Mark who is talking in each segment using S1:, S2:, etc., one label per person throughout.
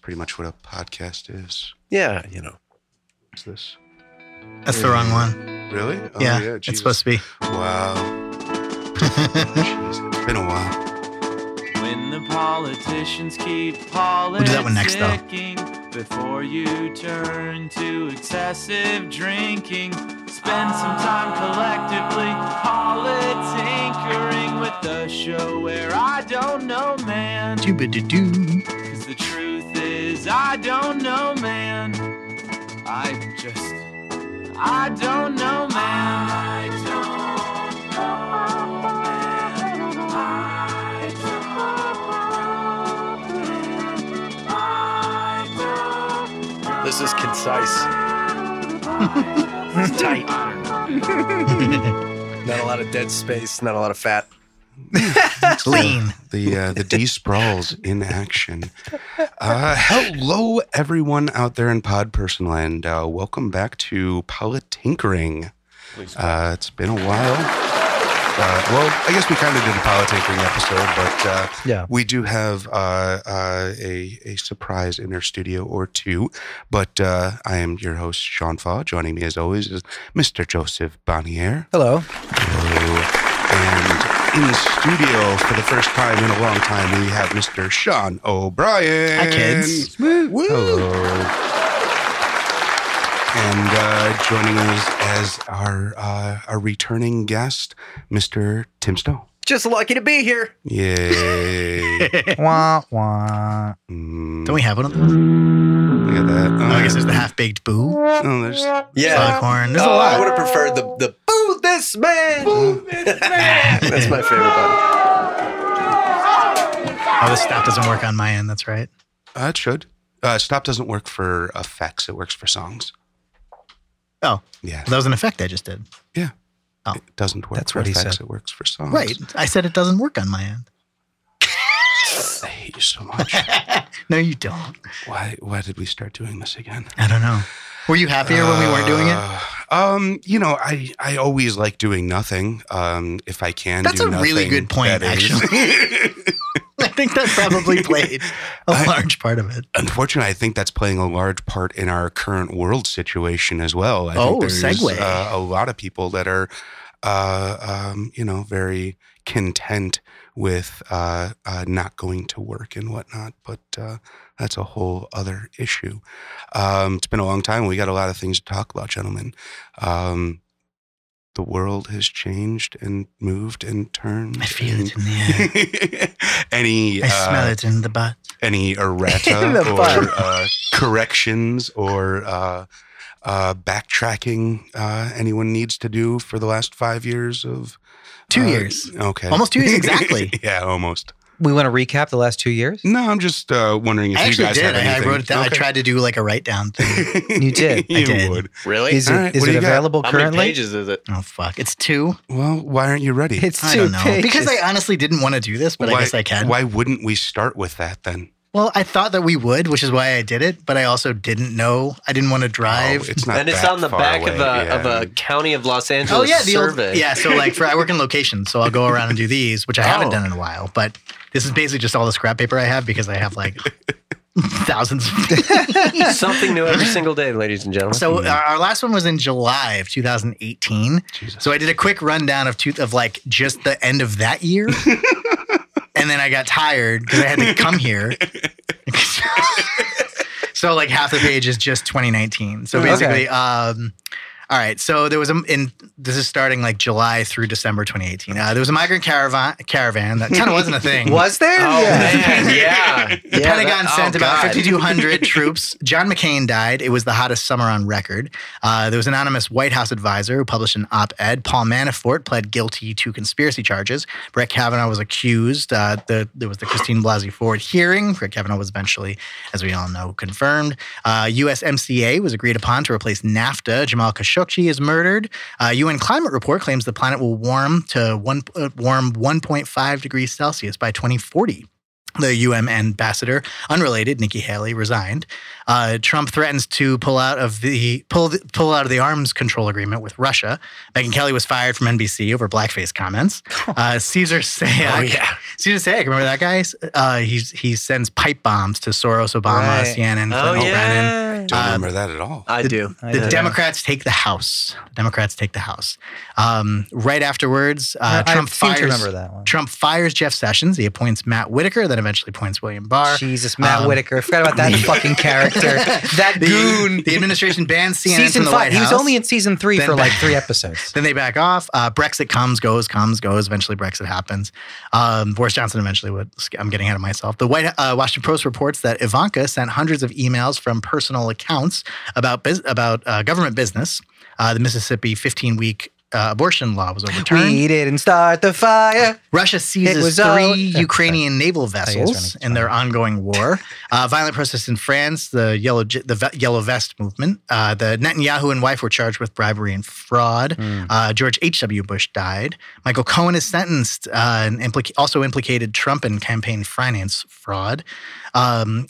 S1: pretty much what a podcast is. Yeah, you know, it's this.
S2: That's the wrong one.
S1: Really? Oh,
S2: yeah,
S1: Jesus.
S2: it's supposed to be.
S1: Wow. Jeez, it's been a while.
S3: When the politicians keep
S2: do that one next, though.
S3: politicking before you turn to excessive drinking, spend some time collectively politinkering with the show where I don't know, man.
S2: Doo-ba-doo-doo.
S3: 'Cause the truth is, I don't know, man. I just, I don't know, man. I don't know, man.
S4: This is concise. it's tight. not a lot of dead space. Not a lot of fat.
S2: It's lean.
S1: The uh, the D sprawls in action. Uh, hello, everyone out there in Pod Person Land. Uh, welcome back to Politinkering. Uh, it's been a while. Uh, well, I guess we kind of did a politinkering episode, but uh,
S4: Yeah.
S1: we do have uh, uh, a a surprise in our studio or two. But uh, I am your host Sean Faw. Joining me as always is Mr. Joseph Bonnier.
S4: Hello.
S1: And in the studio for the first time in a long time, we have Mr. Sean O'Brien.
S2: Hi, kids.
S1: Hello. And uh, joining us as our uh, our returning guest, Mr. Tim Stowe.
S4: Just lucky to be here.
S1: Yay.
S2: wah, wah.
S1: Mm,
S2: Don't we have one of those?
S1: look at that.
S2: Oh, I guess there's the half-baked boo.
S1: Oh, there's-
S4: Yeah.
S2: Foghorn. There's a
S4: Oh, I would
S2: lot.
S4: have preferred the the boo this man. That's my favorite one.
S2: Oh, this stuff doesn't work on my end. That's right.
S1: uh, it should. Uh, stop doesn't work for effects. It works for songs.
S2: Oh,
S1: Yeah.
S2: that was an effect I just did.
S1: It doesn't work
S4: That's
S1: for
S4: what he
S1: effects.
S4: said.
S1: It works for songs.
S2: Right. I said it doesn't work on my end.
S1: I hate you so much.
S2: No, you don't.
S1: why why did we start doing this again?
S2: I don't know. Were you happier when we weren't doing it?
S1: Uh, Um, you know, I I always like doing nothing. Um, if I can,
S2: That's
S1: do
S2: a really
S1: nothing,
S2: good point,
S1: that is.
S2: I think that probably played a large part of it.
S1: Unfortunately, I think that's playing a large part in our current world situation as well. I
S2: Oh,
S1: think there's
S2: segue.
S1: Uh, a lot of people that are, uh, um, you know, very content with uh, uh, not going to work and whatnot. But uh, that's a whole other issue. Um, it's been a long time. We got a lot of things to talk about, gentlemen. Um, the world has changed and moved and turned.
S2: I feel
S1: and-
S2: it in the air.
S1: any
S2: I
S1: uh,
S2: smell it in the butt.
S1: any
S2: In
S1: errata
S2: the
S1: or
S2: butt.
S1: uh, corrections or uh, uh, backtracking uh, anyone needs to do for the last five years of
S2: Two
S1: uh,
S2: years.
S1: Okay,
S2: Almost two years exactly.
S1: yeah, almost.
S5: We want to recap the last two years.
S1: No, I'm just uh, wondering if
S2: I
S1: you
S2: actually
S1: guys
S2: did.
S1: have
S2: I, I
S1: anything.
S2: wrote it down. I
S1: Okay.
S2: tried to do like a write down thing.
S5: You did.
S1: you
S2: I did.
S1: would.
S4: Really?
S5: Is it is
S1: All right, what do
S5: it
S1: you got?
S5: available
S6: How
S5: currently?
S6: many pages is it?
S2: Oh fuck! It's two.
S1: Well, why aren't you ready?
S5: It's two
S2: I don't know
S5: pages.
S2: because I honestly didn't want to do this, but
S1: why,
S2: I guess I can.
S1: Why wouldn't we start with that then?
S2: Well, I thought that we would, which is why I did it. But I also didn't know. I didn't want to drive.
S1: Oh, it's not.
S6: and it's
S1: that
S6: on the
S1: far
S6: back
S1: away.
S6: of a of
S1: Yeah.
S6: a county of Los Angeles
S2: Oh yeah, the
S6: survey.
S2: old yeah. So like for I work in locations, so I'll go around and do these, which I haven't
S6: Oh.
S2: done in a while. But this is basically just all the scrap paper I have because I have like thousands.
S6: Something new every single day, ladies and gentlemen.
S2: so our our last one was in July of 2018.
S1: Jesus.
S2: So I did a quick rundown of two, of like just the end of that year, and then I got tired because I had to come here. so like half the page is just 2019. So
S5: Okay.
S2: basically, um, all right. So there was a in this is starting like July through December 2018. Uh, there was a migrant caravan caravan that kind of wasn't a thing.
S5: Was there?
S6: oh
S5: yeah.
S6: man, yeah. oh, The
S2: The Pentagon sent about 5,200 troops. John McCain died. It was the hottest summer on record. Uh, there was an anonymous White House advisor who published an op ed. Paul Manafort pled guilty to conspiracy charges. Brett Kavanaugh was accused. Uh, the, there was the Christine Blasey Ford hearing. Brett Kavanaugh was eventually, as we all know, confirmed. Uh, USMCA was agreed upon to replace NAFTA. Jamal Khashoggi is murdered. Uh, UN climate report claims the planet will warm to one uh, warm 1.5 degrees Celsius by 2040. the UM ambassador, unrelated, Nikki Haley resigned. Uh, Trump threatens to pull out of the pull the, pull out of the arms control agreement with Russia. Megan Kelly was fired from NBC over blackface comments. Uh, Caesar
S5: Oh,
S2: Sayak, Caesar Sayak, remember that guy? Uh, he he sends pipe bombs to Soros, Obama,
S5: Right.
S2: CNN,
S6: Oh,
S2: Clinton, Brennan.
S6: yeah.
S1: Don't
S2: Uh,
S1: remember that at all.
S6: I do.
S5: I
S2: The
S5: know.
S2: Democrats take the House. The Democrats take the House. Um, right afterwards, uh,
S5: I-
S2: Trump
S5: I seem
S2: fires.
S5: to remember that one.
S2: Trump fires Jeff Sessions. He appoints Matt Whitaker, then eventually appoints William Barr.
S5: Jesus, Matt
S2: Um,
S5: Whitaker. I forgot about that fucking character. That
S2: The,
S5: goon.
S2: the administration bans CNN
S5: season
S2: from the
S5: five.
S2: White
S5: He was
S2: House.
S5: only in season three
S2: Then
S5: for like
S2: back.
S5: three episodes.
S2: Then they back off. Uh, Brexit comes, goes, comes, goes. Eventually, Brexit happens. Um, Boris Johnson eventually would. I'm getting ahead of myself. The White uh, Washington Post reports that Ivanka sent hundreds of emails from personal accounts about bus- about uh, government business. Uh, the Mississippi 15 week uh, abortion law was overturned.
S5: We didn't start the fire.
S2: Russia seizes
S5: was
S2: three
S5: all-
S2: Ukrainian naval
S5: running
S2: vessels
S5: to
S2: in their ongoing war. Uh, violent protests in France, the yellow J- the Ve- yellow vest movement. Uh, the Netanyahu and wife were charged with bribery and fraud. Uh, George H. W. Bush died. Michael Cohen is sentenced uh, and implica- also implicated Trump in campaign finance fraud. Um,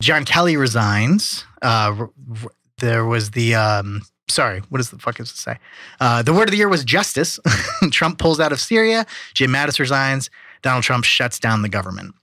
S2: John Kelly resigns. Uh, r- r- there was the um, sorry, what does the fuck is it say? Uh, the word of the year was justice. Trump pulls out of Syria. Jim Mattis resigns. Donald Trump shuts down the government.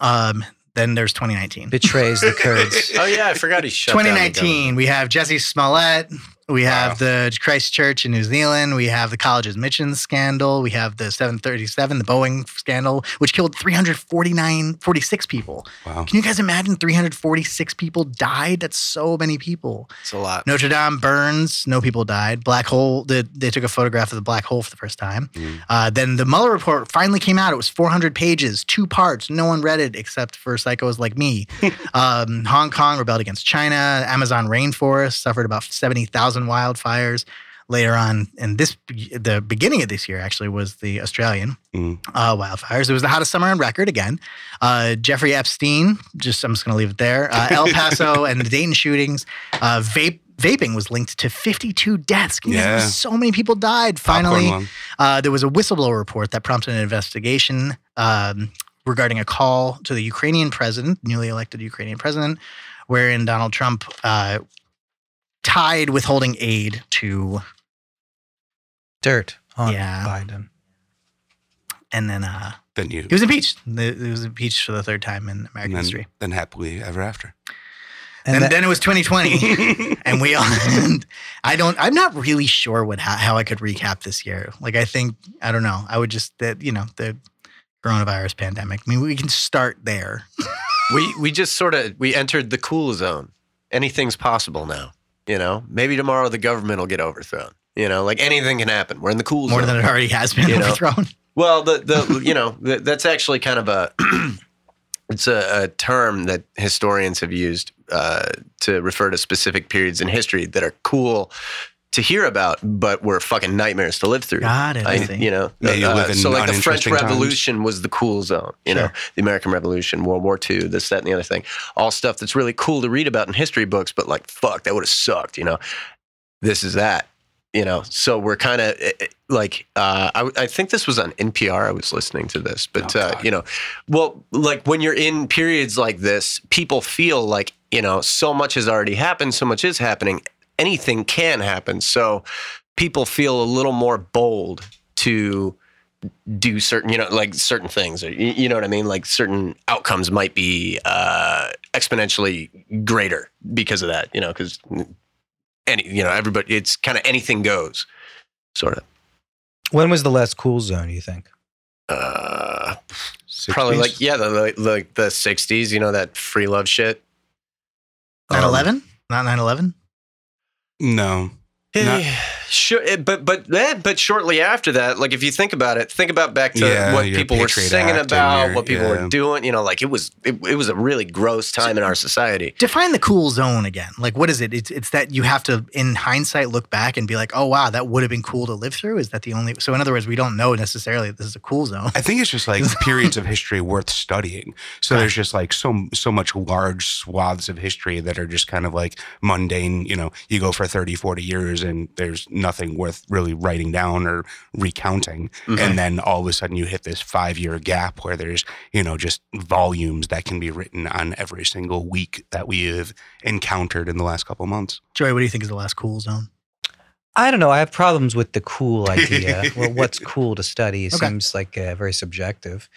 S2: Um, then there's 2019.
S5: Betrays the Kurds.
S6: Oh yeah, I forgot he shut down the
S2: 2019, we have Jesse Smollett. We have the Christchurch in New Zealand. We have the college's admissions scandal. We have the 737, the Boeing scandal, which killed 349, 46 people.
S1: Wow.
S2: Can you guys imagine 346 people died? That's so many people.
S6: government. It's a lot.
S2: Notre Dame burns. No people died. Black hole. They, they took a photograph of the black hole for the first time.
S1: Mm.
S2: Uh, then the Mueller report finally came out. It was 400 pages, two parts. No one read it except for psychos like me. um, Hong Kong rebelled against China. Amazon rainforest suffered about 70,000 wildfires. Later on, and this the beginning of this year actually was the Australian
S1: Mm.
S2: uh, wildfires. It was the hottest summer on record again. Uh, Jeffrey Epstein. Just I'm just going to leave it there. Uh, El Paso and the Dayton shootings. Uh, vape vaping was linked to 52 deaths. Can you
S1: Yeah.
S2: guys- So many people died.
S1: Popcorn
S2: Finally,
S1: lung.
S2: uh, there was a whistleblower report that prompted an investigation um, regarding a call to the Ukrainian president, newly elected Ukrainian president, wherein Donald Trump uh, tied withholding aid to,
S5: Dirt on
S2: Yeah.
S5: Biden.
S2: and then uh,
S1: then you.
S2: he was impeached. Th- He was impeached for the third time in American
S1: And then,
S2: history.
S1: then happily ever after.
S5: And,
S2: and
S5: that-
S2: then it was 2020, and we all. And I don't. I'm not really sure what how, how I could recap this year. Like I think I don't know. I would just that you know the coronavirus pandemic. I mean, we can start there.
S6: We we just sort of we entered the cool zone. Anything's possible now. You know, maybe tomorrow the government will get overthrown. You know, like anything can happen. We're in the cool
S2: more
S6: zone.
S2: than it already has been
S6: You know?
S2: overthrown.
S6: Well, the the you know th that's actually kind of a it's a, a term that historians have used uh, to refer to specific periods in history that are cool to hear about, but were fucking nightmares to live through.
S2: Got it. I,
S6: I-
S2: see.
S6: you know,
S1: Yeah, you
S6: uh,
S1: live in
S6: so like the French
S1: uninteresting times.
S6: Revolution was the cool zone. You know,
S2: Sure.
S6: the American Revolution, World War II, this, that, and the other thing. All stuff that's really cool to read about in history books, but like, fuck, that would have sucked. You know, this is that. You know, so we're kind of like, uh, I, w- I think this was on NPR. I was listening to this, but
S1: Oh,
S6: uh,
S1: God.
S6: you know, well, like when you're in periods like this, people feel like, you know, so much has already happened, so much is happening, anything can happen. So people feel a little more bold to do certain, you know, like certain things, or you you know what I mean? Like certain outcomes might be uh, exponentially greater because of that, you know, because any, you know, everybody, it's kind of anything goes, sort of.
S5: when was the last cool zone, you think?
S6: Uh, probably like yeah, the like the, the '60s. You know that free love shit.
S2: 9/11? Not 9/11?
S1: No. Not-
S6: Eh, sure, eh, but but eh, but shortly after that, like if you think about it, think about back to
S1: Yeah,
S6: what
S1: your
S6: people were
S1: Patriot
S6: singing
S1: Act and
S6: about,
S1: your-
S6: what people
S1: yeah.
S6: were doing. You know, like it was it, it was a really gross time in our society.
S2: Define the cool zone again. Like, what is it? It's, it's that you have to, in hindsight, look back and be like, oh, wow, that would have been cool to live through. Is that the only? So, in other words, we don't know necessarily that this is a cool zone.
S1: I think it's just like periods of history worth studying. So there's just like so so much large swaths of history that are just kind of like mundane, you know, you go for 30, 40 years and there's nothing worth really writing down or recounting. And then all of a sudden you hit this five year gap where there's, you know, just volumes that can be written on every single week that we have encountered in the last couple months.
S2: Joey, what do you think is the last cool zone?
S5: I don't know. I have problems with the cool idea. well, what's cool to study
S2: Okay.
S5: seems like uh, very subjective.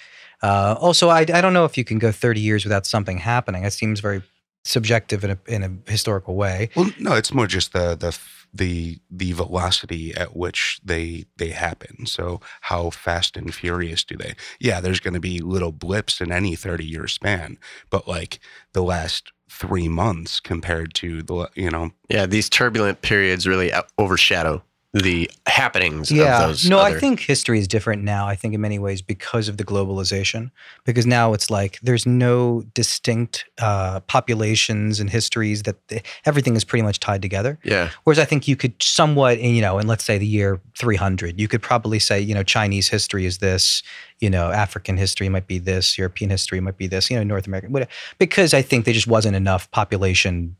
S5: Uh, also, I, I don't know if you can go 30 years without something happening. It seems very subjective in a, in a historical way.
S1: Well, no, it's more just the the f- the the velocity at which they they happen. So how fast and furious do they? Yeah, there's going to be little blips in any 30 year span, but like the last 3 months compared to the la- you know,
S6: Yeah, these turbulent periods really out- overshadow the happenings
S5: Yeah.
S6: of those.
S5: no, I
S6: other-
S5: think history is different now. I think in many ways because of the globalization, because now it's like there's no distinct uh, populations and histories that everything is pretty much tied together.
S6: Yeah,
S5: Whereas I think you could somewhat, you know, in let's say the year 300, you could probably say, you know, Chinese history is this, you know, African history might be this, European history might be this, you know, North American, whatever. Because I think there just wasn't enough population,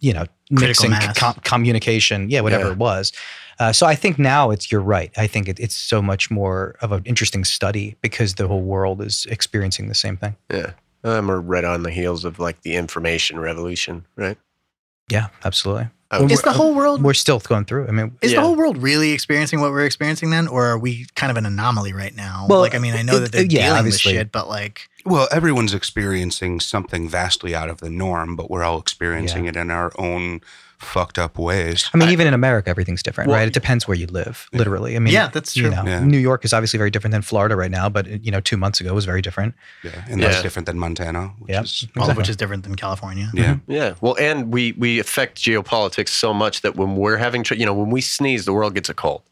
S5: you know,
S2: Critical
S5: mixing
S2: mass.
S5: com- communication, yeah, whatever
S6: Yeah.
S5: it was. Uh, so I think now it's, you're right. I think it, it's so much more of an interesting study because the whole world is experiencing the same thing.
S6: yeah. Um, we're right on the heels of like the information revolution, right?
S5: Yeah, absolutely.
S6: I
S5: Well,
S6: would-
S2: Is the whole world
S5: We're still going through. I mean,
S2: is
S6: Yeah.
S2: the whole world really experiencing what we're experiencing then, or are we kind of an anomaly right now?
S5: Well,
S2: like I mean, I know
S5: it-
S2: that they're
S5: yeah,
S2: dealing
S5: obviously.
S2: with shit, but like
S1: well, everyone's experiencing something vastly out of the norm, but we're all experiencing it in our own fucked up ways.
S5: I mean, even in America, everything's different,
S6: Well-
S5: right? It depends where you live, literally. I mean,
S2: Yeah, that's
S5: You
S2: true.
S5: know,
S1: Yeah.
S5: New York is obviously very different than Florida right now, but you know, two months ago was very different.
S1: Yeah, and that's
S6: Yeah.
S1: different than Montana, which
S5: Yep.
S1: is
S2: all of which
S5: Exactly.
S2: is different than California.
S1: yeah.
S6: Yeah. Well, and we we affect geopolitics so much that when we're having, tr- you know, when we sneeze, the world gets a cold.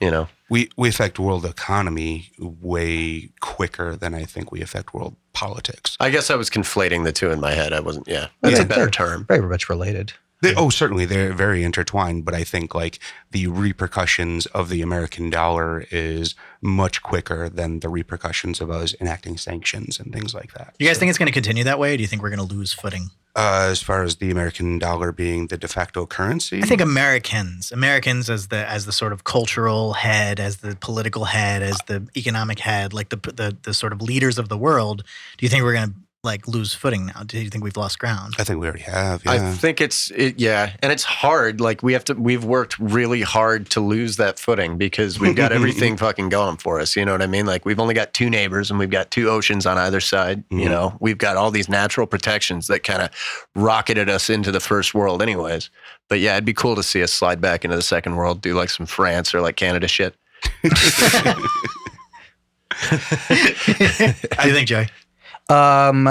S6: You know.
S1: we we affect world economy way quicker than I think we affect world politics.
S6: I guess I was conflating the two in my head. I wasn't. Yeah, that's
S5: Yeah.
S6: a better term.
S5: Very much related.
S1: They, Oh, certainly they're very intertwined, but I think like the repercussions of the American dollar is much quicker than the repercussions of us enacting sanctions and things like that.
S2: You guys think it's going to continue that way? Or do you think we're going to lose footing?
S1: Uh, as far as the American dollar being the de facto currency,
S2: I think Americans, Americans as the as the sort of cultural head, as the political head, as the economic head, like the the, the sort of leaders of the world. Do you think we're going to like lose footing now? Do you think we've lost ground?
S1: I think we already have.
S6: I
S1: Yeah.
S6: think it's it, yeah, and it's hard. Like we have to. We've worked really hard to lose that footing because we've got everything fucking going for us. You know what I mean? Like we've only got two neighbors and we've got two oceans on either side.
S1: Mhm.
S6: You know, we've got all these natural protections that kind of rocketed us into the first world, anyways. But yeah, it'd be cool to see us slide back into the second world, do like some France or like Canada shit.
S2: What do you think, Joey?
S5: Um,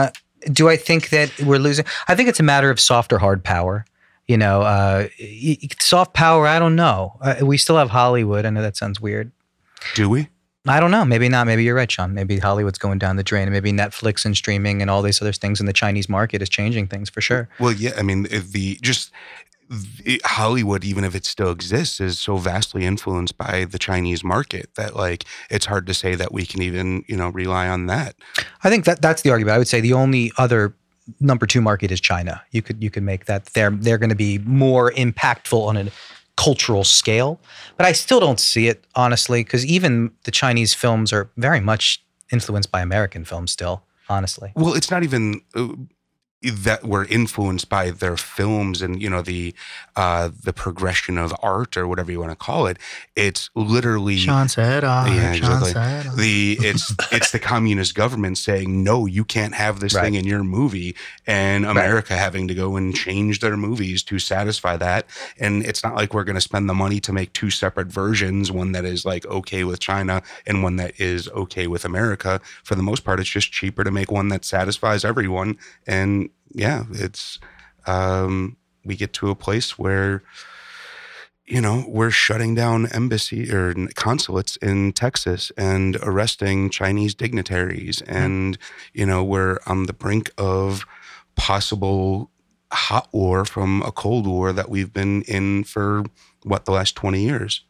S5: do I think that we're losing? I think it's a matter of soft or hard power. You know, uh, y- y- soft power. I don't know. Uh, we still have Hollywood. I know that sounds weird.
S1: Do we?
S5: I don't know. Maybe not. Maybe you're right, Sean. Maybe Hollywood's going down the drain. and Maybe Netflix and streaming and all these other things in the Chinese market is changing things for sure.
S1: Well, yeah. I mean, if the just the, Hollywood, even if it still exists, is so vastly influenced by the Chinese market that like it's hard to say that we can even you know rely on that.
S5: I think that that's the argument. I would say the only other number two market is China. You could you could make that they're they're going to be more impactful on a cultural scale, but I still don't see it honestly because even the Chinese films are very much influenced by American films still. Honestly,
S1: Well, it's not even uh, that we're influenced by their films and you know the uh, the progression of art or whatever you want to call it. It's literally
S2: Sean said, uh,
S1: Yeah,
S2: Sean
S1: exactly.
S2: said, uh,
S1: the it's it's the communist government saying no you can't have this
S5: Right.
S1: thing in your movie and america having to go and change their movies to satisfy that and it's not like we're going to spend the money to make two separate versions one that is like okay with china and one that is okay with america for the most part it's just cheaper to make one that satisfies everyone and yeah it's um we get to a place where you know, we're shutting down embassy or consulates in Texas and arresting Chinese dignitaries.
S5: Hmm.
S1: And, you know, we're on the brink of possible hot war from a Cold War that we've been in for what, the last 20 years?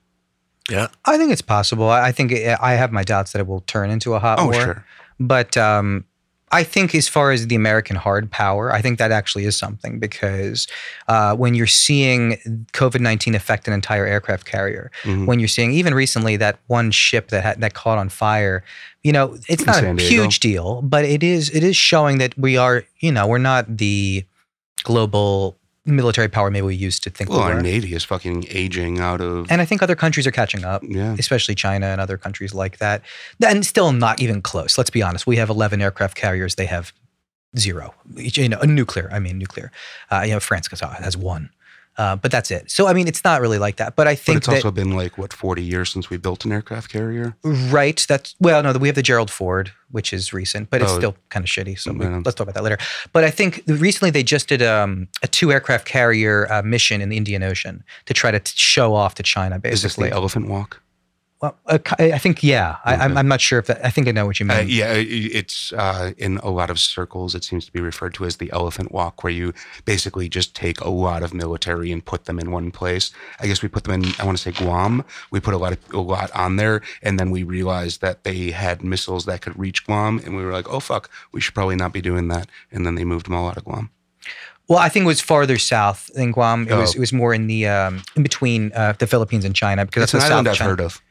S5: I think it's possible. I I think it, I have my doubts that it will turn into a hot
S1: Oh,
S5: war.
S1: sure.
S5: but um, I think as far as the American hard power, I think that actually is something because uh, when you're seeing COVID nineteen affect an entire aircraft carrier,
S1: Mhm.
S5: when you're seeing even recently that one ship that had, that caught on fire, you know, it's
S1: In
S5: not
S1: San
S5: a
S1: Diego.
S5: huge deal, but it is it is showing that we are, you know, we're not the global military power maybe we used to think
S1: Well,
S5: we
S1: our
S5: were.
S1: navy is fucking aging out of.
S5: And I think other countries are catching up
S1: yeah.
S5: especially China and other countries like that. And still not even close. Let's be honest. We have 11 aircraft carriers. They have zero. You know, nuclear. I mean, nuclear. Uh, you know, France goes, "Oh, it has one. Uh, but that's it. So I mean, it's not really like that. But I
S1: But
S5: think
S1: it's
S5: that
S1: also been like what forty years since we built an aircraft carrier.
S5: right. That's well, no, we have the Gerald Ford, which is recent, but it's
S1: Oh.
S5: still kind of shitty. So we,
S1: Yeah.
S5: let's talk about that later. But I think recently they just did um, a two aircraft carrier uh, mission in the Indian Ocean to try to t- show off to China,
S1: Is this
S5: basically.
S1: the elephant walk?
S5: Well, uh, I think yeah. I, I'm,
S1: Okay.
S5: I'm not sure if that, I think I know what you mean.
S1: Uh, yeah, i- i- it's uh, in a lot of circles. It seems to be referred to as the elephant walk, where you basically just take a lot of military and put them in one place. I guess we put them in. I want to say Guam. We put a lot of a lot on there, and then we realized that they had missiles that could reach Guam, and we were like, "Oh fuck, we should probably not be doing that." And then they moved them all out of Guam.
S5: Well, I think it was farther south than Guam. It was
S1: Oh.
S5: it was more in the um, in between uh, the Philippines and China because
S1: That's an
S5: that's the
S1: island
S5: South
S1: I've
S5: China.
S1: heard of.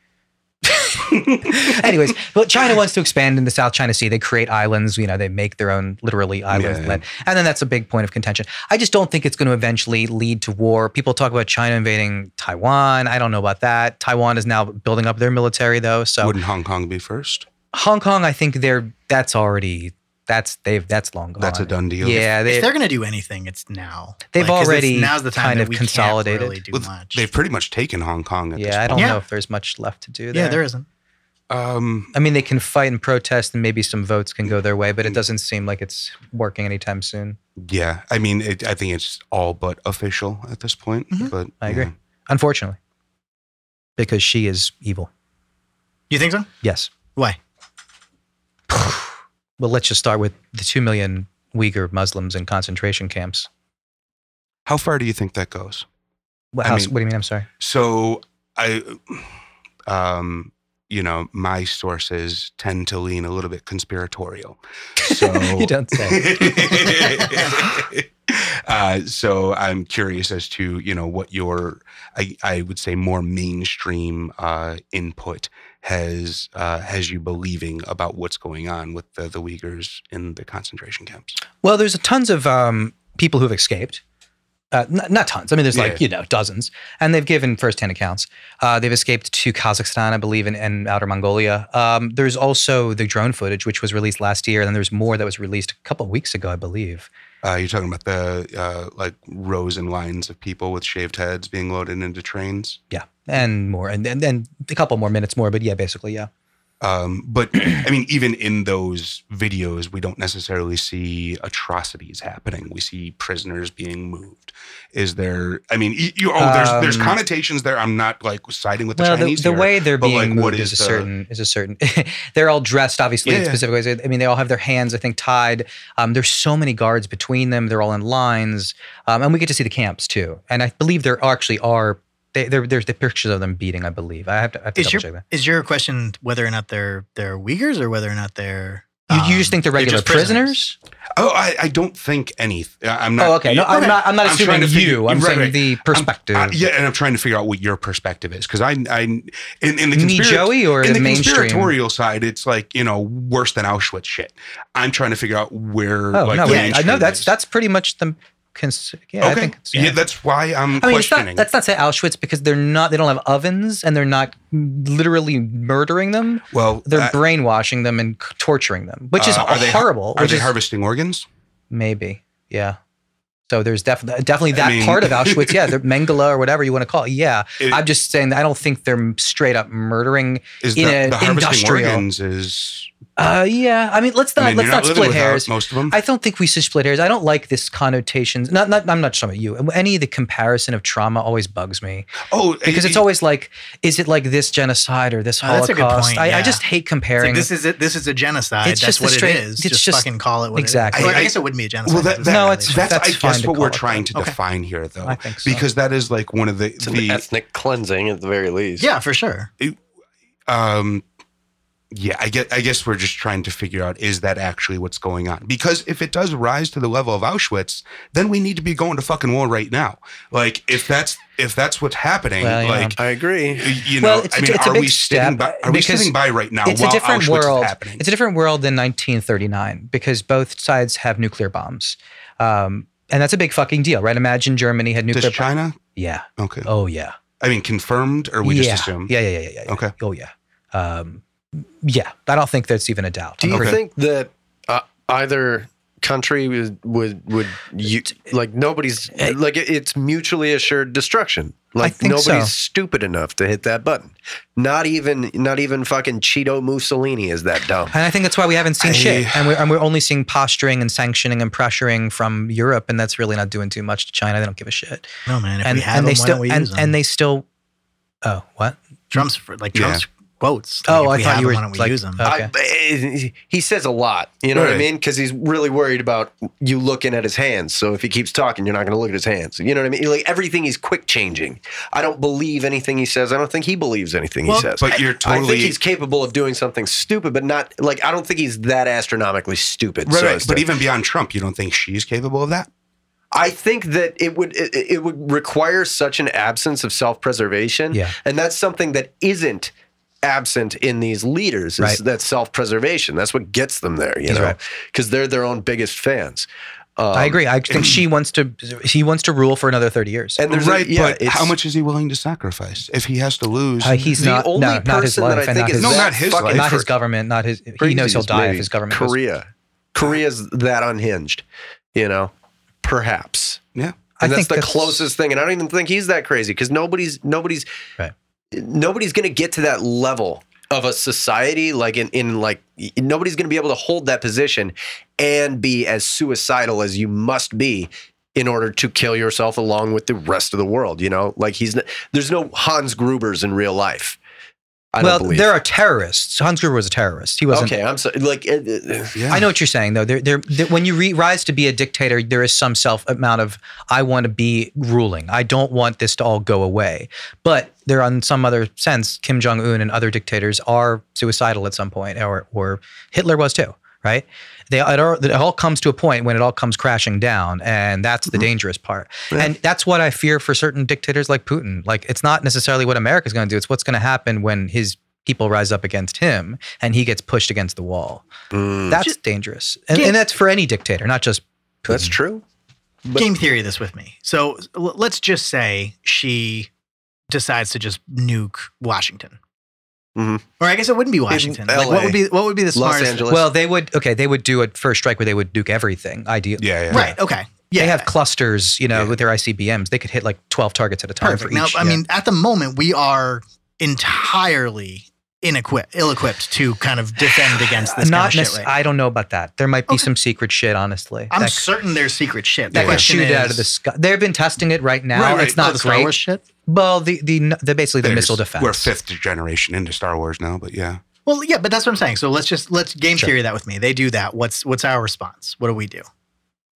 S5: Anyways, well, China wants to expand in the South China Sea. They create islands. You know, they make their own literally islands,
S1: Yeah.
S5: and that- and then that's a big point of contention. I just don't think it's going to eventually lead to war. People talk about China invading Taiwan. I don't know about that. Taiwan is now building up their military though. So
S1: Wouldn't Hong Kong be first?
S5: Hong Kong, I think they're that's already. That's they've that's long gone.
S1: That's a done deal.
S5: Yeah,
S2: if they're going to do anything, it's now.
S5: They've
S2: 'cause it's-
S5: already
S2: now's the time
S5: kind
S2: that
S5: of
S2: we
S5: consolidated.
S2: Can't really do
S1: Well,
S2: much.
S1: They've pretty much taken Hong Kong at this
S5: yeah. I
S1: point.
S5: don't
S2: Yeah.
S5: know if there's much left to do. There.
S2: yeah, there isn't.
S1: Um,
S5: I mean, they can fight and protest, and maybe some votes can go their way, but it doesn't seem like it's working anytime soon.
S1: Yeah, I mean, it, I think it's all but official at this point.
S2: Mhm.
S1: But
S5: Mm-hmm. I agree.
S1: yeah.
S5: Unfortunately, because she is evil.
S2: You think so?
S5: Yes.
S2: Why?
S5: Well, let's just start with the 2 million Uyghur Muslims in concentration camps.
S1: How far do you think that goes?
S5: What,
S1: I
S5: how-
S1: mean-
S5: what do you mean? I'm sorry.
S1: So I, um, you know, my sources tend to lean a little bit conspiratorial. So
S5: you don't say.
S1: uh, so I'm curious as to you know what your I, I would say more mainstream uh, input has uh, has you believing about what's going on with the, the Uyghurs in the concentration camps.
S5: Well, there's tons of um, people who've escaped. Uh, not, not tons. I mean, there's
S1: Yeah.
S5: like, you know, dozens. And they've given firsthand accounts. Uh, they've escaped to Kazakhstan, I believe, and, and outer Mongolia. Um, there's also the drone footage, which was released last year. And then there's more that was released a couple of weeks ago, I believe.
S1: Uh, you're talking about the uh, like rows and lines of people with shaved heads being loaded into trains.
S5: Yeah. And more. And then and, a couple more minutes more. But yeah, basically, yeah.
S1: Um, but I mean, even in those videos, we don't necessarily see atrocities happening. We see prisoners being moved. Is there? I mean, y- you, oh, there's there's
S5: Um,
S1: connotations there. I'm not like siding with the
S5: well,
S1: Chinese
S5: the, the
S1: here.
S5: way they're
S1: but,
S5: being
S1: like,
S5: moved
S1: what
S5: is,
S1: is
S5: a
S1: the-
S5: certain is a certain. they're all dressed, obviously, in
S1: Yeah.
S5: specific ways. I mean, they all have their hands, I think, tied. Um, there's so many guards between them. They're all in lines, um, and we get to see the camps too. And I believe there actually are. They, there, there's the pictures of them beating. I believe I have to, I have to
S2: Is
S5: double
S2: your
S5: check that.
S2: is your question whether or not they're they're Uyghurs or whether or not they're
S5: You, you
S2: um,
S5: just think they're regular
S2: just
S5: prisoners?
S1: oh, I, I don't think any. I'm not.
S5: Oh, okay. No, I'm
S2: okay.
S5: not. I'm not
S1: I'm
S5: assuming
S1: trying to
S5: you.
S1: figure-
S5: I'm
S1: right,
S5: saying
S1: right.
S5: the perspective.
S1: Uh, yeah, and I'm trying to figure out what your perspective is because I, I, in, in the
S5: You mean
S1: conspira-
S5: Joey or
S1: in the
S5: the mainstream?
S1: conspiratorial side, it's like you know worse than Auschwitz shit. I'm trying to figure out where.
S5: Oh
S1: like,
S5: no,
S1: the
S5: yeah, I know
S1: mainstream
S5: that's
S1: is.
S5: that's pretty much the. Cons- yeah, I
S1: okay.
S5: think. it's-
S1: yeah. that's why I'm
S5: I mean, it's
S1: questioning.
S5: not, that's not say Auschwitz because they're not. They don't have ovens, and they're not literally murdering them.
S1: well,
S5: They're
S1: uh,
S5: brainwashing them and c- torturing them, which is
S1: uh, are they-
S5: horrible.
S1: Are
S5: which
S1: they
S5: is-
S1: harvesting organs?
S5: maybe, yeah. So there's definitely definitely that
S1: mean-
S5: part of Auschwitz. Yeah, the Mengele or whatever you want to call it. Yeah,
S1: It-
S5: I'm just saying. that I don't think they're straight up murdering.
S1: Is
S5: in
S1: the,
S5: a
S1: the harvesting
S5: industrial-
S1: organs is?
S5: Uh, yeah, I mean, let's not
S1: I mean,
S5: let's
S1: you're
S5: not,
S1: not, living
S5: split
S1: without
S5: hairs.
S1: Most of them.
S5: I don't think we should split hairs. I don't like this connotations. Not, not I'm not talking about you. Any of the comparison of trauma always bugs me.
S1: oh,
S5: because
S1: it-
S5: it's always like, is it like this genocide or this
S2: Oh, that's
S5: Holocaust?
S2: a good point,
S5: I, I
S2: yeah.
S5: just hate
S2: It's
S5: comparing.
S2: like, this is it. This is a genocide.
S5: It's
S2: That's
S5: just a
S2: what
S5: straight-
S2: it is.
S5: it's
S2: just,
S5: just-
S2: fucking call it what it is.
S5: Exactly.
S2: Well, I,
S1: I-
S2: guess it wouldn't be a genocide.
S1: Well,
S2: because
S1: that,
S2: it's
S1: that,
S5: No,
S2: not
S5: it's-
S2: really-
S1: that's,
S5: that's
S1: I
S5: fine
S1: guess
S5: to
S1: what we're
S5: call it
S1: trying to
S2: that. Okay.
S1: define here, though,
S5: I think so.
S1: because that is like one of the
S6: It's an
S1: the
S6: ethnic cleansing at the very least.
S2: yeah, for sure.
S1: um, yeah, I guess, I guess we're just trying to figure out is that actually what's going on? Because if it does rise to the level of Auschwitz, then we need to be going to fucking war right now. Like if that's if that's what's happening,
S5: Well, yeah.
S1: like
S4: I agree.
S1: you know,
S5: Well, it's
S1: I
S5: a-
S1: mean,
S5: it's a
S1: are
S5: big
S1: we sitting
S5: step,
S1: by? Are we
S5: because
S1: sitting by right now
S5: it's
S1: while
S5: a different
S1: Auschwitz
S5: world.
S1: is happening?
S5: It's a different world than 1939 because both sides have nuclear bombs, um, and that's a big fucking deal, right? Imagine Germany had nuclear.
S1: Does
S5: bo-
S1: China?
S5: yeah.
S1: Okay.
S5: Oh yeah.
S1: I mean, confirmed or we
S5: yeah.
S1: just assume?
S5: Yeah, yeah, yeah, yeah, yeah. yeah.
S1: Okay.
S5: Oh yeah. Um, yeah. I don't think that's even a doubt.
S4: Do you
S1: Okay.
S4: think that uh, either country would would, would you, like nobody's like it- it's mutually assured destruction? Like
S5: think
S4: nobody's
S5: so.
S4: stupid enough to hit that button. Not even not even fucking Cheeto Mussolini is that dumb.
S5: And I think that's why we haven't seen
S1: I-
S5: shit, and we're, and we're only seeing posturing and sanctioning and pressuring from Europe, and that's really not doing too much to China. They don't give a shit,
S2: No man, if
S5: and
S2: we have
S5: and
S2: them,
S5: they
S2: why
S5: still
S2: don't we
S5: and,
S2: use them?
S5: and they still. Oh what?
S2: Trump's for, like
S1: Yeah.
S2: Trump's quotes. Like,
S5: Oh,
S2: if
S5: I
S2: we
S5: thought
S2: have them,
S5: you were
S2: why don't we
S5: like, oh,
S2: use them?
S5: okay.
S4: I-
S6: eh, He says a lot, you know what I
S1: Right.
S6: mean? Because he's really worried about you looking at his hands. So if he keeps talking, you're not going to look at his hands. You know what I mean? Like everything he's quick changing. I don't believe anything he says. I don't think he believes anything
S2: Well,
S6: he says.
S1: But you're
S6: I think
S1: totally
S6: he's capable of doing something stupid, but not like I don't think he's that astronomically stupid.
S1: right.
S6: so
S1: right.
S6: as
S1: But
S6: to-
S1: even beyond Trump, you don't think she's capable of that?
S6: I think that it would it, it would require such an absence of self preservation,
S5: Yeah.
S6: and that's something that isn't absent in these leaders. Is
S5: Right.
S6: that self preservation? That's what gets them there, you
S5: He's
S6: know,
S5: right.
S6: because they're their own biggest fans. Um,
S5: I agree. I think she wants to. He wants to rule for another thirty years.
S6: And there's a-
S1: right.
S6: yeah,
S1: but
S6: it's-
S1: how much is he willing to sacrifice if he has to lose?
S5: Uh, he's
S6: the
S5: not.
S6: only
S5: no, not his
S6: person that
S5: life.
S6: I
S5: and
S6: think
S5: not
S6: is
S5: his,
S1: No,
S6: that
S1: not his
S6: fucking
S1: life.
S5: not his government. Not his. He knows
S6: crazy
S5: he'll
S6: is
S5: die if
S6: maybe
S5: his government. goes-
S6: Korea, Korea's that unhinged, you know, perhaps.
S1: yeah.
S5: I
S6: And that's
S5: think
S6: the closest thing. And I don't even think he's that crazy because nobody's nobody's
S5: Right.
S6: nobody's gonna get to that level of a society like in, in like y- nobody's gonna be able to hold that position and be as suicidal as you must be in order to kill yourself along with the rest of the world, you know? Like he's n- there's no Hans Grubers in real life. I
S5: well,
S6: don't believe.
S5: there are terrorists. Hans Gruber was a terrorist. He wasn't.
S6: okay, I'm sorry. Like uh, uh,
S1: Yeah.
S5: I know what you're saying, though. There, there, there, when you re- rise to be a dictator, there is some self amount of I want to be ruling. I don't want this to all go away. But there, on some other sense, Kim Jong Un and other dictators are suicidal at some point, or or Hitler was too. Right? They it all, it all comes to a point when it all comes crashing down, and that's the dangerous part. And that's what I fear for certain dictators like Putin. Like it's not necessarily what America's going to do; it's what's going to happen when his people rise up against him and he gets pushed against the wall.
S6: mm.
S5: That's dangerous. And, and that's for any dictator, not just Putin.
S6: that's true.
S2: Game theory this with me. So l- let's just say she decides to just nuke Washington.
S6: Mhm.
S5: Mm-hmm.
S2: Or I guess it wouldn't be Washington. Like,
S6: LA.
S2: what would be what would be the
S6: Los
S2: smartest?
S6: Angeles.
S5: Well, they would, okay, they would do a first strike where they would nuke everything, ideally.
S1: Yeah. yeah.
S2: Right. Okay. Yeah.
S5: They have clusters, you know,
S1: Yeah.
S5: with their ICBMs. They could hit like 12 targets at a time for
S2: perfect.
S5: each.
S2: Now, I
S5: yeah.
S2: mean, at the moment, we are entirely inequi- ill-equipped to kind of defend against this
S5: not
S2: kind of shit.
S5: necess-
S2: Right.
S5: I don't know about that. There might be
S2: Okay.
S5: some secret shit, honestly.
S2: I'm
S5: that, c-
S2: certain there's secret shit.
S5: that
S2: The
S5: could
S2: question
S5: shoot
S2: is-
S5: out of the sky. They've been testing it right now.
S1: Right, right.
S5: It's
S2: Oh,
S5: not
S2: the Star
S5: great.
S2: Wars shit.
S5: Well, the, the, the basically the
S1: There's-
S5: missile defense.
S1: We're fifth generation into Star Wars now, but yeah.
S2: Well, yeah, but that's what I'm saying. So let's just let's game
S5: Sure.
S2: theory that with me. They do that. What's what's our response? What do we do?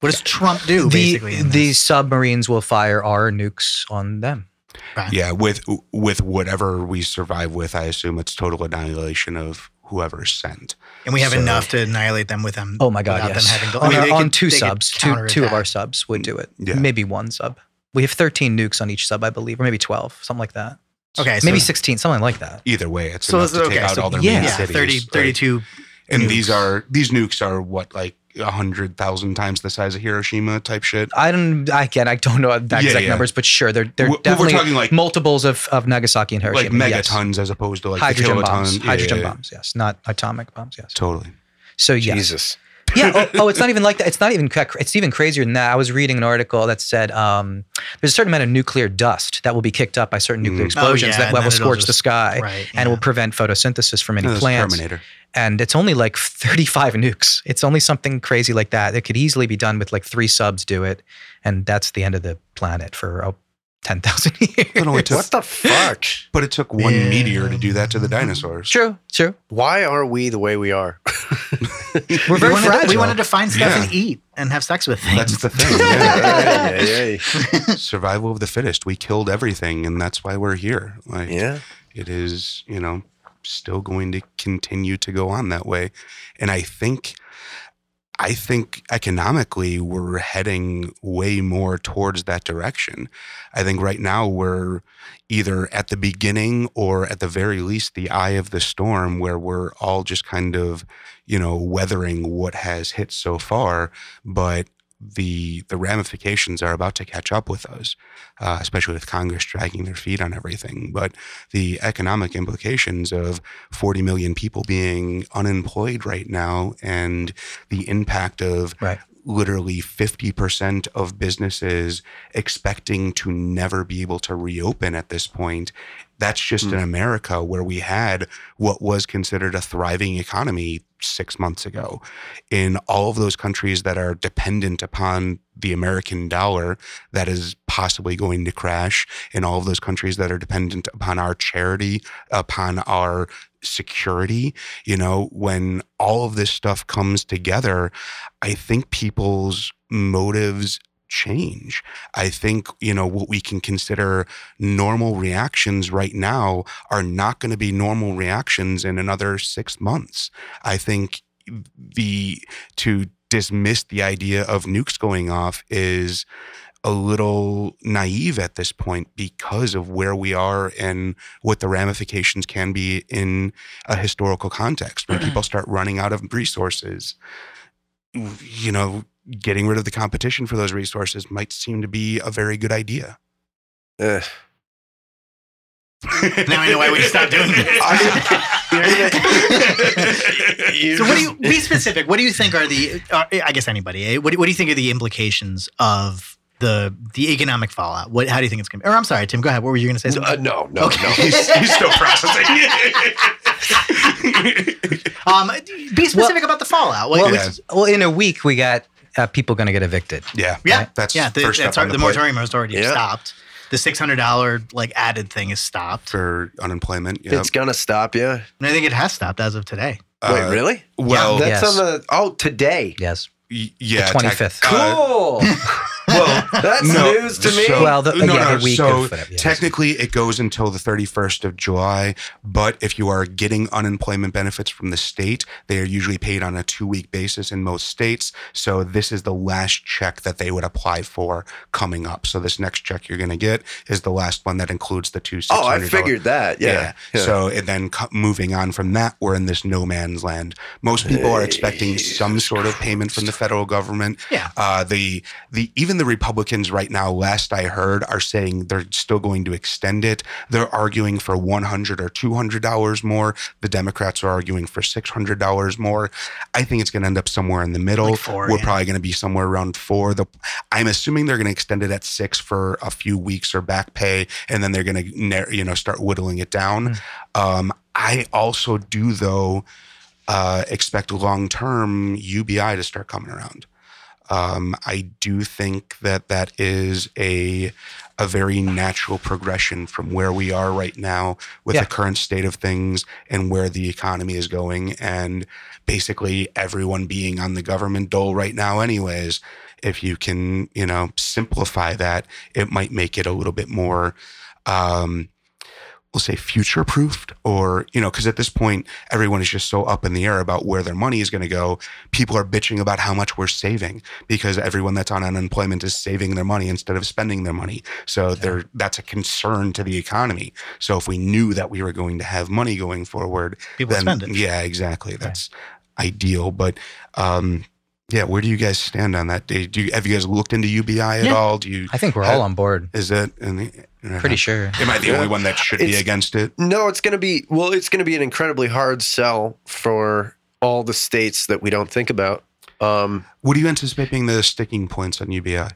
S2: What does Trump do? basically,
S5: The,
S2: in
S5: the
S2: this?
S5: submarines will fire our nukes on them. Mm-hmm.
S1: Yeah, with with whatever we survive with, I assume it's total annihilation of whoever's sent.
S2: and we have
S1: so-
S2: enough to annihilate them with them.
S5: Oh my God!
S2: without
S5: Yes.
S2: them having.
S5: on,
S2: I mean,
S5: our-
S2: they
S5: on
S2: could-
S5: two
S2: they could
S5: subs, two two of
S2: counterattack.
S5: our subs would do it.
S1: Yeah.
S5: Maybe one sub. We have 13 nukes on each sub, I believe, or maybe 12, something like that.
S2: Okay,
S5: maybe
S2: so,
S5: 16, something like that.
S1: Either way, it's
S2: So
S1: enough
S2: it's
S1: to take
S2: okay.
S1: out
S2: So
S1: all their
S5: yeah,
S1: main
S2: yeah,
S1: cities.
S2: 30,
S1: right?
S2: 32
S1: and these
S2: nukes.
S1: are these nukes are what like a hundred thousand times the size of Hiroshima type shit.
S5: I don't. I again, I don't know the
S1: Yeah,
S5: exact
S1: yeah.
S5: numbers, but sure, they're they're
S1: We're- we're
S5: definitely
S1: talking like-
S5: multiples of, of Nagasaki and
S1: Like
S5: Hiroshima. yes.
S1: megatons as opposed to like
S5: hydrogen
S1: the kiloton.
S5: bombs,
S1: Yeah,
S5: hydrogen
S1: yeah, yeah.
S5: bombs, yes, not atomic bombs, yes.
S1: Totally.
S5: So yes,
S6: Jesus.
S5: yeah. Oh, oh, it's not even like that. It's not even. cra- It's even crazier than that. I was reading an article that said um, there's a certain amount of nuclear dust that will be kicked up by certain nuclear
S1: Mhm.
S5: explosions
S2: Oh, yeah,
S5: that,
S2: and
S5: that
S2: then
S5: will
S2: it'll
S5: scorch
S2: just-
S5: the sky,
S2: right, yeah.
S5: and will prevent photosynthesis from any
S1: No, that's
S5: plants.
S1: Terminator.
S5: And it's only like 35 nukes. It's only something crazy like that. It could easily be done with like three subs do it, and that's the end of the planet for oh, 10,000 years.
S1: I don't know what
S6: What
S1: took,
S6: the fuck?
S1: but it took one
S2: Yeah.
S1: meteor to do that to the dinosaurs.
S5: True, true.
S6: Why are we the way we are?
S5: We're
S2: We
S5: very
S2: wanted, to,
S5: fragile.
S2: we wanted to find stuff
S1: Yeah.
S2: and eat and have sex with things.
S1: That's the thing. yeah.
S6: yeah, yeah,
S1: Survival of the fittest. We killed everything, and that's why we're here. Like
S6: yeah.
S1: it is, you know, still going to continue to go on that way. And I think I think economically we're heading way more towards that direction. I think right now we're either at the beginning or at the very least the eye of the storm where we're all just kind of, you know, weathering what has hit so far, but the the ramifications are about to catch up with us, uh, especially with Congress dragging their feet on everything. But the economic implications of 40 million people being unemployed right now, and the impact of
S5: Right.
S1: literally 50% of businesses expecting to never be able to reopen at this point. That's just in America where we had what was considered a thriving economy six months ago. In all of those countries that are dependent upon the American dollar, that is possibly going to crash. In all of those countries that are dependent upon our charity, upon our security, you know, when all of this stuff comes together, I think people's motives change. I think, you know, what we can consider normal reactions right now are not going to be normal reactions in another 6 months. I think the to dismiss the idea of nukes going off is a little naive at this point because of where we are and what the ramifications can be in a historical context when people start running out of resources you know getting rid of the competition for those resources might seem to be a very good idea
S6: Eh.
S2: Now I know why we stopped doing this.
S6: You're
S2: so, what do you
S6: just-
S2: be specific? What do you think are the? Uh, I guess anybody. Eh? What, do, what do you think are the implications of the the economic fallout? What? How do you think it's going to? Or I'm sorry, Tim. Go ahead. What were you going to say?
S6: Uh, no, no,
S2: Okay.
S6: no.
S1: he's, he's still processing
S2: um, be specific about the fallout. What,
S5: Well,
S2: what's-
S5: it's- well, in a week we got uh, people going to get evicted.
S1: yeah
S2: Yeah,
S1: that's
S2: yeah. The,
S1: first
S2: that's
S1: up
S2: our,
S1: on
S2: the,
S1: the, plate
S2: moratorium has already
S6: Yeah.
S2: stopped. The six hundred dollar like added thing is stopped,
S1: for unemployment yep.
S6: It's gonna stop you.
S2: and I think it has stopped as of today.
S1: Uh,
S6: Wait, really?
S1: well
S5: Yeah.
S6: That's
S5: Yes.
S6: on the oh today.
S5: Yes,
S1: y- yeah tech-
S5: the twenty fifth.
S1: uh,
S6: Cool.
S1: well
S6: That's
S1: No,
S6: news to me.
S1: so-
S5: well, the,
S1: no,
S5: yeah,
S1: no,
S5: the week
S1: so
S5: of whatever, yes.
S1: Technically, it goes until the 31st of July. But if you are getting unemployment benefits from the state, they are usually paid on a two week basis in most states. So this is the last check that they would apply for coming up. So this next check you're going to get is the last one that includes the two.
S6: oh, I
S1: $600
S6: figured that. Yeah. Yeah.
S1: so and then co- moving on from that, we're in this no man's land. Most people are expecting some sort of payment from the federal government.
S2: Yeah.
S1: Uh, the the even the Republicans right now, last I heard, are saying they're still going to extend it. They're arguing for one hundred or two hundred dollars more. The Democrats are arguing for six hundred dollars more. I think it's going to end up somewhere in the middle.
S2: Like four,
S1: we're
S2: yeah.
S1: probably going to be somewhere around four. The I'm assuming they're going to extend it at six for a few weeks or back pay, and then they're going to you know start whittling it
S2: Hmm.
S1: down. Um, I also do though uh, expect long term UBI to start coming around. Um, I do think that that is a a very natural progression from where we are right now with
S5: Yeah.
S1: the current state of things and where the economy is going, and basically everyone being on the government dole right now, anyways. If you can, you know, simplify that, it might make it a little bit more. Um, we'll say future proofed or you know because at this point everyone is just so up in the air about where their money is going to go people are bitching about how much we're saving because everyone that's on unemployment is saving their money instead of spending their money so there that's a concern to the economy so if we knew that we were going to have money going forward
S2: People
S1: then
S2: spend it.
S1: yeah exactly that's ideal but um yeah where do you guys stand on that do you have you guys looked into ubi at
S2: Yeah.
S1: all do you
S5: I think we're all on board.
S1: is it in the,
S5: Pretty sure.
S1: am i the only one that should be
S6: It's-
S1: against it
S6: No, it's going to be well. It's going to be an incredibly hard sell for all the states that we don't think about. Um,
S1: What are you anticipate being the sticking points on UBI?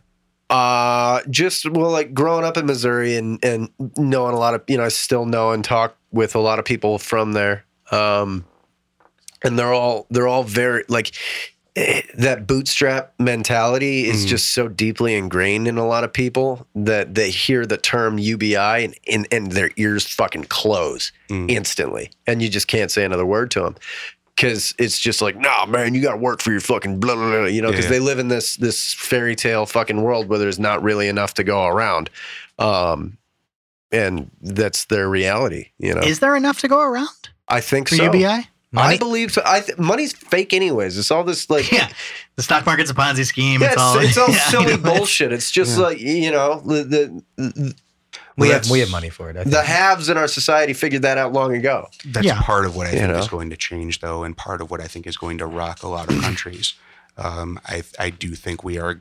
S6: uh, just well, like growing up in Missouri and and knowing a lot of you know, I still know and talk with a lot of people from there. Um, and they're all they're all very like eh, that bootstrap mentality is
S1: Mm.
S6: just so deeply ingrained in a lot of people that they hear the term UBI and and, and their ears fucking close
S1: Mm.
S6: instantly, and you just can't say another word to them because it's just like, nah, man, you got to work for your fucking blah blah blah, you know,
S1: Yeah,
S6: because
S1: yeah.
S6: they live in this this fairy tale fucking world where there's not really enough to go around, um, and that's their reality, you know.
S2: Is there enough to go around?
S4: I think
S2: for
S4: so.
S2: UBI?
S5: Money,
S4: I believe so. I th- money's fake anyways. It's all this like
S2: Yeah. The stock market's a Ponzi scheme.
S4: Yeah,
S2: it's, all,
S4: it's, all
S2: yeah, I
S4: silly
S2: know, it's-
S4: bullshit. It's just
S1: Yeah.
S4: like you know the the,
S5: we have
S4: that's-
S5: we have money for it. I think.
S4: the haves in our society figured that out long ago.
S1: That's
S2: Yeah.
S1: part of what I
S4: You
S1: think
S4: know?
S1: is going to change, though, and part of what I think is going to rock a lot of countries. Um, I I do think we are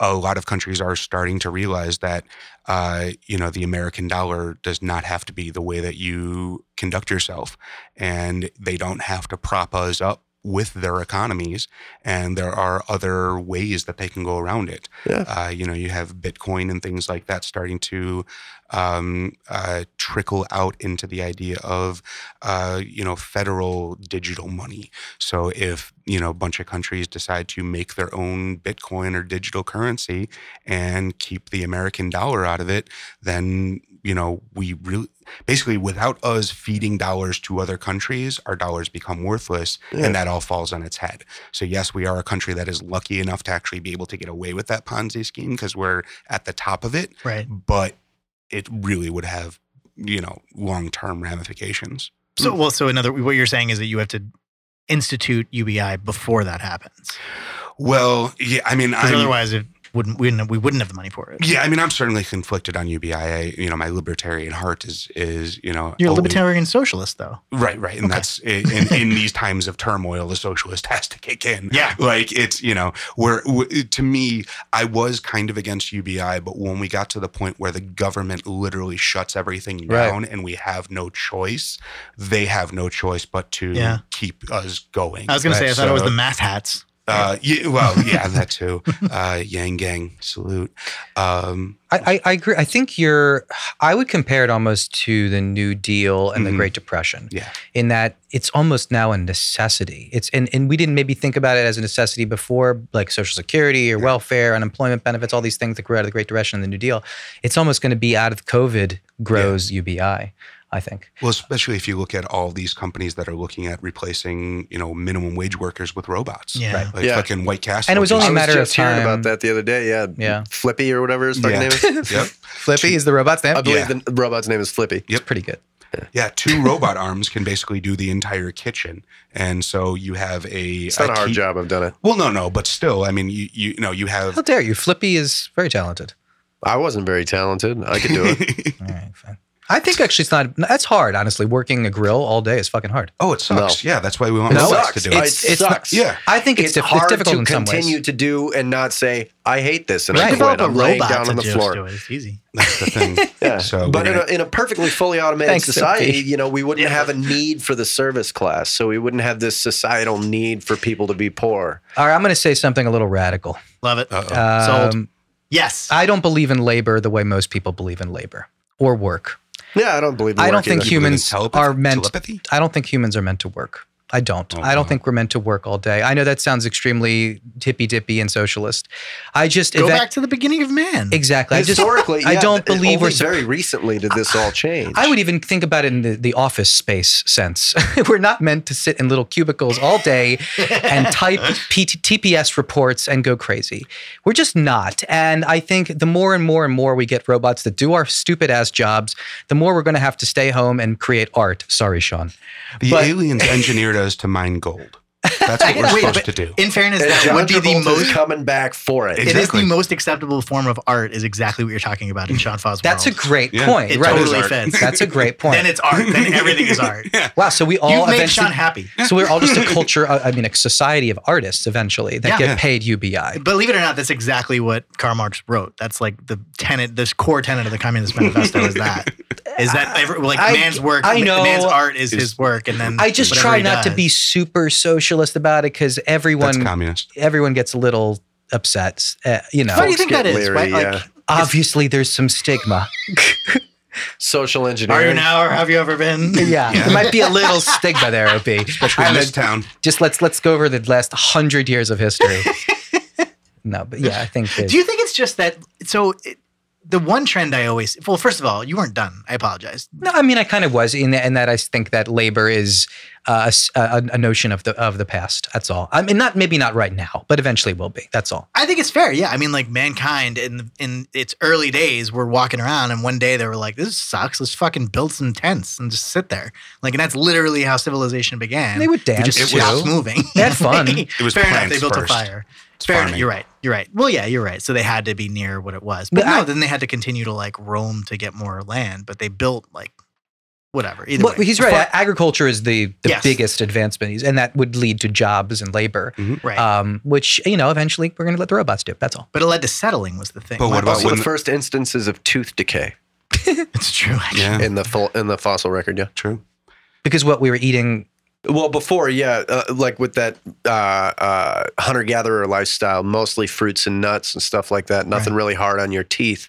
S1: a lot of countries are starting to realize that uh, you know the American dollar does not have to be the way that you conduct yourself, and they don't have to prop us up with their economies, and there are other ways that they can go around it.
S4: Yeah.
S1: Uh, you know, you have Bitcoin and things like that starting to um, uh, trickle out into the idea of uh, you know federal digital money. So if you know a bunch of countries decide to make their own Bitcoin or digital currency and keep the American dollar out of it, then you know we really basically without us feeding dollars to other countries, our dollars become worthless,
S4: Yeah.
S1: and that all falls on its head. So yes, we are a country that is lucky enough to actually be able to get away with that Ponzi scheme because we're at the top of it
S2: Right.
S1: but it really would have you know long term ramifications.
S2: So, well, so another, what you're saying is that you have to institute UBI before that happens.
S1: Well, yeah, I mean,
S2: Because
S1: I'm,
S2: otherwise, it wouldn't, we wouldn't, we wouldn't have the money for it.
S1: yeah, I mean, I'm certainly conflicted on UBI. I, you know, my libertarian heart is is you know
S2: You're a
S1: always-
S2: libertarian socialist, though.
S1: right, right, and
S2: Okay.
S1: that's in, in, in these times of turmoil, the socialist has to kick in.
S2: Yeah.
S1: like it's you know where w- to me, I was kind of against UBI, but when we got to the point where the government literally shuts everything
S5: Right.
S1: down and we have no choice, they have no choice but to
S2: Yeah.
S1: keep us going.
S2: I was going
S1: Right,
S2: to say, I thought it was
S1: so-
S2: the math hats.
S1: Uh, yeah, well, yeah, that too. Uh, Yang Gang salute. Um,
S5: I, I, I agree. I think you're. I would compare it almost to the New Deal and the
S1: Mhm.
S5: Great Depression.
S1: Yeah.
S5: In that it's almost now a necessity. It's and, and we didn't maybe think about it as a necessity before, like Social Security or welfare, unemployment benefits, all these things that grew out of the Great Depression and the New Deal. It's almost going to be out of COVID grows UBI. I think.
S1: well, especially if you look at all these companies that are looking at replacing, you know, minimum wage workers with robots.
S2: Yeah.
S5: Right.
S1: Like
S4: Yeah.
S1: fucking White Castle.
S5: And it was only
S4: I
S5: a
S4: was
S5: matter
S4: just
S5: of
S4: hearing
S5: time.
S4: about that the other day. Yeah,
S5: Yeah.
S4: Flippy or whatever his fucking
S1: Yeah.
S4: name is.
S1: yep.
S5: Flippy is the robot's name.
S4: I believe
S1: Yeah.
S4: the robot's name is Flippy.
S5: It's pretty good.
S1: Yeah, two robot arms can basically do the entire kitchen, and so you have a.
S4: It's not a hard
S1: key-
S4: job. I've done it.
S1: Well, no, no, but still, I mean, you you, you know, you
S5: How
S1: have.
S5: dare you? Flippy is very talented.
S4: I wasn't very talented. I could do it.
S5: All right, fine. I think actually it's not. That's hard, honestly. Working a grill all day is fucking hard.
S1: oh, it sucks. Yeah, that's why we want
S5: No,
S1: robots
S4: sucks.
S1: to do it.
S4: It's- it's
S5: not-
S4: sucks.
S1: yeah,
S5: I think it's,
S4: it's,
S5: diff- it's
S4: hard
S5: difficult
S4: to
S5: in some
S4: continue
S5: ways.
S4: to do and not say I hate this and
S5: Right.
S4: I quit.
S2: Develop a
S4: I'm laying
S2: robot
S4: down
S2: to
S4: on the
S2: just
S4: floor.
S2: do it. It's easy.
S1: that's the thing.
S4: Yeah.
S1: So we're
S4: but in a,
S1: gonna-
S4: in a perfectly fully automated
S5: Thanks,
S4: society,
S5: Sophie.
S4: you know, we wouldn't have a need for the service class. So we wouldn't have this societal need for people to be poor.
S5: All right, I'm going to say something a little radical.
S2: Love it.
S1: Uh-oh.
S2: Sold.
S5: Um,
S2: yes.
S5: I don't believe in labor the way most people believe in labor or work.
S4: Yeah, I don't believe. in
S5: I don't
S4: working
S5: think
S4: that-
S1: You believe in
S5: humans
S1: telepathy-
S5: are meant-
S1: telepathy.
S5: I don't think humans are meant to work. I don't.
S1: Oh,
S5: I don't
S1: wow.
S5: think we're meant to work all day. I know that sounds extremely hippy dippy and socialist. I just
S2: Go
S5: eva-
S2: back to the beginning of man.
S5: exactly. I just
S4: historically.
S5: I
S4: yeah,
S5: don't
S4: th-
S5: believe
S4: only
S5: we're supp-
S4: very recently did this all change.
S5: I would even think about it in the, the office space sense. We're not meant to sit in little cubicles all day and type PT, TPS reports and go crazy. We're just not. And I think the more and more and more we get robots that do our stupid ass jobs, the more we're going to have to stay home and create art. Sorry, Sean.
S1: The
S5: But-
S1: aliens engineered us to mine gold. That's what we're
S2: Wait,
S1: supposed
S2: but-
S1: to do.
S2: In fairness,
S4: And
S2: that
S4: John
S2: would be the
S4: Travolta's
S2: most.
S4: coming back for it.
S2: It is
S1: Exactly.
S2: the most acceptable form of art. Is exactly what you're talking about in Sean Faw's
S5: That's a
S2: world.
S5: great
S1: Yeah.
S5: point.
S2: It
S5: right.
S2: totally
S1: It is art.
S2: fits.
S5: That's a great point.
S2: then it's art. Then everything is art.
S1: Yeah.
S5: wow. So we all
S2: You've made
S5: eventually.
S2: Sean happy.
S5: so we're all just a culture. uh, I mean, a society of artists eventually that
S2: Yeah.
S5: get paid UBI.
S2: Believe it or not, that's exactly what Karl Marx wrote. That's like the tenet, this core tenet of the Communist Manifesto is that is that every, like
S5: I-
S2: man's work,
S5: I know.
S2: man's art is his work, and then
S5: I just
S2: whatever
S5: try
S2: he
S5: not to
S2: does-
S5: be super socialist about it because
S1: That's
S5: everyone
S1: communist.
S5: everyone gets a little upset. Uh, you
S2: Why do
S5: know,
S2: you think
S4: Folks
S2: that
S4: get
S2: is?
S4: leery,
S2: Right? Like,
S4: yeah.
S5: obviously there's some stigma.
S4: Social
S2: Are
S4: engineering.
S2: you now, or have you ever been?
S5: yeah, there might be a little stigma there, Op.
S1: Especially in
S5: I'm a-
S1: this town.
S5: just let's let's go over the last hundred years of history. no, but yeah, I think that,
S2: Do you think it's just that? So it, the one trend I always well, first of all, you weren't done. I apologize.
S5: No, I mean, I kind of was in that, in that I think that labor is uh, a s- a, a notion of the of the past. That's all. I mean, not maybe not right now, but eventually will be. That's all.
S2: I think it's fair. Yeah, I mean, like mankind in in its early days were walking around, and one day they were like, "This sucks. Let's fucking build some tents and just sit there." Like, and that's literally how civilization began.
S5: They would
S2: We
S5: dance.
S2: just
S1: It
S2: stopped
S1: was-
S2: moving.
S5: They had fun.
S1: It was
S2: fair enough.
S1: plants
S2: They built a
S1: first.
S2: fire. Fair enough.
S1: farming.
S2: You're right. You're right. Well, yeah, you're right. So they had to be near what it was. But
S5: But
S2: no,
S5: I-
S2: then they had to continue to like roam to get more land. But they built like whatever. Either
S5: Well,
S2: way,
S5: he's
S2: A
S5: right.
S2: farm-
S5: Agriculture is the, the
S2: Yes.
S5: biggest advancement, and that would lead to jobs and labor,
S2: right.
S1: uh,
S5: um, which you know eventually we're going to let the robots do. That's all.
S2: but it led to settling was the thing.
S1: But
S2: My
S1: what about
S2: boss-
S4: Also, Oh, the
S1: when-
S4: first instances of tooth decay
S2: It's true. Actually.
S1: Yeah,
S4: in the full, in the fossil record. Yeah.
S1: true.
S5: Because what we were eating,
S4: Well, before, yeah, uh, like with that uh, uh, hunter gatherer lifestyle, mostly fruits and nuts and stuff like that. Nothing really hard on your teeth.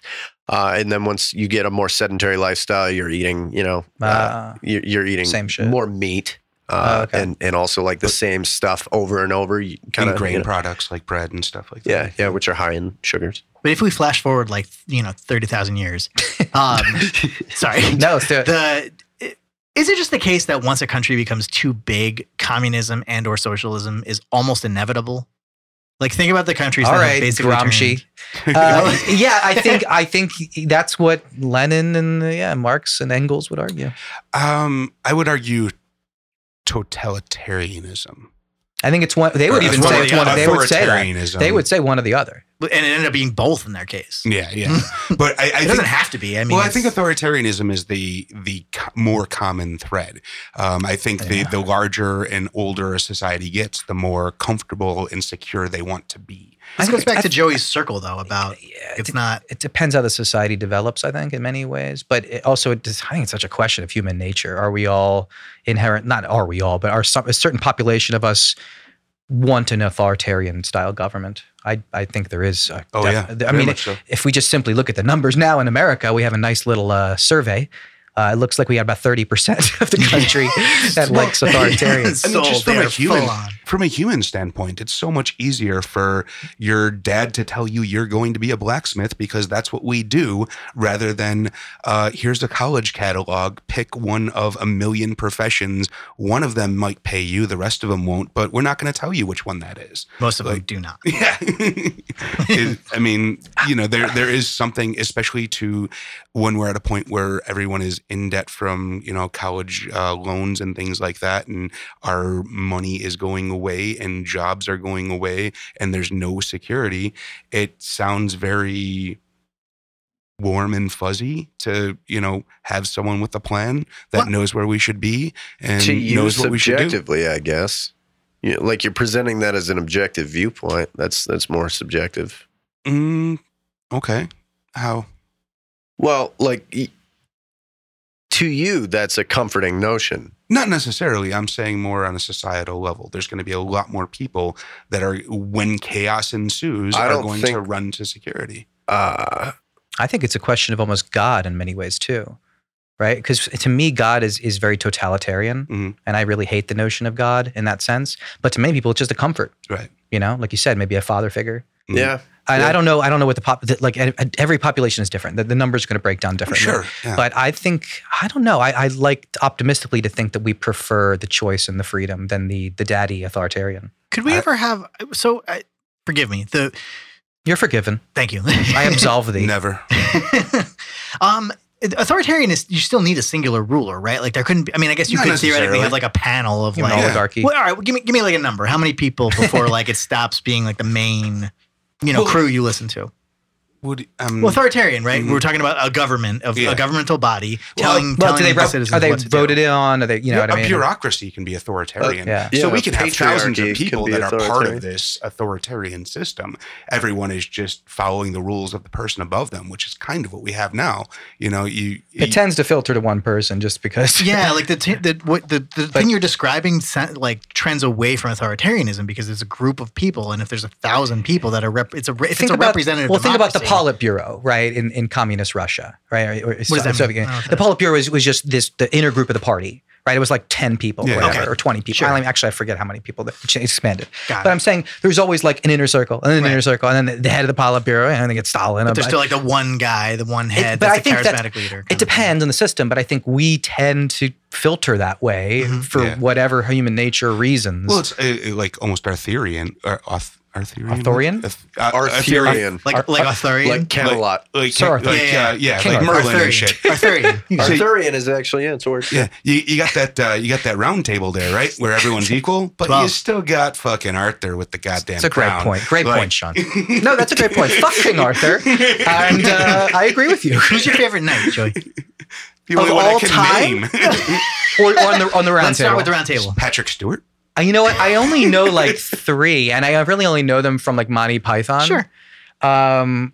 S4: Uh, and then once you get a more sedentary lifestyle, you're eating, you know,
S5: uh,
S4: uh, you're, you're eating
S5: same shit.
S4: more meat. Uh,
S5: Oh, okay.
S4: and, and also like the same stuff over and over. You kind
S1: And
S4: of
S1: grain
S4: you know,
S1: products like bread and stuff like that.
S4: Yeah, yeah, which are high in sugars.
S2: But if we flash forward like you know thirty thousand years, um, sorry,
S5: no, so,
S2: the is it just the case that once a country becomes too big, communism and or socialism is almost inevitable? Like think about the countries
S5: all
S2: that have
S5: right,
S2: basically
S5: Gramsci.
S2: turned-
S5: Uh, yeah, I think I think that's what Lenin and uh, yeah Marx and Engels would argue.
S1: Um, I would argue totalitarianism.
S5: I think it's one. They would
S2: Or
S5: even
S2: it's
S5: say
S2: one
S5: it's
S2: or the
S5: one. They
S2: other.
S5: would say that.
S1: um,
S5: They would say one or the other.
S2: and it ended up being both in their case.
S1: Yeah, yeah. But I, I
S2: it
S1: think
S2: doesn't have to be. I mean,
S1: well, I think
S2: it's-
S1: authoritarianism is the the co- more common thread. Um, I think the the larger and older a society gets, the more comfortable and secure they want to be.
S2: this
S5: I think-
S2: goes back
S5: I
S2: to
S5: think-
S2: Joey's circle though about
S5: Yeah,
S2: uh, it's not
S5: it depends how the society develops i think in many ways but it also it is, i think it's such a question of human nature are we all inherent not are we all but are some a certain population of us want an authoritarian style government i i think there is a
S1: Oh
S5: def-
S1: yeah,
S5: i
S1: very
S5: mean
S1: much so.
S5: if we just simply look at the numbers now in america we have a nice little uh, survey uh, it looks like we had about 30% of the country that likes authoritarian
S1: I mean, just
S2: Sold
S1: from a
S2: there,
S1: human
S2: full on.
S1: from a human standpoint, it's so much easier for your dad to tell you you're going to be a blacksmith because that's what we do, rather than uh, here's a college catalog, pick one of a million professions. One of them might pay you, the rest of them won't, but we're not going to tell you which one that is.
S2: most of them
S1: like-
S2: do not.
S1: Yeah. It- I mean, you know, there there is something, especially to when we're at a point where everyone is in debt from, you know, college uh, loans and things like that. And our money is going away and jobs are going away and there's no security. It sounds very warm and fuzzy to, you know, have someone with a plan that
S2: What?
S1: knows where we should be and
S4: to you
S1: knows what we should do.
S4: subjectively, I guess. You know, like you're presenting that as an objective viewpoint. That's that's more subjective.
S1: Mm, okay. How?
S4: Well, like y- to you, that's a comforting notion.
S1: Not necessarily. I'm saying more on a societal level. There's going to be a lot more people that are, when chaos ensues,
S4: I
S1: are
S4: don't
S1: going
S4: think-
S1: to run to security.
S4: Uh,
S5: I think it's a question of almost God in many ways too, right? Because to me, God is is very totalitarian,
S1: Mhm.
S5: and I really hate the notion of God in that sense. But to many people, it's just a comfort,
S1: Right.
S5: You know, like you said, maybe a father figure.
S1: Mhm.
S4: Yeah,
S5: And I
S4: Yeah.
S5: don't know. I don't know what the pop that, like e- every population is different. The, the numbers are going to break down differently.
S1: Sure. Yeah.
S5: But I think I don't know. I, I like optimistically to think that we prefer the choice and the freedom than the the daddy authoritarian.
S2: Could we
S1: I-
S2: ever have? So I, forgive me. The
S5: You're forgiven.
S2: thank you.
S5: I absolve thee.
S1: Never.
S2: um authoritarian is you still need a singular ruler right like there couldn't be i mean i guess you
S1: Not
S2: could theoretically
S1: necessarily.
S2: have like a panel of
S5: You know,
S2: like
S5: oligarchy.
S2: well all right well, give me give me like a number how many people before like it stops being like the main you know
S1: Well-
S2: crew you listen
S5: Mm.
S2: to
S1: Would um,
S2: well authoritarian right
S1: Mhm.
S2: we're talking about a government of
S1: Yeah.
S2: a governmental body
S1: Well,
S2: telling
S5: Well, do
S2: telling
S5: they
S2: the
S5: rep-
S2: citizens
S5: are they
S2: what to do.
S5: voted in on? Are they you
S1: yeah,
S5: know what I
S1: a
S5: mean?
S1: bureaucracy can be authoritarian.
S5: yeah.
S4: Yeah,
S1: So we can have thousands
S4: patriarchy
S1: of people
S4: can be
S1: that are part
S4: authoritarian.
S1: of this authoritarian system. Everyone is just following the rules of the person above them, which is kind of what we have now. You know, you, you
S5: It tends to filter to one person just because.
S2: yeah like the t- the what the, the
S5: But-
S2: thing you're describing sen- like trends away from authoritarianism because there's a group of people and if there's a thousand people that are rep- it's a re- if it's a representative
S5: Well, think about the
S2: democracy-
S5: Politburo, right? In in communist Russia, right? Or, or
S2: does that
S5: Soviet
S2: mean? Oh,
S5: Union.
S2: I don't
S5: The Politburo was, was just this the inner group of the party, right? It was like 10 people
S1: Yeah,
S5: or, whatever,
S2: okay.
S5: or 20 people.
S2: Sure.
S5: I don't even- actually, I forget how many people that it expanded.
S2: Got
S5: but
S2: it.
S5: I'm saying there's always like an inner circle and an
S2: Right.
S5: inner circle and then the head of the Politburo and then it's Stalin.
S2: But there's
S5: I-
S2: still like the one guy, the one
S5: it-
S2: head,
S5: but
S2: that's
S5: I
S2: the
S5: think
S2: charismatic
S5: that
S2: leader.
S5: it
S2: kind of thing.
S5: depends on the system, but I think we tend to filter that way
S2: Mm-hmm.
S5: for
S1: Yeah.
S5: whatever human nature reasons.
S1: Well, it's uh, uh, like almost Arthurian. Or Arth- Arthurian?
S5: Arthurian?
S1: Arth- uh,
S4: Arthurian,
S2: Like, like Arthurian?
S4: like Camelot.
S1: Like,
S5: Sir
S1: like,
S5: Arthur.
S1: yeah,
S2: Yeah,
S1: yeah,
S5: King
S1: like
S5: Arthur.
S1: Merlin
S2: Arthurian.
S1: and shit.
S2: Arthurian.
S1: So-
S4: Arthurian is actually yeah, it's a word.
S1: Yeah, you, you got that uh, you got that round table there, right? Where everyone's equal, but you
S2: Twelve.
S1: still got fucking Arthur with the goddamn.
S5: It's a great
S1: crown.
S5: point. Great
S1: Like-
S5: point, Sean. No, that's a great point. Fuck King Arthur. And uh, I agree with you.
S2: Who's your favorite knight, Joey?
S1: The only
S5: Of
S1: one I
S5: all
S1: can
S5: time?
S1: name.
S5: Or, or on the on the round
S2: Let's
S5: table.
S2: start with the round table.
S1: Patrick Stewart.
S5: Uh, You know what? I only know like three, and I really only know them from like Monty Python.
S2: Sure.
S5: Um,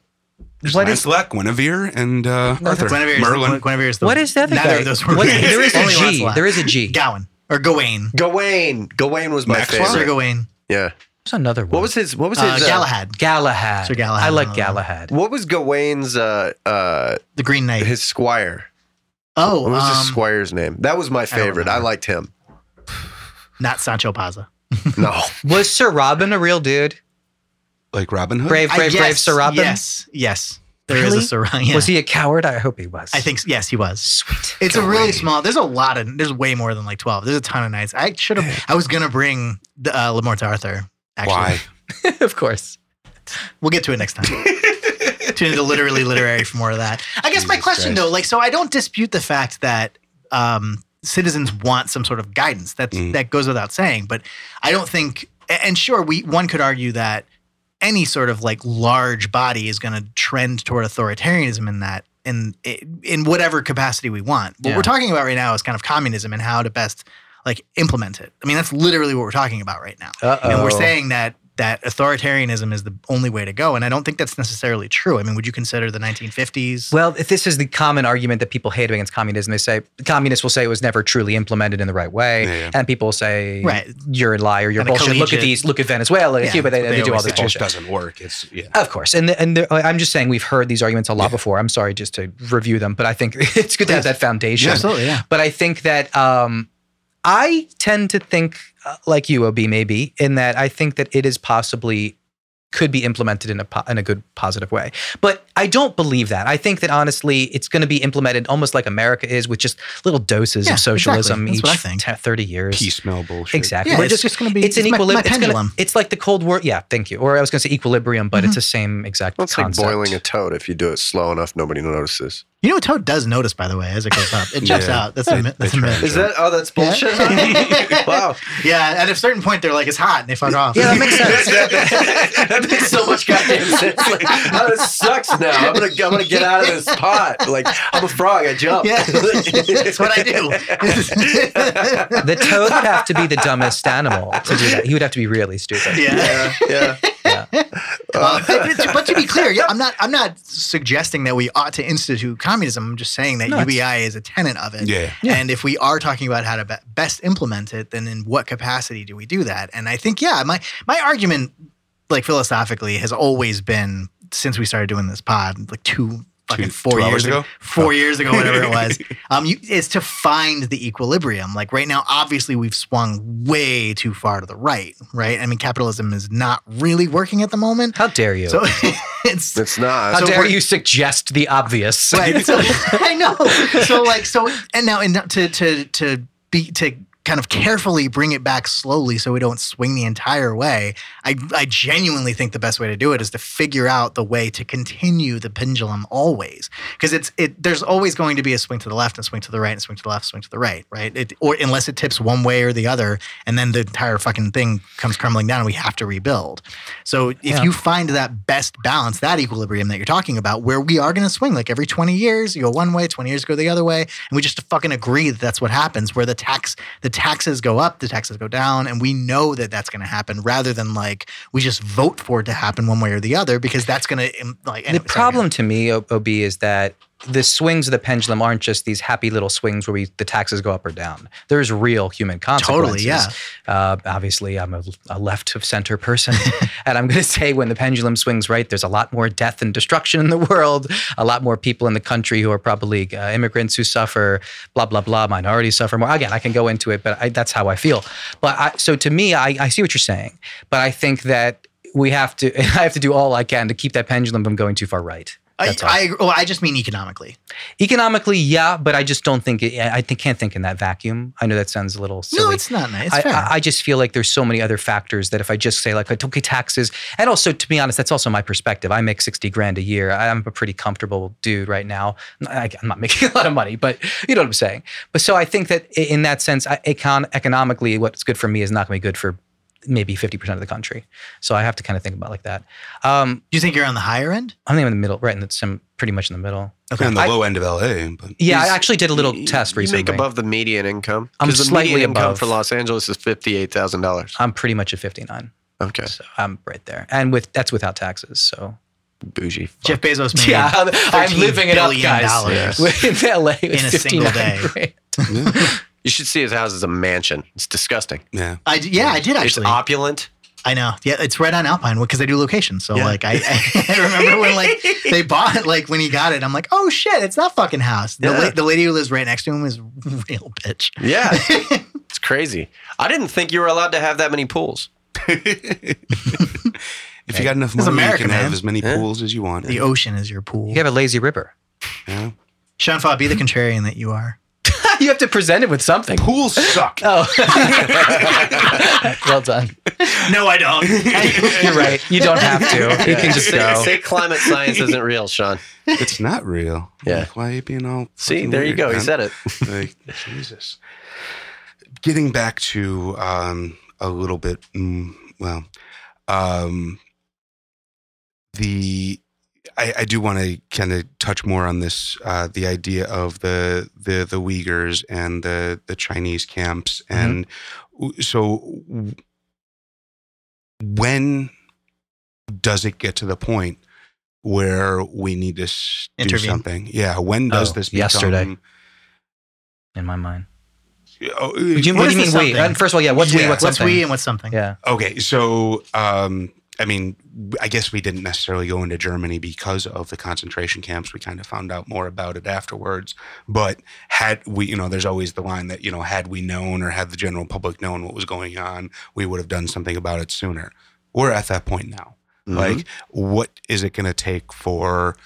S1: There's
S5: What is-
S1: Lancelot, Guinevere, and uh, Arthur.
S2: Guinevere is,
S1: Merlin.
S2: Guinevere is the
S5: what is the other
S2: Neither
S5: guy?
S2: of those were
S5: What-
S2: names.
S5: there is a
S2: Only
S5: G.
S2: Lancelot.
S5: There is a G.
S2: Gawain or Gawain.
S4: Gawain. Gawain was my
S1: Maxwell?
S2: Sir
S4: favorite.
S2: Gawain.
S4: Yeah.
S5: There's another one.
S4: What was his? What was
S2: Uh,
S4: his? uh,
S2: Galahad,
S5: Galahad?
S2: Sir Galahad,
S5: I like
S2: another one.
S5: Galahad.
S4: what was Gawain's? Uh, uh,
S2: the Green Knight.
S4: his squire.
S2: oh,
S4: What was his
S2: um,
S4: squire's name? That was my favorite. I,
S2: remember.
S4: liked him.
S2: not Sancho Panza.
S4: No,
S2: Mm-hmm.
S5: Was Sir Robin a real dude?
S1: Like Robin Hood.
S5: Brave,
S2: I
S5: brave, brave
S2: guess-
S5: Sir Robin.
S2: Uh, Yes, yes. There is
S5: Really?
S2: a Sir Robin. Yeah.
S5: Was he a coward? I hope he was.
S2: I think yes, he was.
S5: Sweet.
S2: It's a really small. There's a lot of. There's way more than like twelve. There's a ton of knights. I should have. I was gonna bring the, uh, Lamorte Arthur. Actually,
S1: Why?
S5: of course.
S2: we'll get to it next time. Tune into literally literary for more of that. I guess my
S1: Jesus
S2: question
S1: Christ.
S2: though, like, so I don't dispute the fact that um, citizens want some sort of guidance. That
S1: Mm.
S2: that goes without saying. But I don't think. a- And sure, we one could argue that any sort of like large body is going to trend toward authoritarianism in that in in whatever capacity we want. What
S5: Yeah.
S2: we're talking about right now is kind of communism and how to best like implement it. I mean, that's literally what we're talking about right now.
S5: Uh oh.
S2: And we're saying that that authoritarianism is the only way to go, and I don't think that's necessarily true. I mean, would you consider the 1950s?
S5: Well, if this is the common argument that people hate against communism. They say communists will say it was never truly implemented in the right way,
S1: Yeah, yeah.
S5: and people will say
S2: Right.
S5: you're a liar, you're
S2: And the
S5: bullshit. Look at
S2: collegiate-
S5: these, look at Venezuela, look at
S2: Yeah,
S5: Cuba. They,
S2: they
S5: they do all
S2: always
S5: this
S1: It just
S5: bullshit.
S1: doesn't work. It's yeah.
S5: Of course, and the, and the, I'm just saying we've heard these arguments a lot before. I'm sorry just to review them, but I think it's good to have that foundation.
S2: yeah.
S5: But I think that um, I tend to think uh, like you, Ob, maybe in that I think that it is possibly could be implemented in a po- in a good positive way. But I don't believe that. I think that honestly, it's going to be implemented almost like America is, with just little doses
S2: Yeah,
S5: of socialism
S2: exactly. That's what I
S5: each
S2: think.
S5: te- thirty years.
S1: Piecemeal bullshit.
S5: Exactly.
S2: Yeah,
S5: We're
S2: it's
S5: just-
S2: just going to be
S5: it's an
S2: my- my
S5: equilibrium. It's, gonna-
S2: pendulum. Mm-hmm.
S5: it's like the Cold War. Yeah, thank you. Or I was going to say equilibrium, but it's the same exact
S4: it's like
S5: concept.
S4: boiling a toad. If you do it slow enough, nobody notices.
S2: You know what Toad does notice, by the way, as it goes up? It jumps
S1: Yeah.
S2: out. That's a
S1: They-
S2: myth.
S1: they
S2: That's a
S1: try
S2: myth.
S1: and-
S4: Is that? Oh, that's bullshit. wow.
S2: Yeah, at a certain point, they're like, it's hot, and they fuck off.
S5: yeah, that makes sense.
S4: that makes so much goddamn sense. Like, oh, this sucks now. I'm gonna, I'm gonna get out of this pot. Like, I'm a frog. I
S5: Oh.
S4: jump.
S2: Yeah, that's what I do.
S5: the toad would have to be the dumbest animal to do that. He would have to be really stupid.
S2: yeah.
S4: yeah, yeah.
S2: Uh, but, to- but to be clear, yeah, I'm not. I'm not suggesting that we ought to institute communism. I'm just saying that
S5: No, it's-
S2: UBI is a tenant of it.
S1: Yeah.
S2: And if we are talking about how to be- best implement it, then in what capacity do we do that? And I think, yeah, my my argument, like philosophically, has always been since we started doing this pod, like two. Fucking
S1: Two-
S2: four
S1: 12
S2: years
S1: hours
S2: ago, Oh.
S1: ago?
S2: four years ago, whatever it was, um, you, is to find the equilibrium. Like right now, obviously we've swung way too far to the right, right? I mean, capitalism is not really working at the moment.
S5: How dare you?
S2: So it's
S4: It's not.
S5: How
S2: So
S5: dare
S2: we're-
S5: you suggest the obvious?
S2: right. So, I know. So like so, and now and now to to to be to kind of carefully bring it back slowly so we don't swing the entire way. I I genuinely think the best way to do it is to figure out the way to continue the pendulum always because it's it there's always going to be a swing to the left and swing to the right and swing to the left swing to the right right it, or unless it tips one way or the other and then the entire fucking thing comes crumbling down and we have to rebuild so if
S5: Yeah.
S2: you find that best balance that equilibrium that you're talking about where we are going to swing like every 20 years you go one way 20 years go the other way and we just fucking agree that that's what happens where the tax the taxes go up the taxes go down and we know that that's going to happen rather than like we just vote for it to happen one way or the other because that's going to um, like anyway, sorry, go
S5: the
S2: ahead.
S5: problem to me, O- Ob, is that the swings of the pendulum aren't just these happy little swings where we the taxes go up or down. There's real human consequences.
S2: yeah.
S5: Uh, obviously, I'm a, a left of center person, and I'm going to say when the pendulum swings right, there's a lot more death and destruction in the world. A lot more people in the country who are probably uh, immigrants who suffer. Blah blah blah. Minorities suffer more. Again, I can go into it, but I, that's how I feel. But I, so to me, I, I see what you're saying, but I think that we have to. I have to do all I can to keep that pendulum from going too far right.
S2: I,
S5: That's all.
S2: I, agree- well, I just mean economically.
S5: Economically, yeah, but I just don't think it, I think, can't think in that vacuum. I know that sounds a little silly.
S2: No, it's not nice. It's
S5: I,
S2: fair.
S5: I, I just feel like there's so many other factors that if I just say like okay taxes, and also to be honest, that's also my perspective. I make sixty grand a year. I- I'm a pretty comfortable dude right now. I, am not making a lot of money, but you know what I'm saying. But so I think that i- in that sense, I, econ economically, what's good for me is not going to be good for maybe fifty percent of the country. So I have to kind of think about it like that. Um,
S2: Do you think you're on the higher end?
S5: I think I'm in the middle, right in the sim, pretty much in the middle.
S1: on the
S5: I-
S1: low end of LA, but
S5: Yeah, I
S6: Is-
S5: actually did a little
S6: You-
S5: test
S6: you
S5: recently.
S6: make above the median income.
S5: I'm
S6: 'Cause the
S5: slightly
S6: median income
S5: above. Uh,
S6: for Los Angeles is fifty-eight thousand dollars.
S5: I'm pretty much at 59.
S6: Okay,
S5: So I'm right there. And with that's without taxes. So
S6: bougie. fuck.
S2: Jeff Bezos made
S5: yeah, I'm, I'm
S2: $13
S5: living it up,
S2: billion
S5: guys.
S2: dollars.
S5: In LA, it was
S2: In a single
S5: 59
S2: day.
S5: grand.
S6: You should see his house as a mansion. It's disgusting.
S1: yeah.
S2: I d- yeah, I did
S6: It's
S2: actually.
S6: opulent.
S2: I know. Yeah, it's right on Alpine because I do locations. So
S6: Yeah.
S2: like I, I remember when like they bought it, like when he got it, I'm like, oh shit, it's that fucking house. The,
S6: Yeah.
S2: la- the lady who lives right next to him is a real bitch.
S6: Yeah, it's crazy. I didn't think you were allowed to have that many pools.
S1: If you got enough
S2: It's
S1: money,
S2: America,
S1: you can
S2: man.
S1: have as many
S6: Yeah.
S1: pools as you want.
S2: The ocean is your pool.
S5: You have a lazy river.
S1: Yeah.
S2: Sean Fa, be the contrarian that you are.
S5: you have to present it with something.
S1: Pools suck.
S5: Oh, well done.
S2: No, I don't.
S5: You're right. You don't have to. You can just
S6: say,
S5: go.
S6: say climate science isn't real, Sean.
S1: it's not real.
S6: Yeah.
S1: Like, why are you being all
S6: See,
S1: fucking
S6: there you
S1: weird,
S6: go. He
S1: man?
S6: said it.
S1: like Jesus. Getting back to um, a little bit, mm, well, um, the I, I do want to kind of touch more on this, uh, the idea of the the the Uyghurs and the the Chinese camps,
S5: Mm-hmm.
S1: and w- so w- when does it get to the point where we need to s- do
S2: Intervene.
S1: something? Yeah, when does
S5: Oh,
S1: this become
S5: yesterday. In my mind.
S1: Oh,
S5: What do you,
S2: What
S5: what
S2: is
S5: do you mean
S2: this
S5: we?
S2: something?
S5: Uh, First of all, yeah. What's we?
S1: Yeah.
S5: What's,
S2: What's
S5: something?
S2: we and what's something?
S5: Yeah.
S1: okay, so um, I mean, I guess we didn't necessarily go into Germany because of the concentration camps. We kind of found out more about it afterwards. But had we, you know, there's always the line that you know, had we known or had the general public known what was going on, we would have done something about it sooner. We're at that point now.
S5: Mm-hmm.
S6: Mm-hmm.
S1: Like, what is it going to take for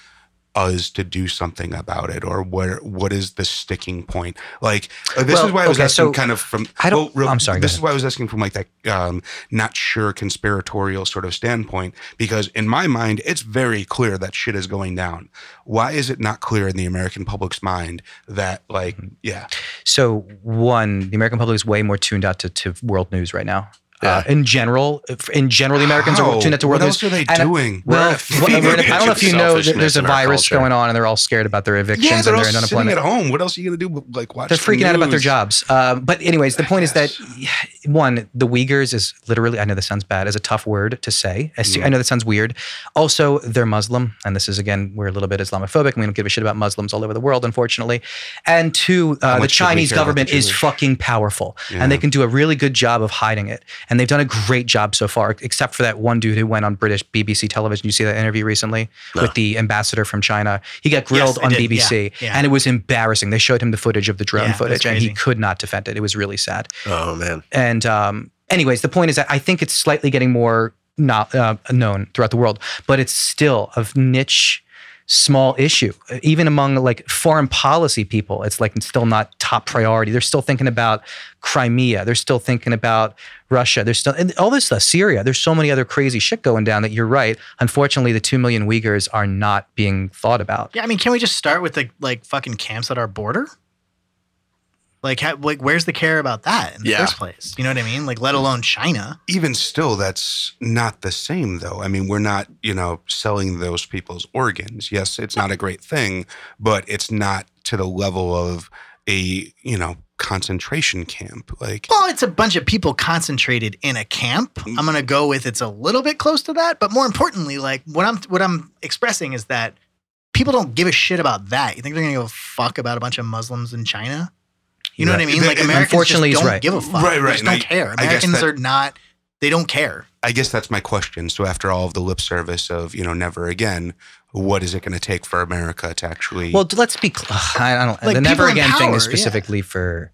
S1: us to do something about it, or what? What is the sticking point? Like, uh, this
S5: Well,
S1: is why I was
S5: okay,
S1: asking
S5: so
S1: kind of from.
S5: I don't-
S1: real-
S5: I'm sorry, go
S1: This
S5: ahead.
S1: is why I was asking from like that um, not sure conspiratorial sort of standpoint because in my mind it's very clear that shit is going down. Why is it not clear in the American public's mind that like
S5: Mm-hmm.
S1: yeah
S5: So one, the American public is way more tuned out to, to world news right now. Uh, in general, if- in general, the Americans
S1: How?
S5: are tuned out to world
S1: What else
S5: news.
S1: are they
S5: And, uh,
S1: doing?
S5: Well,
S6: We're
S5: what-
S6: a
S5: we're- I don't know if you know that there's
S6: selfishness
S5: a
S6: in our
S5: virus
S6: culture.
S5: going on, and they're all scared about their evictions
S1: yeah
S5: and
S1: they're all
S5: their
S1: sitting
S5: unemployment.
S1: at home. What else are you gonna do? but, Like watch
S5: They're
S1: the
S5: freaking out about their
S1: news?
S5: jobs. Um, but anyways, the point is that one, the Uyghurs is literally. I know this sounds bad. Is a tough word to say. I see- I know that sounds weird. Also, they're Muslim, and this is again we're a little bit Islamophobic, and we don't give a shit about Muslims all over the world, unfortunately. And two, uh, the
S1: much should we
S5: Chinese
S1: care about
S5: government
S1: the
S5: is
S1: Jewish?
S5: fucking powerful,
S1: Yeah.
S5: and they can do a really good job of hiding it. And they've done a great job so far, except for that one dude who went on British BBC television. You see that interview recently with the ambassador from China. He got grilled
S2: I
S5: on
S2: did. Yeah.
S5: BBC,
S2: Yeah.
S5: and it was embarrassing. They showed him the footage of the drone
S2: Yeah, that's
S5: footage, and he
S2: crazy.
S5: could not defend it. It was really sad.
S6: Oh man.
S5: And um, anyways, the point is that I think it's slightly getting more not, uh, known throughout the world, but it's still a niche, small issue. Even among like foreign policy people, it's like still not top priority. They're still thinking about Crimea. They're still thinking about Russia. There's still and all this stuff. Syria. There's so many other crazy shit going down that you're right. Unfortunately, the two million Uyghurs are not being thought about.
S2: Yeah, I mean, can we just start with the like fucking camps at our border? Like, ha- like, where's the care about that in the
S6: Yeah.
S2: first place? You know what I mean? Like, let alone China.
S1: even still, that's not the same, though. I mean, we're not, you know, selling those people's organs. Yes, it's not a great thing, but it's not to the level of a, you know, concentration camp. Like,
S2: Well, it's a bunch of people concentrated in a camp. I'm gonna go with it's a little bit close to that, but more importantly, like what I'm what I'm expressing is that people don't give a shit about that. You think they're gonna give a fuck about a bunch of Muslims in China? You know what I mean?
S1: That-
S2: Like
S1: and
S2: Americans
S5: unfortunately,
S2: just
S5: he's
S2: don't
S5: right.
S2: give a fuck.
S1: Right,
S2: They
S1: right.
S2: just
S1: And I-
S2: don't care.
S1: I guess
S2: Americans
S1: that-
S2: are not. They don't care.
S1: I guess that's my question. So after all of the lip service of you know never again, what is it going to take for America to actually?
S5: Well, let's be. Cl- I I don't.
S2: Like,
S5: the
S2: people
S5: never
S2: in
S5: again thing
S2: power,
S5: is specifically for.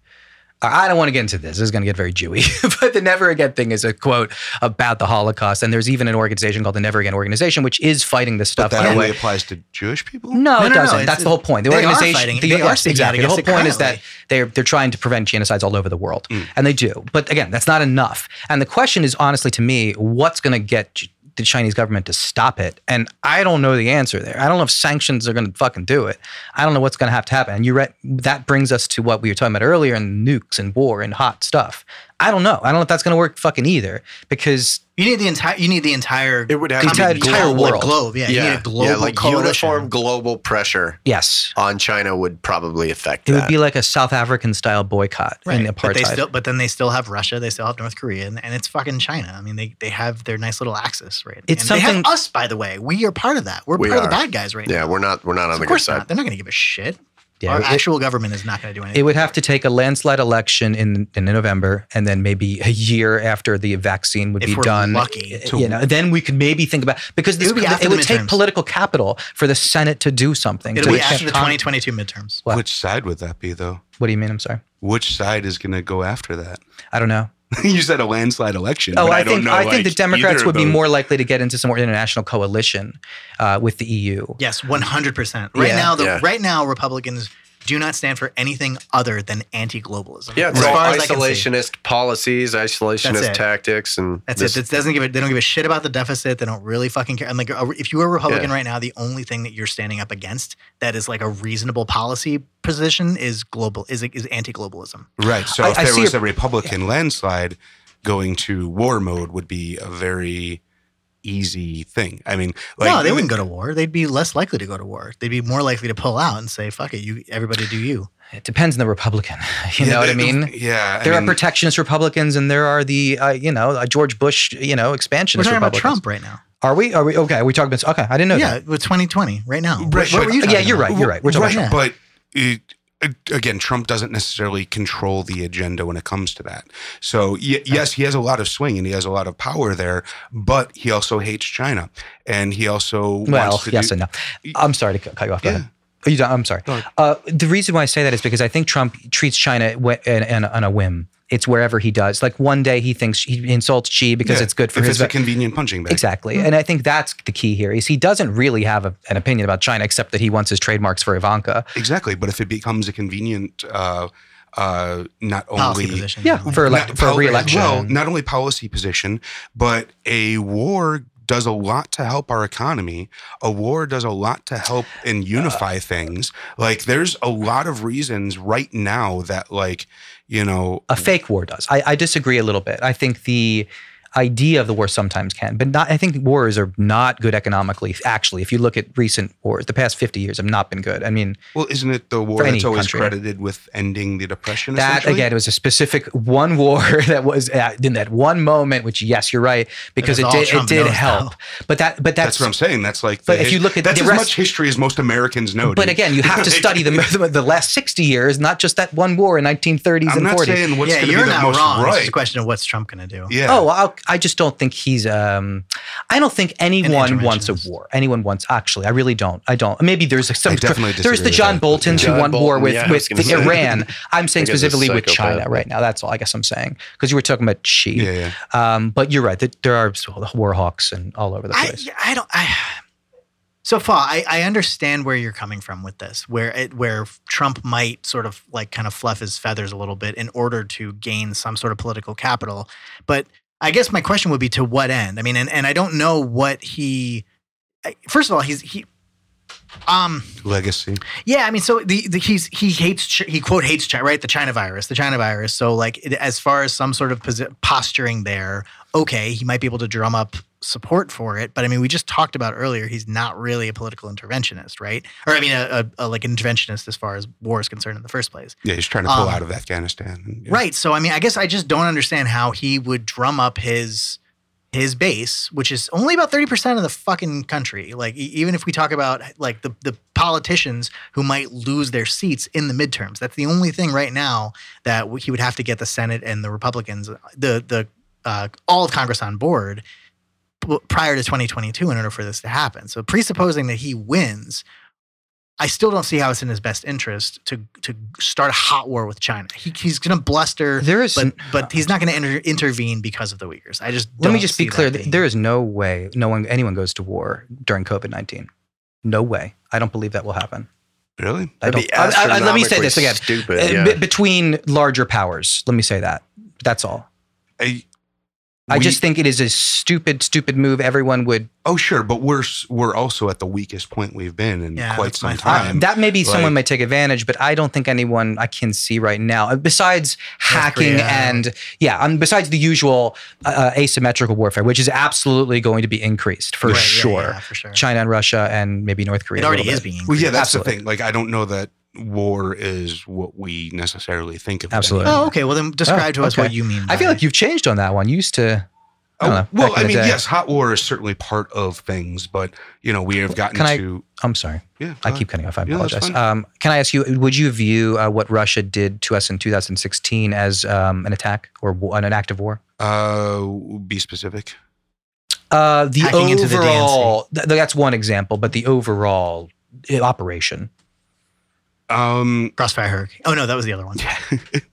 S5: I I don't want to get into this. This is going to get very Jewy. but the Never Again thing is a quote about the Holocaust, and there's even an organization called the Never Again Organization, which is fighting this
S1: but
S5: stuff.
S1: that
S5: in a
S1: only
S5: way.
S1: applies to Jewish people.
S5: No,
S2: No, no,
S5: it
S2: no,
S5: doesn't.
S2: it's-
S5: That's the whole point. The
S2: they are
S5: organization,
S2: fighting it.
S5: the-
S2: They are
S5: yes,
S2: speaking out
S5: exactly. The
S2: against
S5: whole
S2: it
S5: point is that
S2: currently.
S5: they're they're trying to prevent genocides all over the world,
S2: Mm.
S5: and they do. But again, that's not enough. And the question is, honestly, to me, what's going to get Ch- the Chinese government to stop it? And I don't know the answer there. I don't know if sanctions are going to fucking do it. I don't know what's going to have to happen. And you re- that brings us to what we were talking about earlier in nukes and war and hot stuff. I don't know. I don't know if that's going to work fucking either because
S2: You need the entire. You need the entire.
S6: It would have to
S5: Entire-
S6: be
S5: entire
S6: global.
S5: world.
S2: globe. Yeah, you need a global
S6: yeah, like
S2: coalition.
S6: uniform global pressure
S5: yes,
S6: on China would probably affect
S5: it
S6: that.
S5: would be like a South African style boycott in apartheid.
S2: But, they still, but then they still have Russia, they still have North Korea, and, and it's fucking China. I mean, they, they have their nice little axis, right?
S5: It's
S2: and They have
S5: something-
S2: us, by the way. We are part of that. We're
S6: We
S2: part of the
S6: are.
S2: bad guys right now.
S6: yeah, we're not we're not
S2: So
S6: on the
S2: of
S6: good
S2: course
S6: side.
S2: not. They're not going to give a shit.
S5: Yeah,
S2: Our
S5: it-
S2: actual government is not going to do anything.
S5: It would have to take a landslide election in, in November, and then maybe a year after the vaccine would
S2: If
S5: be
S2: we're
S5: done. eh,
S2: lucky.
S5: you know, then we could maybe think about because this,
S2: It would be after
S5: it
S2: the
S5: would take
S2: midterms.
S5: political capital for the Senate to do something.
S2: It'll
S5: to
S2: be after the
S5: con-
S2: 2022 midterms.
S5: What?
S1: Which side would that be though?
S5: What do you mean? I'm sorry.
S1: Which side is going to go after that?
S5: I don't know.
S1: you said a landslide election.
S5: Oh,
S1: but
S5: I,
S1: I,
S5: think
S1: don't know,
S5: I think
S1: like,
S5: the Democrats
S1: either
S5: would be
S1: of those.
S5: more likely to get into some more international coalition uh, with the EU.
S2: Yes, 100%. Right
S5: Yeah.
S2: now, the,
S6: Yeah.
S2: right now, Republicans do not stand for anything other than anti-globalism.
S6: Yeah, it's
S2: as
S6: all
S2: far as I can see.
S6: isolationist policies,
S2: That's
S6: isolationist
S2: it.
S6: tactics, and
S2: That's
S6: this-
S2: it. It doesn't give a, they don't give a shit about the deficit. They don't really fucking care. And like, a- if you were a Republican
S6: Yeah.
S2: right now, the only thing that you're standing up against that is like a reasonable policy position is global is is anti-globalism.
S1: Right. So
S5: I-
S1: if
S5: I
S1: there
S5: see
S1: was
S5: a-
S1: a Republican landslide, going to war mode would be a very easy thing. I mean, like,
S2: no, they wouldn't go to war. They'd be less likely to go to war. They'd be more likely to pull out and say, "Fuck it, you everybody do you."
S5: It depends on the Republican. You
S1: Yeah,
S5: know what
S1: they-
S5: I mean?
S1: Yeah. I
S5: There are
S1: mean,
S5: protectionist Republicans, and there are the uh, you know uh, George Bush you know
S2: We're
S5: expansionist
S2: talking about
S5: Republicans.
S2: Trump right now.
S5: Are we? Are we? Okay. Are we talking about? Okay. I didn't know. that.
S2: Yeah, with 2020 right now. What-
S1: Right,
S2: what
S1: but-
S2: were you
S5: Yeah,
S2: talking
S5: you're
S2: about?
S5: right. You're right. We're talking
S1: right,
S5: about
S2: Trump.
S1: but it, a- again, Trump doesn't necessarily control the agenda when it comes to that. So y- yes, he has a lot of swing and he has a lot of power there, but he also hates China and he also
S5: Well,
S1: wants to
S5: yes
S1: do,
S5: and no. I'm sorry to cut cut you off. Go
S1: Yeah.
S5: ahead. Are you done? I'm sorry. Uh, the reason why I say that is because I think Trump treats China wh- and- and- on a whim. It's wherever he does. Like one day he thinks he insults Xi because
S1: Yeah,
S5: it's good for
S1: if
S5: his
S1: it's Mm-hmm. a
S5: va-
S1: convenient punching bag.
S5: Exactly. And I think that's the key here is he doesn't really have a, an opinion about China except that he wants his trademarks for Ivanka.
S1: Exactly, but if it becomes a convenient, uh, uh, not
S2: Policy
S1: only
S2: position.
S5: Yeah, for elect-
S1: Not-
S5: for
S1: pol- as
S5: re-election.
S1: Well, not only policy position, but a war does a lot to help our economy. A war does a lot to help and
S5: Uh,
S1: unify things. Like there's a lot of reasons right now that like, you know,
S5: a fake war does. I, I disagree a little bit. I think the idea of the war sometimes can, but not. I think wars are not good economically. Actually, if you look at recent wars, the past fifty years have not been good. I mean,
S1: well, isn't it the war
S5: any
S1: that's always
S5: country.
S1: credited with ending the depression?
S5: that
S1: essentially?
S5: again it was a specific one war that was at, in that one moment. Which yes, you're right because
S2: is
S5: it
S2: all
S5: did it
S2: Trump
S5: did
S2: knows
S5: help.
S2: now.
S5: But that but
S1: That's
S5: that's.
S1: what I'm saying. That's like,
S5: But
S1: the
S5: if
S1: his-
S5: you look at
S1: that's
S5: the
S1: as
S5: rest-
S1: much history as most Americans know.
S5: but
S1: dude.
S5: again, you have to study the, the last 60 years, not just that one war in 1930s
S1: I'm
S5: and
S1: not
S5: 40s.
S1: saying what's
S2: yeah,
S1: going to
S2: you're
S1: be the
S2: not
S1: most
S2: wrong. It's just
S1: right.
S2: a question of what's Trump going to do.
S1: Yeah.
S5: Oh, I'll, I just don't think he's. Um, I don't think anyone wants a
S2: interventionist.
S5: war. Anyone wants actually. I really don't. I don't. Maybe there's some.
S1: I definitely disagree
S5: there's the
S1: with
S5: John
S1: that.
S5: Boltons
S6: John
S5: who won war
S6: Bolton,
S5: with
S6: yeah, I was
S5: with
S6: gonna
S5: the
S6: say.
S5: Iran. I'm saying
S6: That guy's a
S5: specifically with
S6: psychopath.
S5: China right now. That's all. I guess I'm saying because you were talking about Xi.
S1: Yeah, yeah.
S5: Um, but you're right. That there are war hawks and all over the
S2: I,
S5: place.
S2: I don't. I, so far, I, I understand where you're coming from with this, where it, where Trump might sort of like kind of fluff his feathers a little bit in order to gain some sort of political capital. But I guess my question would be to what end? I mean, and, and I don't know what he. I- First of all, he's he. Um.
S1: legacy.
S2: Yeah, I mean, so the, the he's he hates Chi- he quote hates China, right? The China virus, the China virus. So like it- as far as some sort of posi- posturing there, okay, he might be able to drum up support for it, but I mean, we just talked about earlier, he's not really a political interventionist, right? Or I mean, a, a, a like interventionist as far as war is concerned in the first place.
S1: Yeah, he's trying to pull
S2: Um,
S1: out of Afghanistan. and- yeah.
S2: Right. So I mean, I guess I just don't understand how he would drum up his his base, which is only about 30% of the fucking country. Like e- even if we talk about like the, the politicians who might lose their seats in the midterms, that's the only thing right now that w- he would have to get the Senate and the Republicans, the the uh, all of Congress on board p- prior to 2022 in order for this to happen. So presupposing that he wins, I still don't see how it's in his best interest to to start a hot war with China. He, he's going to bluster
S5: There is
S2: but but he's not going to inter- intervene because of the Uyghurs. I just
S5: Let me
S2: don't
S5: just be
S2: see that
S5: clear.
S2: being-
S5: There is no way no one anyone goes to war during COVID nineteen. No way. I don't believe that will happen.
S1: Really?
S5: I
S4: That'd be
S5: don't- I- I- I- let me say this
S4: astronomically
S5: again.
S4: Stupid.
S5: Uh,
S4: yeah.
S5: be- between larger powers, let me say that. That's all.
S1: I,
S5: I
S1: we-
S5: just think it is a stupid, stupid move. Everyone would.
S1: Oh, sure, but we're s- we're also at the weakest point we've been in
S2: Yeah,
S1: quite
S2: that's
S1: some
S2: my
S5: uh,
S2: thought.
S1: time.
S5: that maybe someone
S1: like-
S5: might take advantage, but I don't think anyone I can see right now, uh, besides hacking
S2: Korea.
S5: and yeah, um, besides the usual uh, uh, asymmetrical warfare, which is absolutely going to be increased for
S2: Right, yeah,
S5: sure.
S2: yeah, for sure.
S5: China and Russia and maybe North Korea.
S2: It
S5: a
S2: already
S5: little
S2: is
S5: bit.
S2: being.
S1: well, yeah, that's
S5: Absolutely.
S1: the thing. Like, I don't know that war is what we necessarily think of. it
S5: Absolutely.
S1: anymore.
S2: Oh, okay. Well, then describe
S5: Oh,
S2: to us
S5: okay.
S2: what you mean.
S5: I feel
S2: by-
S5: like you've changed on that one. You used to. I don't
S1: Oh,
S5: know,
S1: well,
S5: back in
S1: I
S5: the
S1: mean,
S5: day.
S1: yes, hot war is certainly part of things, but you know, we have gotten
S5: Can I-
S1: to.
S5: I'm sorry.
S1: Yeah,
S5: I
S1: go
S5: keep cutting off. I
S1: Yeah, that's
S5: apologize.
S1: fine.
S5: um, can I ask you, would you view uh, what Russia did to us in 2016 as um, an attack or wa- an act of war?
S1: ahead. Uh, be specific.
S5: Uh, the
S2: Hacking into the
S5: overall, th- that's one example, but the overall uh, operation.
S1: Um,
S2: Crossfire Hurricane. Oh no, that was the other one.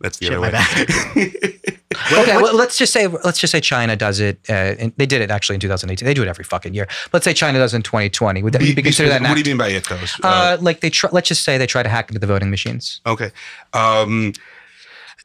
S1: that's the
S2: Shit,
S1: other
S2: my
S1: way.
S2: bad.
S5: okay, well, let's just say let's just say China does it. Uh, and they did it actually in 2018. They do it every fucking year. Let's say China does it in 2020. Would that
S1: Be-
S5: you
S1: be
S5: be consider that
S1: specific.
S5: an
S1: What do
S5: act?
S1: you mean by it, though?
S5: Uh, like they try, let's just say they try to hack into the voting machines.
S1: Uh, okay. Um,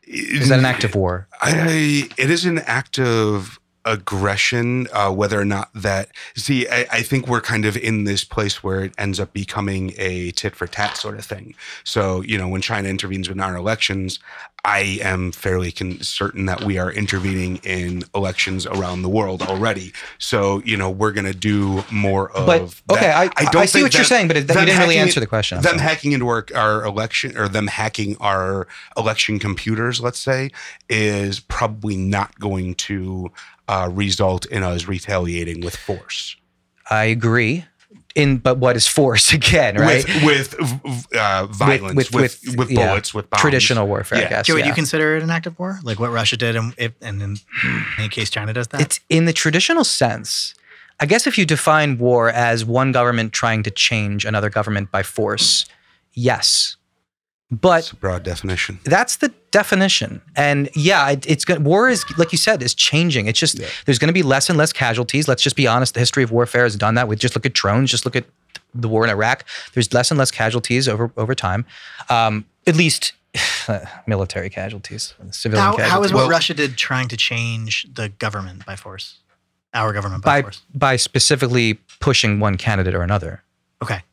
S5: Is that an act of war?
S1: I, it is an act of aggression, uh, whether or not that. See, I, I think we're kind of in this place where it ends up becoming a tit for tat sort of thing. So, you know, when China intervenes in our elections, I am fairly con- certain that we are intervening in elections around the world already. So, you know, we're going to do more of.
S5: But
S1: that.
S5: okay, I, I,
S1: don't
S5: see
S1: think
S5: what you're
S1: that-
S5: saying, but it,
S1: them
S5: you didn't really
S1: hacking it-
S5: answer the question. I'm
S1: them
S5: sorry.
S1: hacking into our, our election or them hacking our election computers, let's say, is probably not going to uh, result in us retaliating with force.
S5: I agree. In but what is force again, right?
S1: With with v- uh, violence, with
S5: with-
S1: with,
S5: with- yeah,
S1: bullets, with bombs.
S5: Traditional warfare, I
S1: Yeah.
S5: guess.
S2: Joey,
S5: yeah.
S2: do you consider it an act of war? Like what Russia did, and if and in any case China does that.
S5: it's in the traditional sense. I guess if you define war as one government trying to change another government by force, yes. But
S1: It's a broad definition.
S5: that's the definition and yeah it, it's going war is like you said is changing it's just there's going to be less and less casualties let's just be honest the history of warfare has done that with just look at drones just look at the war in iraq there's less and less casualties over over time um, at least military casualties civilian
S2: how,
S5: casualties
S2: how is what
S1: Well-
S2: Russia did trying to change the government by force? Our government by,
S5: by
S2: force.
S5: by specifically pushing one candidate or another
S2: Okay.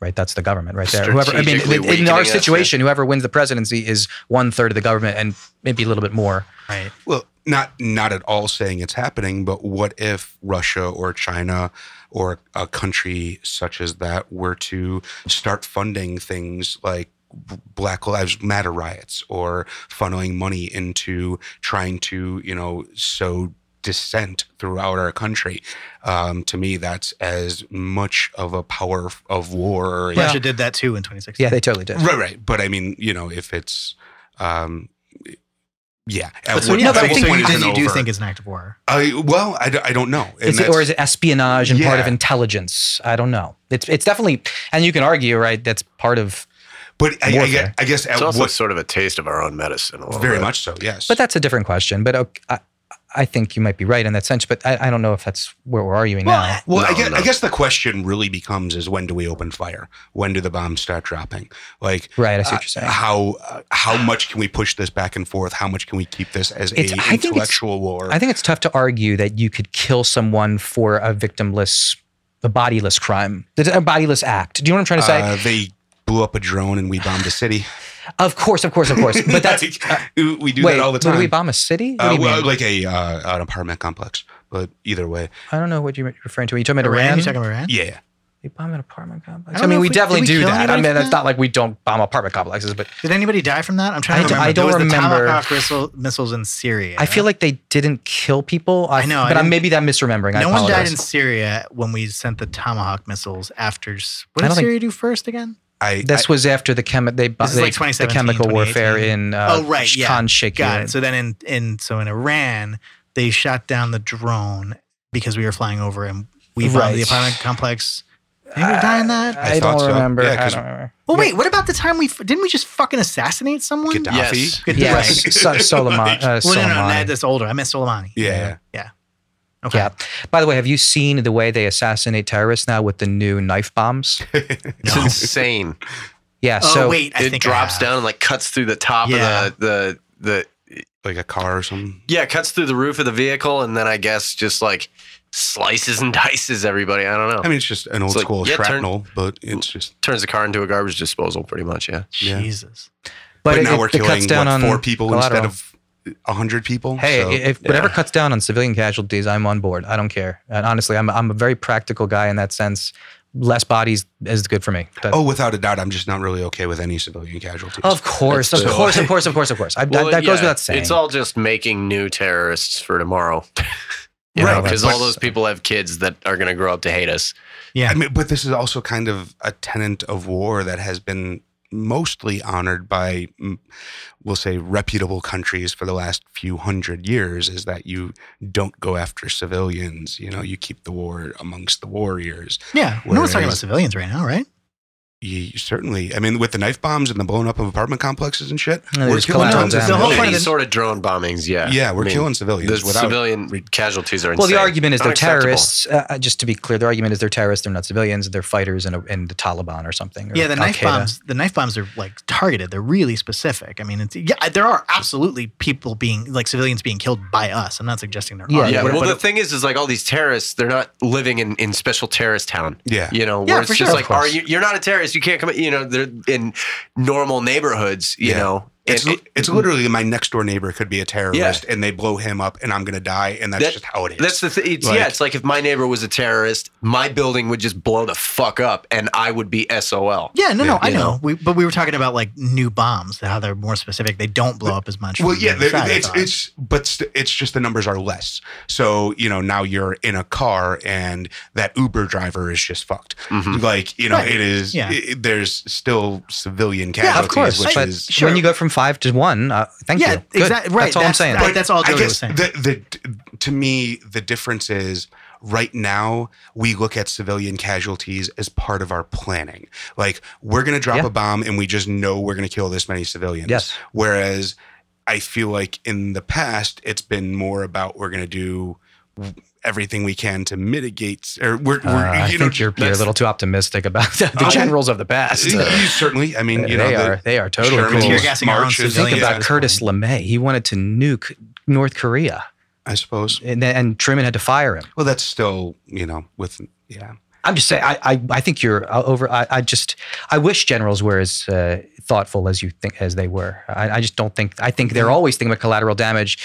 S5: right that's the government right there whoever i mean
S4: Strategically
S5: in- in
S4: weakening
S5: our
S4: us, yeah.
S5: situation whoever wins the presidency is one third of the government and maybe a little bit more
S2: Right.
S1: Well, not not at all saying it's happening, but what if Russia or China or a country such as that were to start funding things like Black Lives Matter riots or funneling money into trying to, you know, sow dissent throughout our country? Um, to me, that's as much of a power of war. Or
S2: Russia did that too in 2016.
S5: yeah they totally did
S1: Right, right. But I mean, you know, if it's. Um, yeah. At
S2: So,
S1: what-
S2: yeah,
S1: at
S2: but
S1: what
S2: so
S1: point
S2: you,
S1: is
S2: then
S1: it
S2: you do
S1: over?
S2: think it's an act of war.
S1: I well, I, d- I don't know. And
S5: Is it,
S1: that's-
S5: or is it espionage and part of
S1: Yeah.
S5: intelligence? I don't know. It's it's definitely, and you can argue, right? That's part of,
S1: but I, I,
S5: warfare?
S1: gue- I guess at
S6: It's also
S1: Uh, what
S6: sort of a taste of our own medicine. A little
S1: very
S6: bit.
S1: much so. Yes,
S5: but that's a different question. But okay, I, I think you might be right in that sense. But I, I don't know if that's where we're arguing now.
S1: well, I,
S6: No,
S1: guess,
S6: no.
S1: I guess the question really becomes: is when do we open fire? When do the bombs start dropping? Like
S5: Right, I see what
S1: uh,
S5: you're saying.
S1: how uh, how much can we push this back and forth? How much can we keep this as
S5: It's-
S1: a
S5: I think it's-
S1: intellectual war?
S5: I think it's tough to argue that you could kill someone for a victimless, a bodiless crime, a bodiless act. Do you know what I'm trying to say?
S1: uh, they blew up a drone and we bombed a city.
S5: of course, of course, of course. But that's uh,
S1: Like, we do
S5: wait.
S1: that all the
S5: what, do
S1: time.
S5: we bomb a city? What do
S1: uh,
S5: you
S1: well,
S5: mean?
S1: like a uh, an apartment complex. But either way,
S5: I don't know what you're referring to. Are you talking about
S2: Iran?
S5: Iran?
S2: You talking about Iran?
S1: yeah.
S5: They bomb an apartment complex.
S2: I
S5: I,
S2: don't
S5: mean,
S2: know
S5: we
S2: if we-
S5: definitely
S2: did we
S5: do
S2: kill
S5: that. I
S2: anybody
S5: mean,
S2: for
S5: it's
S2: that?
S5: not like we don't bomb apartment complexes, but
S2: Did anybody die from that? I'm trying
S5: I
S2: to
S5: d-
S2: remember.
S5: I don't
S2: There was
S5: remember.
S2: The Tomahawk missile- missiles in Syria.
S5: I feel like they didn't kill people. I,
S2: I know, I
S5: but I
S2: didn't-
S5: maybe that misremembering. I
S2: no one died
S5: apologize.
S2: in Syria when we sent the Tomahawk missiles after. s- What
S5: I
S2: did
S5: don't think-
S2: Syria do first again?
S1: I,
S5: This was after the chemi- they, bo-
S2: This is
S5: they
S2: like
S5: the
S2: 2017,
S5: chemical warfare
S2: 2018.
S5: in uh,
S2: Oh, right, yeah.
S5: Khan Sheikh.
S2: Got it. So then in in so in Iran, they shot down the drone because we were flying over and we bombed the
S5: Right.
S2: apartment complex. Did we die in that?
S5: I,
S1: thought
S5: don't
S1: so.
S5: remember.
S1: Yeah,
S5: I
S1: 'cause-
S5: don't remember.
S2: well, wait. What about the time we f- didn't we just fucking assassinate someone?
S1: Gaddafi.
S6: Yes.
S2: Gaddafi.
S5: Yes, so, Soleimani. Uh,
S2: Well, no, no, no,
S5: Soleimani.
S2: that's older. I meant Soleimani.
S1: yeah.
S2: Okay.
S5: Yeah. By the way, have you seen the way they assassinate terrorists now with the new knife bombs?
S6: It's insane.
S5: Yeah.
S2: Oh
S5: so
S2: wait, I
S6: it
S2: think I
S6: drops
S2: have.
S6: down and like cuts through the top
S2: Yeah.
S6: of the, the the
S1: like a car or something.
S6: yeah, cuts through the roof of the vehicle and then I guess just like slices and dices everybody. I don't know.
S1: I mean, it's just an old
S6: like,
S1: school
S6: yeah, turn-
S1: shrapnel, but it's just.
S6: Turns the car into a garbage disposal pretty much, yeah.
S1: Yeah.
S2: Jesus.
S1: But,
S5: it-
S1: now
S5: it-
S1: we're
S5: it cuts
S1: killing
S5: down
S1: what,
S5: on
S1: four people instead
S5: collateral.
S1: of hundred people.
S5: Hey,
S1: so-
S5: if whatever cuts down on civilian casualties, I'm on board. I don't care. And honestly, I'm I'm a very practical guy in that sense. Less bodies is good for me. But-
S1: oh, without a doubt, I'm just not really okay with any civilian casualties.
S5: Of course, of
S6: That's the-
S5: course, of course, of course, of course. I,
S6: Well,
S5: that that goes
S6: yeah,
S5: without saying.
S6: It's all just making new terrorists for tomorrow. you
S5: Right.
S6: Because
S5: But-
S6: all those people have kids that are going to grow up to hate us.
S1: I mean, but this is also kind of a tenet of war that has been mostly honored by, mm, we'll say, reputable countries for the last few hundred years. Is that you don't go after civilians. You know, you keep the war amongst the warriors.
S2: Yeah.
S1: Where
S2: no one's talking
S1: it
S2: about
S1: is.
S2: civilians right now, right?
S1: You, certainly, I mean, with the knife bombs and the blowing up of apartment complexes and shit,
S5: No, they
S1: we're
S5: just
S1: killing
S5: close
S1: tons of
S5: down. The whole
S1: civilians.
S2: point of
S6: Any
S2: the-
S6: sort of drone bombings, yeah.
S1: yeah, we're
S6: I mean,
S1: killing civilians
S6: The
S1: without.
S6: civilian casualties are
S5: well, the
S6: insane.
S5: argument is they're
S6: Unacceptable.
S5: terrorists. Uh, uh, just to be clear, the argument is they're terrorists. They're not civilians. They're fighters in, a, in the Taliban or something. or
S2: Yeah, the knife
S5: Al-Qaeda.
S2: bombs. The knife bombs are like targeted. They're really specific. I mean, it's, yeah, there are absolutely people being like civilians being killed by us. I'm not suggesting there
S5: Yeah,
S2: are.
S6: Yeah,
S2: but-
S6: well,
S2: but-
S6: the thing is, is like all these terrorists, they're not living in, in special terrorist town.
S1: Yeah.
S6: You know,
S2: Yeah,
S6: where it's
S2: for
S6: just
S2: sure.
S6: like,
S5: Of
S6: are
S5: course.
S6: you, you're not a terrorist. You can't come, you know, they're in normal neighborhoods, you
S1: Yeah.
S6: know.
S1: It's,
S6: And it-
S1: it's literally my next door neighbor could be a terrorist and they blow him up and I'm going to die. And that's
S6: That-
S1: just how it is.
S6: That's the thing. It's,
S1: Like-
S6: yeah, it's like if my neighbor was a terrorist, my building would just blow the fuck up, and I would be SOL.
S2: yeah, no, no,
S1: Yeah,
S2: I
S6: you
S2: know.
S6: know.
S2: We, but we were talking about like new bombs, how they're more specific. They don't blow up as much.
S1: Well,
S2: from
S1: yeah,
S2: the other
S1: the-
S2: side, I
S1: it's
S2: thought.
S1: it's but st- it's just the numbers are less. So you know now you're in a car and that Uber driver is just fucked.
S6: Mhm.
S1: Like you know
S2: Right.
S1: it is.
S2: Yeah.
S1: It, there's still civilian
S5: Yeah,
S1: casualties,
S5: of course.
S1: which
S5: but
S1: is.
S2: Sure.
S5: when you go from five to one, uh, thank
S2: Yeah,
S5: you. Good.
S2: exact- right,
S5: That's all
S2: that's-
S5: I'm saying.
S2: that- that's all
S1: I
S2: Jody was
S1: guess
S2: saying.
S1: the, the to me the difference is right now we look at civilian casualties as part of our planning. Like we're gonna drop
S5: Yeah.
S1: a bomb and we just know we're gonna kill this many civilians.
S5: yes.
S1: Whereas I feel like in the past, it's been more about we're going to do everything we can to mitigate, or we're, we're
S5: Uh, I
S1: you
S5: think
S1: know,
S5: you're, you're a
S1: that's-
S5: little too optimistic about the,
S1: Oh.
S5: generals of the past.
S1: you certainly, I mean, you know,
S5: uh, they
S1: the
S5: are they are totally
S1: Sherman's
S5: cool.
S2: Tear gassing our own
S1: marches-
S5: Think
S2: civilians at
S5: about
S2: this
S5: Curtis LeMay. He wanted to nuke North Korea,
S1: I suppose.
S5: and, then- and Truman had to fire him.
S1: Well, that's still, you know, with yeah,
S5: I'm just saying. I I, I think you're uh, over. I, I just I wish generals were as uh, thoughtful as you think as they were. I, I just don't think. I think
S1: Mm-hmm.
S5: they're always thinking about collateral damage.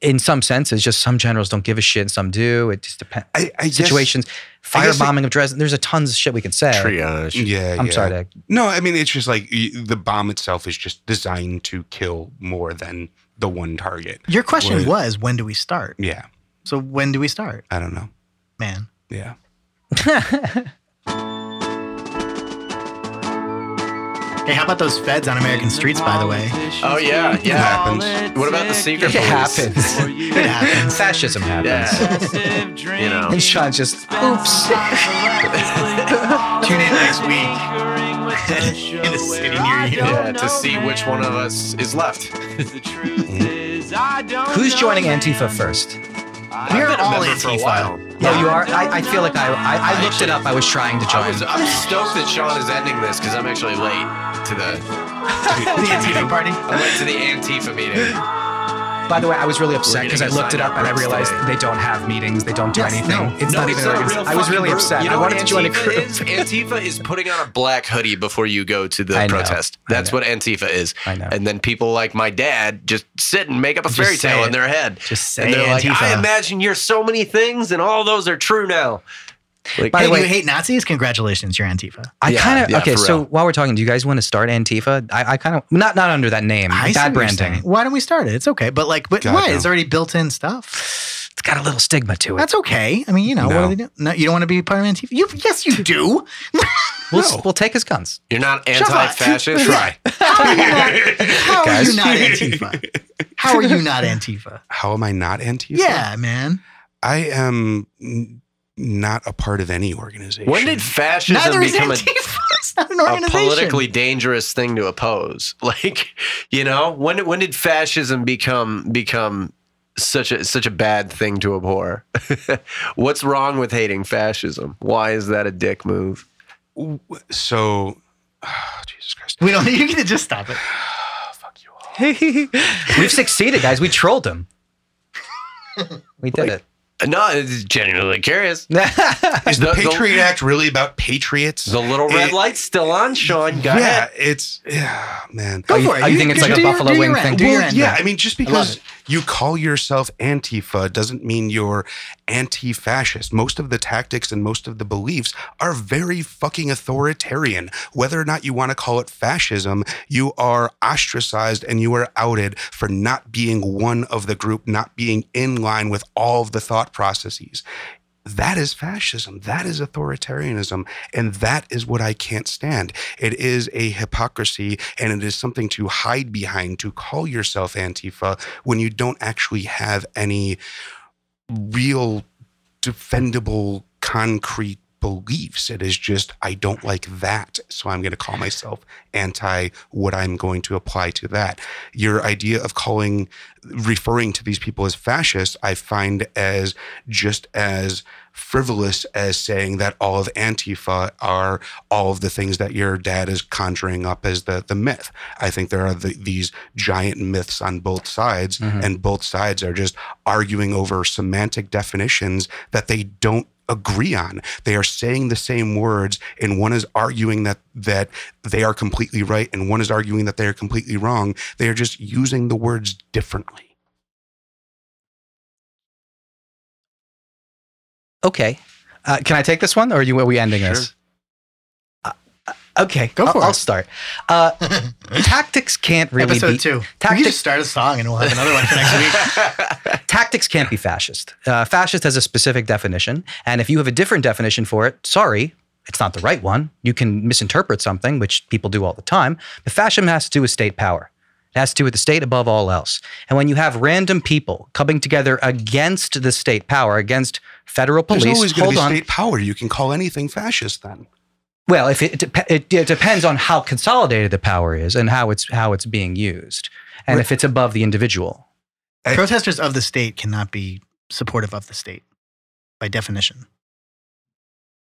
S5: In some senses, just some generals don't give a shit, and some do. It just depends.
S1: I, I guess-
S5: Situations,
S1: guess it-
S5: firebombing of Dresden. There's a tons of shit we can say.
S6: Triage.
S1: Yeah,
S5: I'm
S1: yeah.
S5: sorry to
S1: No, I mean, it's just like y- the bomb itself is just designed to kill more than the one target.
S2: Your question
S1: Right.
S2: was when do we start?
S1: Yeah,
S2: So when do we start,
S1: I don't know.
S2: man?
S1: Yeah,
S2: Hey, how about those feds on American streets? By the way,
S6: Oh, yeah, yeah.
S1: happens.
S6: What about the secret
S5: It
S6: police?
S5: happens.
S2: it happens.
S5: Fascism happens.
S6: Yeah.
S3: you
S6: know.
S5: And Sean's just, oops.
S2: Tune in next week in a city near you.
S6: Yeah, to see which one of us is left. Oh,
S5: Who's joining Antifa first?
S2: We
S6: I've
S2: are
S6: been a
S2: all
S6: member for a while.
S2: Antifa.
S5: Oh, you are? I, I feel like I, I, I looked it up. I was trying to
S6: I
S5: join.
S6: was, uh, I'm stoked that Sean is ending this because I'm actually late to the
S2: The Antifa party.
S6: I'm late to the Antifa meeting.
S5: By the way, I was really upset
S6: We're
S5: because I
S6: gonna
S5: looked it
S6: sign
S5: up and I
S6: up
S5: realized
S6: today.
S5: they don't have meetings. They don't do
S2: Yes,
S5: anything.
S2: no.
S5: It's not even.
S6: a
S5: organized.
S6: real
S5: I was
S6: fucking
S5: really
S6: group.
S5: upset.
S6: You know
S5: I
S6: what
S5: wanted to join a
S6: Antifa
S5: group.
S6: Is? Antifa is putting on a black hoodie before you go to the
S5: I know.
S6: protest.
S5: I
S6: That's
S5: know.
S6: what Antifa is.
S5: I know.
S6: And then people like my dad just sit and make up a
S2: Just
S6: fairy
S2: say
S6: tale
S2: it.
S6: in their head.
S2: Just say
S6: And they're like,
S2: Antifa.
S6: I imagine you're so many things, and all those are true now. Like,
S5: By
S2: hey,
S5: the way-
S2: you hate Nazis? Congratulations, you're Antifa.
S5: I
S6: Yeah,
S5: kind of
S6: yeah,
S5: okay.
S6: for
S5: So
S6: real.
S5: while we're talking, do you guys want to start Antifa? I, I kind of not not under that name.
S2: I see
S5: bad
S2: what you're saying.
S5: branding.
S2: Why don't we start it? It's okay. But like, but
S1: God,
S2: why?
S1: no.
S2: It's already built in stuff.
S5: It's got a little stigma to it.
S2: That's okay. I mean, you know,
S1: No.
S2: what do they do? No, you don't want to be part of Antifa? You, yes, you do.
S5: we'll,
S1: No.
S5: we'll take his guns.
S6: You're not
S2: Shut up.
S6: anti-fascist.
S1: Try.
S2: How are you not, how are you
S5: Guys.
S2: not Antifa? How are you not Antifa?
S1: How am I not anti?
S2: Yeah, man.
S1: I am n- not a part of any organization.
S6: When did fascism
S2: Neither is
S6: become a,
S2: Antifa. It's not an
S6: a
S2: organization.
S6: politically dangerous thing to oppose? Like, you know, when when did fascism become become such a such a bad thing to abhor? What's wrong with hating fascism? Why is that a dick move?
S1: so? ah, Jesus Christ.
S2: We don't. You can just stop it.
S5: We've succeeded, guys. We trolled him. We did
S6: No, it's genuinely curious.
S5: it.
S1: Is the,
S6: The- the-
S1: Patriot Act really about patriots?
S6: The little red
S1: It-
S6: light's still on, Sean. Go
S1: yeah,
S6: ahead.
S1: it's yeah, man.
S2: Go
S5: you-
S2: for it.
S5: oh, you think it's like a
S2: do your-
S5: buffalo
S2: do your
S5: wing
S2: end.
S5: thing?
S2: Do your
S1: Well,
S2: end,
S1: yeah,
S2: man.
S1: I mean, just
S2: love
S1: because you call yourself Antifa doesn't mean you're anti fascist. Most of the tactics and most of the beliefs are very fucking authoritarian. Whether or not you want to call it fascism, you are ostracized and you are outed for not being one of the group, not being in line with all of the thought processes. That is fascism. That is authoritarianism. And that is what I can't stand. It is a hypocrisy and it is something to hide behind, to call yourself Antifa when you don't actually have any real defendable, concrete beliefs. It is just, I don't like that. So I'm going to call myself anti what I'm going to apply to that. Your idea of calling, referring to these people as fascists, I find as just as frivolous as saying that all of Antifa are all of the things that your dad is conjuring up as the, the myth. I think there are the, these giant myths on both sides, and both sides are just arguing over semantic definitions that they don't agree on. They are saying the same words, and one is arguing that that they are completely right, and one is arguing that they are completely wrong. They are just using the words differently.
S5: okay. Uh, can I take this one, or are, you, are we ending this? Uh, okay,
S2: Go
S5: I'll-
S2: for it.
S5: I'll start. Uh, tactics can't really
S2: Episode
S5: be,
S2: two. Can you
S5: tactic-
S2: just start a song and we'll have another one for next week?
S5: uh, tactics can't be fascist. Uh, fascist has a specific definition, and if you have a different definition for it, sorry, it's not the right one. You can misinterpret something, which people do all the time. But fascism has to do with state power. It has to do with the state above all else. And when you have random people coming together against the state power, against federal police,
S1: There's always going to
S5: hold
S1: be
S5: on.
S1: state power. You can call anything fascist then.
S5: Well, if it, dep- it, it depends on how consolidated the power is and how it's how it's being used, and if it's above the individual.
S1: I-
S2: Protesters of the state cannot be supportive of the state by definition.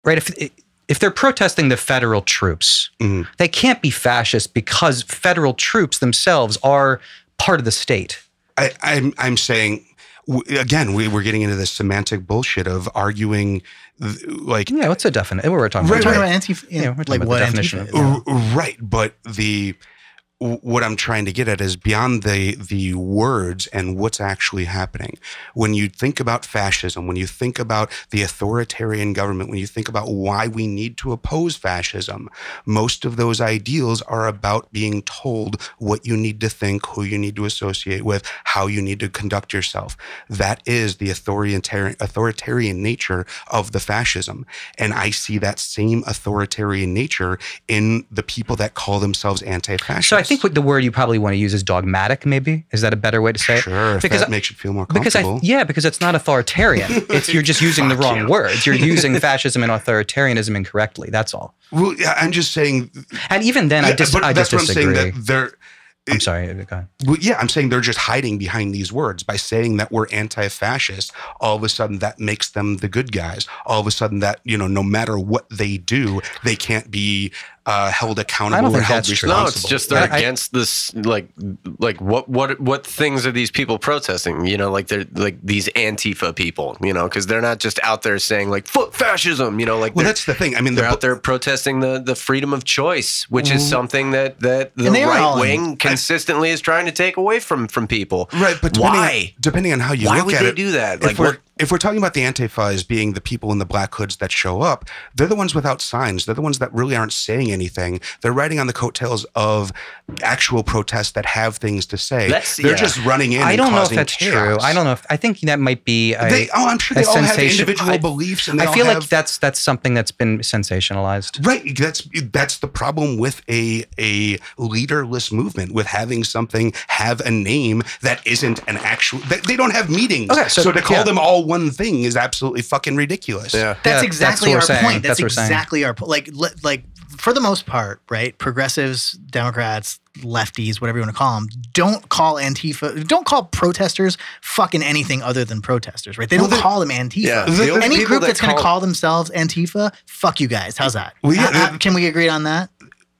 S5: right? If if they're protesting the federal troops,
S1: Mhm.
S5: they can't be fascist because federal troops themselves are part of the state.
S1: I, I'm I'm saying w- again, we, we're getting into this semantic bullshit of arguing, th- like
S5: Yeah, what's the definition? We're talking
S2: We're
S5: about,
S2: talking
S5: Um, right.
S2: about Antifa.
S5: Yeah, we're talking
S2: like
S5: about
S2: what
S5: the definition.
S2: Antifa
S5: of
S2: is.
S5: it.
S1: r- right, but the w- what I'm trying to get at is beyond the the words and what's actually happening. When you think about fascism, when you think about the authoritarian government, when you think about why we need to oppose fascism, most of those ideals are about being told what you need to think, who you need to associate with, how you need to conduct yourself. That is the authoritarian authoritarian nature of the fascism. And I see that same authoritarian nature in the people that call themselves anti-fascist.
S5: So I think what the word you probably want to use is dogmatic. Maybe is that a better way to say it?
S1: sure, if
S5: because
S1: that
S5: I-
S1: makes you feel more
S5: Because
S1: comfortable.
S5: I yeah, because it's not authoritarian. It's you're just using the
S1: Fuck
S5: wrong
S1: you.
S5: words. You're using fascism and authoritarianism incorrectly. That's all.
S1: well, yeah, I'm just saying.
S5: And even then, I
S1: yeah,
S5: dis-
S1: but
S5: I just
S1: that's
S5: disagree.
S1: what I'm saying.
S5: I'm,
S1: That they're
S5: sorry. Go ahead.
S1: Well, yeah, I'm saying they're just hiding behind these words by saying that we're anti-fascist. All of a sudden, that makes them the good guys. All of a sudden, that you know, no matter what they do, they can't be uh, held accountable
S5: I don't
S1: or
S5: think
S1: held
S5: that's true.
S1: responsible.
S6: No, it's just they're
S5: I- I-
S6: against this. Like, like what, what, what things are these people protesting? You know, like they're like these Antifa people. You know, because they're not just out there saying like "fuck fascism." You know, like
S1: well,
S6: they're,
S1: that's the thing. I mean,
S6: they're
S1: the,
S6: out there protesting the the freedom of choice, which is something that that the
S2: Mm-hmm. And they are all
S6: right
S2: in-
S6: wing consistently is trying to take away from from people.
S1: right, but depending
S6: why?
S1: On, depending on how you
S6: Why
S1: look
S6: would
S1: at
S6: they
S1: it,
S6: do that?
S1: if
S6: Like,
S1: we're-
S6: what
S1: if we're talking about the Antifa as being the people in the black hoods that show up, they're the ones without signs. They're the ones that really aren't saying anything. They're riding on the coattails of actual protests that have things to say.
S6: That's-
S1: they're
S6: yeah.
S1: just running in.
S5: I
S1: and
S5: don't know if
S1: causing
S5: that's true.
S1: chaos.
S5: I don't know. If, I think that might be. A,
S1: They, oh, I'm sure they
S5: a
S1: all have
S5: sensation-
S1: individual
S5: I-
S1: beliefs, and they
S5: I
S1: all
S5: feel
S1: have,
S5: like that's that's something that's been sensationalized.
S1: Right. That's that's the problem with a a leaderless movement, with having something have a name that isn't an actual. That they don't have meetings.
S5: Okay,
S1: so,
S5: so-
S1: to call
S5: yeah.
S1: them all one thing is absolutely fucking ridiculous.
S4: Yeah.
S5: Yeah,
S2: That's
S5: that's
S2: exactly
S5: what we're
S2: our
S5: saying.
S2: point. That's,
S5: That's what we're saying.
S2: exactly our point. Like, le- like for the most part, right? Progressives, Democrats, lefties, whatever you want to call them, don't call Antifa, don't call protesters fucking anything other than protesters, right? They
S1: Well,
S2: don't
S1: the-
S2: call them Antifa.
S4: Yeah. The only
S2: Any
S4: people
S2: group
S4: that
S2: that's going to
S4: call-
S2: call themselves Antifa, fuck you guys. How's that?
S1: Well, yeah,
S2: Uh, uh,
S1: the-
S2: can we agree on that?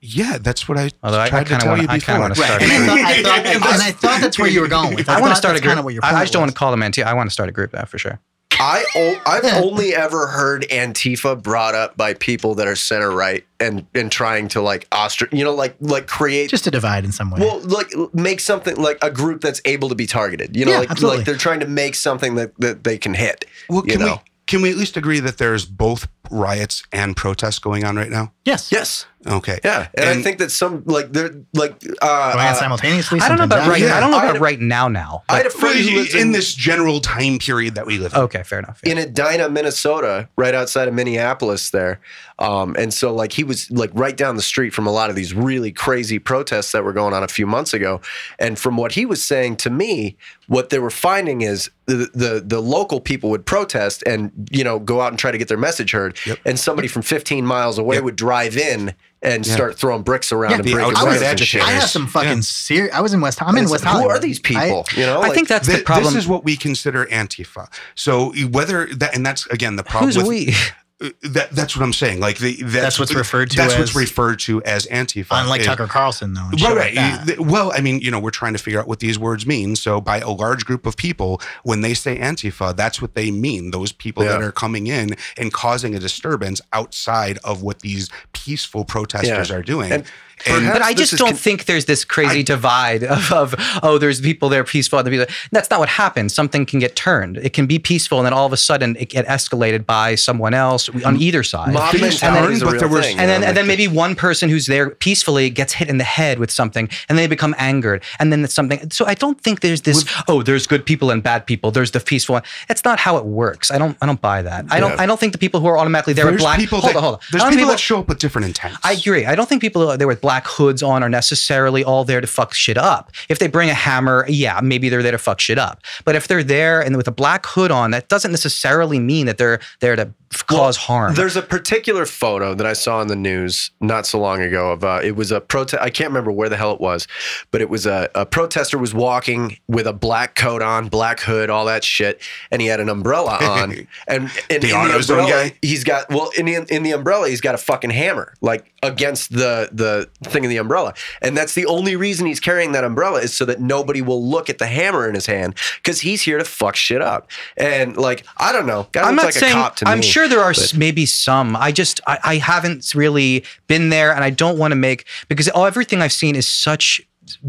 S1: Yeah, that's what I
S5: Although I- I
S1: tried to
S5: kinda
S1: tell
S5: wanna-
S1: you
S5: I kinda
S1: before.
S5: wanna start
S2: And I
S5: Right.
S2: thought, I thought, and I thought that's where you were going with. it.
S5: I, want to
S2: thought
S5: start a
S2: that's
S5: group.
S2: kind of what your
S5: I,
S2: point
S5: I just don't
S2: was.
S5: want to call them anti. I want to start a group that for sure.
S6: I o- I've only ever heard Antifa brought up by people that are center right and and trying to like ostrich, you know, like like create
S2: just to divide in some way.
S6: well, like make something like a group that's able to be targeted. You know,
S2: Yeah,
S6: like
S2: absolutely.
S6: like they're trying to make something that that they can hit.
S1: Well,
S6: you
S1: can we
S6: know.
S1: can we at least agree that there's both riots and protests going on right now?
S2: yes.
S6: Yes.
S1: Okay.
S6: Yeah, and, I
S1: And-
S6: think that some like they're like uh,
S2: Going on
S6: uh,
S2: simultaneously.
S5: I don't know
S2: sometimes.
S5: about right.
S1: Yeah.
S5: I don't know
S6: I
S5: about
S6: had-
S5: right now. Now.
S6: I had a
S1: But
S6: friend who lives
S1: in,
S6: in
S1: this general time period that we live in.
S5: okay, fair enough. yeah.
S6: in Edina, Minnesota, right outside of Minneapolis there. Um, and so like he was like right down the street from a lot of these really crazy protests that were going on a few months ago. And from what he was saying to me, what they were finding is the the, the local people would protest and you know go out and try to get their message heard.
S1: Yep.
S6: And somebody from 15 miles away
S1: Yep.
S6: would drive in and
S1: Yeah.
S6: start throwing bricks around
S2: Yeah,
S6: and
S1: the
S6: breaking
S1: outside
S6: windows and shit.
S1: agitators.
S2: I have some fucking serious. I was in West. I'm in
S6: It's
S2: West
S6: like,
S2: Hollywood.
S6: Who are these people? you know,
S5: I think that's
S1: Th-
S5: the problem.
S1: This is what we consider Antifa. So whether that, and that's again the problem.
S5: Who's
S1: with,
S5: we?
S1: uh, That, that's what I'm saying. Like the that's,
S2: what's referred to
S1: That's what's
S2: as-
S1: referred to as Antifa.
S2: I, unlike
S1: It-
S2: Tucker Carlson though.
S1: Right,
S2: And shit
S1: right.
S2: Like that.
S1: Th- Well, I mean, you know, we're trying to figure out what these words mean. So, by a large group of people, when they say Antifa, that's what they mean. Those people that
S6: Yeah.
S1: are coming in and causing a disturbance outside of what these peaceful protesters
S6: Yeah.
S1: are doing.
S6: And
S1: And-
S6: perhaps
S5: But I
S6: this
S5: just
S6: is
S5: don't
S6: con-
S5: think there's this crazy divide of, of oh, there's people there peaceful, other people. That's not what happens. Something can get turned. It can be peaceful, and then all of a sudden it get escalated by someone else on either side.
S6: mob
S1: Things
S6: mentality
S1: turn,
S6: is a
S1: but
S6: real
S1: there was-
S6: thing,
S5: and
S6: you
S5: then
S6: know,
S5: and then
S6: like-
S5: maybe one person who's there peacefully gets hit in the head with something and they become angered and then it's something so i don't think there's this oh there's good people and bad people there's the peaceful one that's not how it works i don't i don't buy that i don't i don't think the people who are automatically there are
S1: there's
S5: black
S1: people
S5: hold
S1: that,
S5: on hold on
S1: There's
S5: I don't
S1: people,
S5: think
S1: that show up with different intents.
S5: I agree. I don't think people who are there with black hoods on are necessarily all there to fuck shit up. If they bring a hammer, yeah, maybe they're there to fuck shit up. But if they're there and with a black hood on, that doesn't necessarily mean that they're there to f- cause harm.
S6: There's a particular photo that I saw in the news not so long ago of uh, it was a protest. I can't remember where the hell it was, but it was a, a protester was walking with a black coat on, black hood, all that shit, and he had an umbrella on. and and
S1: The
S6: in the
S1: AutoZone
S6: umbrella,
S1: guy?
S6: he's got well in the, in the umbrella, he's got a fucking hammer like against the the thing in the umbrella, and that's the only reason he's carrying that umbrella is so that nobody will look at the hammer in his hand because he's here to fuck shit up. And like I don't know, guy looks
S5: I'm not
S6: like
S5: saying.
S6: a cop to
S5: I'm
S6: me.
S5: sure there are s maybe some. I just I, I haven't really been there, and I don't want to make because all everything I've seen is such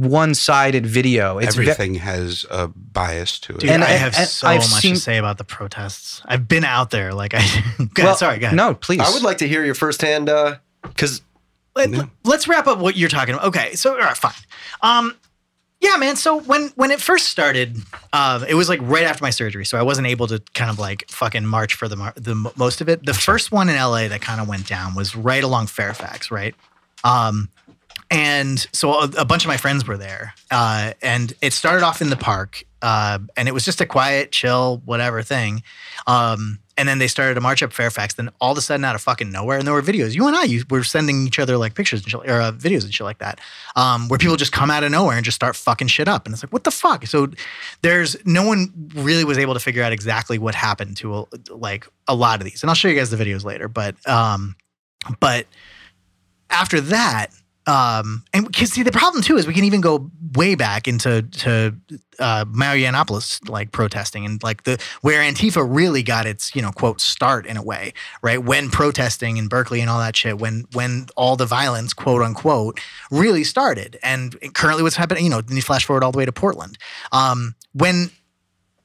S5: one-sided video. It's ve-
S1: Everything has a bias to it.
S2: Dude,
S5: And
S2: I
S5: I-
S2: have
S5: and
S2: so
S5: I've
S2: much
S5: seen-
S2: to say about the protests. I've been out there. Like I. God,
S5: well,
S2: sorry, guys.
S5: No, please.
S6: I would like to hear your firsthand uh, because
S2: Let,
S1: No.
S2: us wrap up what you're talking about. Okay, so all right, fine. Um, yeah, man. So when when it first started, uh, it was like right after my surgery, so I wasn't able to kind of like fucking march for the mar- the mo- most of it. The first one in LA that kind of went down was right along Fairfax, right? Um, and so a, a bunch of my friends were there, uh, and it started off in the park, uh, and it was just a quiet, chill, whatever thing. Um, and then they started to march up Fairfax. Then all of a sudden, out of fucking nowhere, and there were videos. You and I you were sending each other like pictures and shit, or uh, videos and shit like that, um, where people just come out of nowhere and just start fucking shit up. And it's like, what the fuck? So there's no one really was able to figure out exactly what happened to a, like a lot of these. And I'll show you guys the videos later. But um, but after that, um, and because see the problem too is we can even go way back into to uh, Mayo Yiannopoulos like protesting and like the where Antifa really got its you know quote start in a way right when protesting in Berkeley and all that shit when when all the violence quote unquote really started and currently what's happening you know then you flash forward all the way to Portland um, when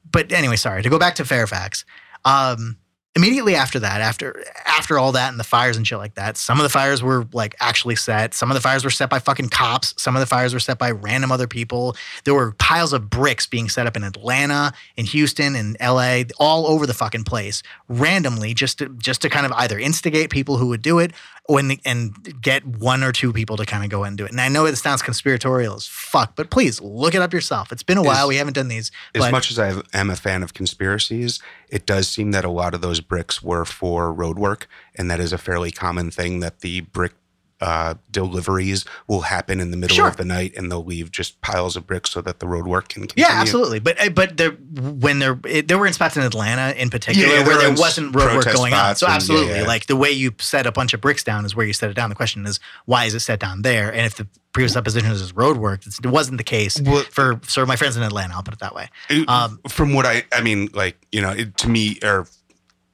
S2: But anyway, sorry to go back to Fairfax. Um, immediately after that, after after all that and the fires and shit like that, some of the fires were like actually set. Some of the fires were set by fucking cops. Some of the fires were set by random other people. There were piles of bricks being set up in Atlanta, in Houston, in LA, all over the fucking place, randomly, just to just to kind of either instigate people who would do it when the, and get one or two people to kind of go and do it. And I know it sounds conspiratorial as fuck, but please look it up yourself. It's been a while. we haven't done these.
S1: As
S2: but
S1: much as I am a fan of conspiracies, it does seem that a lot of those bricks were for road work, and that is a fairly common thing that the brick uh, deliveries will happen in the middle
S2: Sure.
S1: of the night, and they'll leave just piles of bricks so that the road work can continue.
S2: Yeah, absolutely. But uh, but there, when there it, there were spots in Atlanta in particular
S1: Yeah, there
S2: where there
S1: were s-
S2: wasn't road work
S1: protest
S2: going on.
S1: spots
S2: So
S1: and- yeah,
S2: absolutely,
S1: yeah.
S2: like the way you set a bunch of bricks down is where you set it down. The question is why is it set down there? And if the presupposition is road work, it's, it wasn't the case
S1: Well-
S2: for sort of my friends in Atlanta. I'll put it that way.
S1: It-
S2: Um,
S1: from what I, I mean, like you know, it, to me, or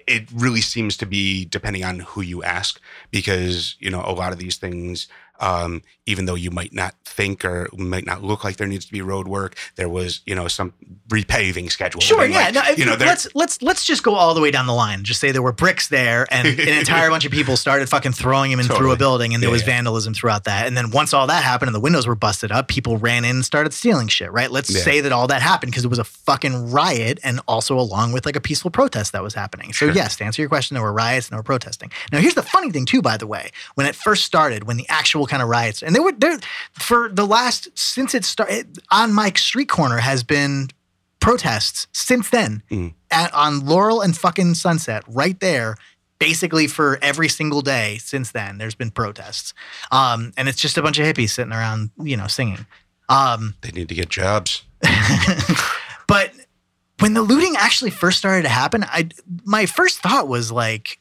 S1: it really seems to be depending on who you ask, because you know, a lot of these things, um, even though you might not think or might not look like there needs to be road work, there was you know some repaving schedule.
S2: Sure,
S1: And,
S2: yeah.
S1: like,
S2: no,
S1: you know, there-
S2: let's let's let's just go all the way down the line. Just say there were bricks there, and an entire bunch of people started fucking throwing them in through a
S1: Totally.
S2: building, and there
S1: Yeah,
S2: was
S1: yeah.
S2: vandalism throughout that. And then once all that happened, and the windows were busted up, people ran in and started stealing shit. Right? Let's
S1: Yeah.
S2: say that all that happened because it was a fucking riot, and also along with like a peaceful protest that was happening. So
S1: Sure.
S2: yes, to answer your question, there were riots and there were protesting. Now here's the funny thing too, by the way, when it first started, when the actual kind of riots, and there were there for the last since it started on Mike's street corner has been protests since then
S1: Mm.
S2: at, on Laurel and fucking Sunset, right there. Basically, for every single day since then, there's been protests, um, and it's just a bunch of hippies sitting around, you know, singing. Um,
S1: they need to get jobs.
S2: but when the looting actually first started to happen, I my first thought was like,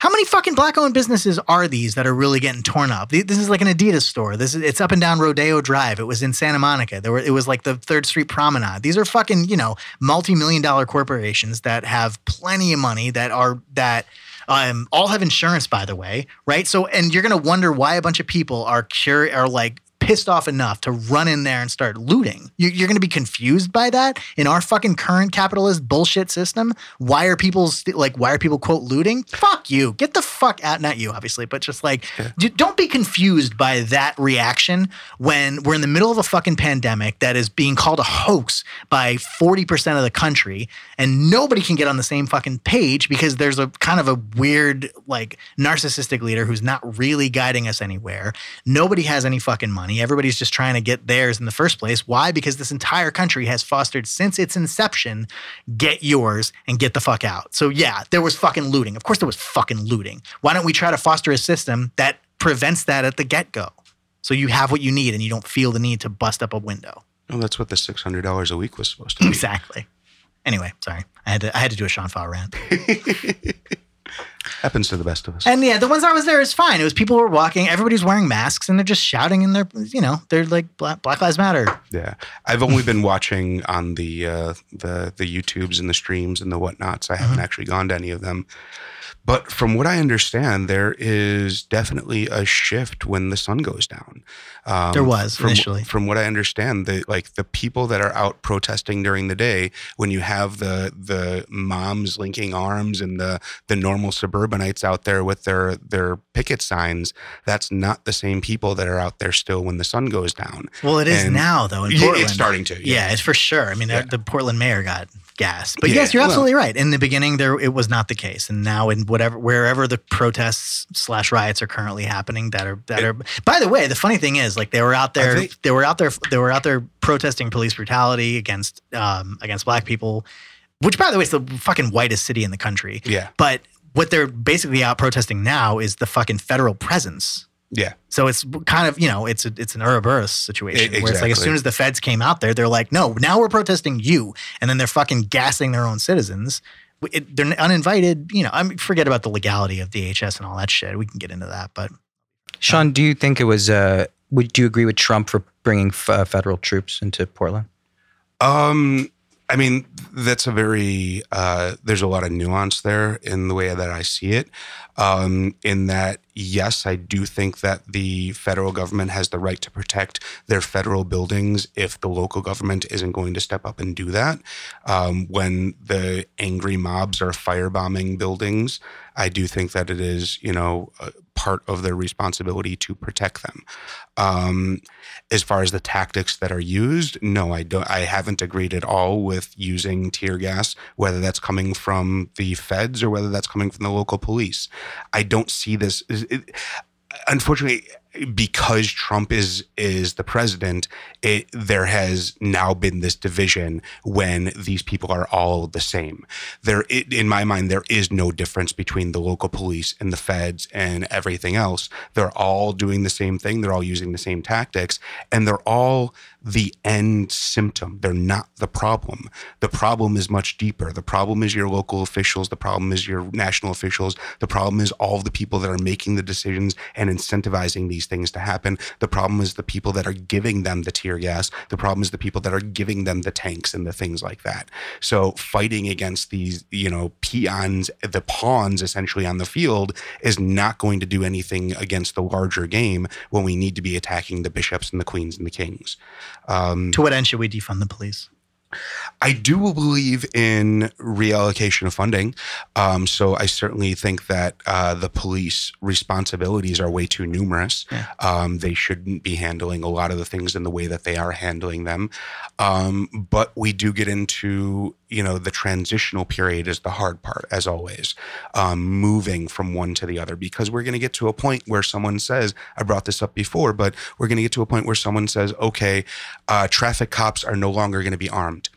S2: how many fucking black-owned businesses are these that are really getting torn up? Th- This is like an Adidas store. This is it's up and down Rodeo Drive. It was in Santa Monica. There were it was like the Third Street Promenade. These are fucking you know multi-million-dollar corporations that have plenty of money that are that. Um, all have insurance, by the way, right? So, and you're gonna wonder why a bunch of people are cur are like pissed off enough to run in there and start looting. You- You're going to be confused by that in our fucking current capitalist bullshit system. Why are people st- like? Why are people quote looting? Fuck you! Get the fuck out. Not you, obviously, but just like, d- don't be confused by that reaction when we're in the middle of a fucking pandemic that is being called a hoax by 40% of the country, and nobody can get on the same fucking page because there's a kind of a weird like narcissistic leader who's not really guiding us anywhere. Nobody has any fucking money. Everybody's just trying to get theirs in the first place. Why? Because this entire country has fostered since its inception get yours and get the fuck out. So, yeah, there was fucking looting. Of course, there was fucking looting. Why don't we try to foster a system that prevents that at the get go? So you have what you need and you don't feel the need to bust up a window.
S1: Oh, that's what the six hundred dollars a week was supposed to be.
S2: Exactly. Anyway, sorry. I had to I had to do a Sean Fowle rant.
S1: Happens to the best of us.
S2: And yeah, the ones I was there is fine. It was people who were walking, everybody's wearing masks and they're just shouting and they're you know, they're like Black, Black Lives Matter.
S1: Yeah, I've only been watching on the uh, the the YouTubes and the streams and the whatnots. I
S2: Uh-huh.
S1: haven't actually gone to any of them, but from what I understand, there is definitely a shift when the sun goes down. Um,
S2: There was
S1: from,
S2: initially.
S1: from what I understand, the like the people that are out protesting during the day, when you have the the moms linking arms and the the normal suburbanites out there with their their picket signs, that's not the same people that are out there still when the sun goes down.
S2: Well, it is
S1: And-
S2: now though in
S1: Yeah,
S2: Portland.
S1: It's starting to.
S2: Yeah, it's for sure. I mean,
S1: Yeah.
S2: the the Portland mayor got gas, but
S1: Yeah,
S2: yes, you're
S1: well-
S2: absolutely right. In the beginning, there it was not the case, and now in whatever wherever the protests slash riots are currently happening, that are that are. By the way, the funny thing is, like they were out there,
S1: think-
S2: they were out there, they were out there protesting police brutality against um, against black people, which by the way is the fucking whitest city in the country.
S1: Yeah.
S2: But what they're basically out protesting now is the fucking federal presence.
S1: Yeah.
S2: So it's kind of you know it's a, it's an Ouroboros situation
S1: E-
S2: where it's like as
S1: exactly.
S2: soon as the feds came out there, they're like, no, now we're protesting you, and then they're fucking gassing their own citizens. W- It, they're uninvited. You know, I mean, forget about the legality of DHS and all that shit. We can get into that, but
S5: Sean, do you think it was? Uh, would do you agree with Trump for bringing f- uh, federal troops into Portland?
S1: Um, I mean, that's a very, uh, there's a lot of nuance there in the way that I see it. Um, in that, yes, I do think that the federal government has the right to protect their federal buildings if the local government isn't going to step up and do that. Um, when the angry mobs are firebombing buildings, I do think that it is, you know, uh, part of their responsibility to protect them. Um, as far as the tactics that are used, no, I don't. I haven't agreed at all with using tear gas, whether that's coming from the feds or whether that's coming from the local police. I don't see this. It, unfortunately, because Trump is is the president, it, there has now been this division when these people are all the same. There, it, in my mind, there is no difference between the local police and the feds and everything else. They're all doing the same thing. They're all using the same tactics, and they're all the end symptom. They're not the problem. The problem is much deeper. The problem is your local officials. The problem is your national officials. The problem is all the people that are making the decisions and incentivizing these things to happen. The problem is the people that are giving them the tear gas. The problem is the people that are giving them the tanks and the things like that. So fighting against these, you know, peons, the pawns essentially on the field is not going to do anything against the larger game when we need to be attacking the bishops and the queens and the kings. Um,
S2: To what end should we defund the police?
S1: I do believe in reallocation of funding. Um, so I certainly think that uh, the police responsibilities are way too numerous.
S2: Yeah.
S1: Um, they shouldn't be handling a lot of the things in the way that they are handling them. Um, but we do get into, you know, the transitional period is the hard part, as always, um, moving from one to the other, because we're going to get to a point where someone says, I brought this up before, but we're going to get to a point where someone says, okay, uh, traffic cops are no longer going to be armed.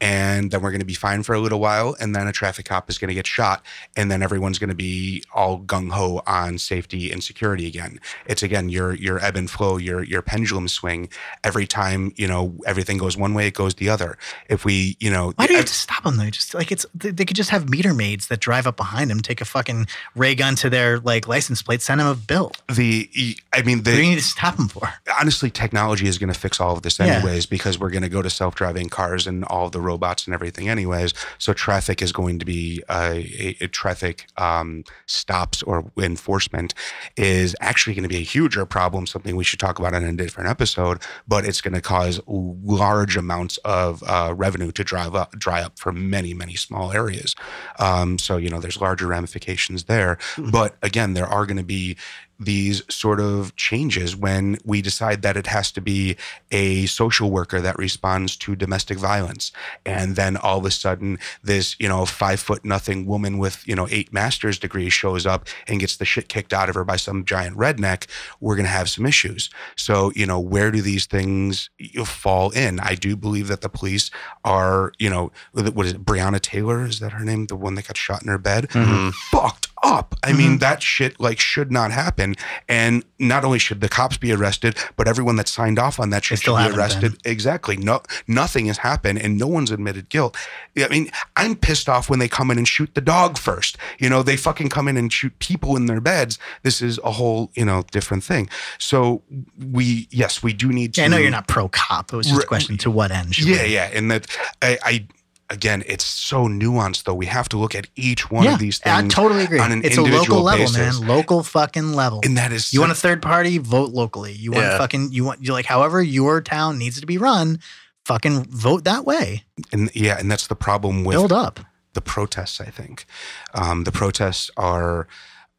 S1: And then we're going to be fine for a little while. And then a traffic cop is going to get shot. And then everyone's going to be all gung ho on safety and security again. It's again your your ebb and flow, your your pendulum swing. Every time you know everything goes one way, it goes the other. If we you know
S2: Why do you have to stop them though? Just like it's, they, they could just have meter maids that drive up behind them, take a fucking ray gun to their like license plate, send them a bill.
S1: the I mean
S2: What do you
S1: the
S2: need to stop them for?
S1: honestly technology is going to fix all of this
S2: Yeah.
S1: anyways because we're going to go to self-driving cars and all the robots and everything anyways so traffic is going to be uh, a, a traffic um, stops or enforcement is actually going to be a huger problem something we should talk about in a different episode but it's going to cause large amounts of uh, revenue to drive up dry up for many many small areas um, so you know there's larger ramifications there but again there are going to be these sort of changes when we decide that it has to be a social worker that responds to domestic violence and then all of a sudden this you know five foot nothing woman with you know eight master's degrees shows up and gets the shit kicked out of her by some giant redneck we're going to have some issues so you know where do these things you know, fall in i do believe that the police are you know what is it breonna taylor is that her name the one that got shot in her bed
S2: Mm-hmm.
S1: fucked up. I mean, that shit like should not happen. And not only should the cops be arrested, but everyone that signed off on that shit
S2: still
S1: should be
S2: haven't
S1: arrested. Exactly. No, nothing has happened, and no one's admitted guilt. I mean, I'm pissed off when they come in and shoot the dog first. You know, they fucking come in and shoot people in their beds. This is a whole you know different thing. So we yes, we do need.
S2: Yeah, I
S1: to,
S2: know you're not pro cop. It was just a
S1: Mm. Re-
S2: question to what end? should
S1: yeah,
S2: we-
S1: yeah, and that I. I Again, it's so nuanced, though. We have to look at each one of these things.
S2: I totally agree.
S1: on an
S2: it's a local
S1: individual
S2: level,
S1: basis.
S2: man. Local fucking level.
S1: and that is
S2: you want a third party? Vote locally. You want
S6: Yeah.
S2: fucking you want you like however your town needs to be run. Fucking vote that way.
S1: and yeah, and that's the problem with
S2: Build up.
S1: the protests. I think um, the protests are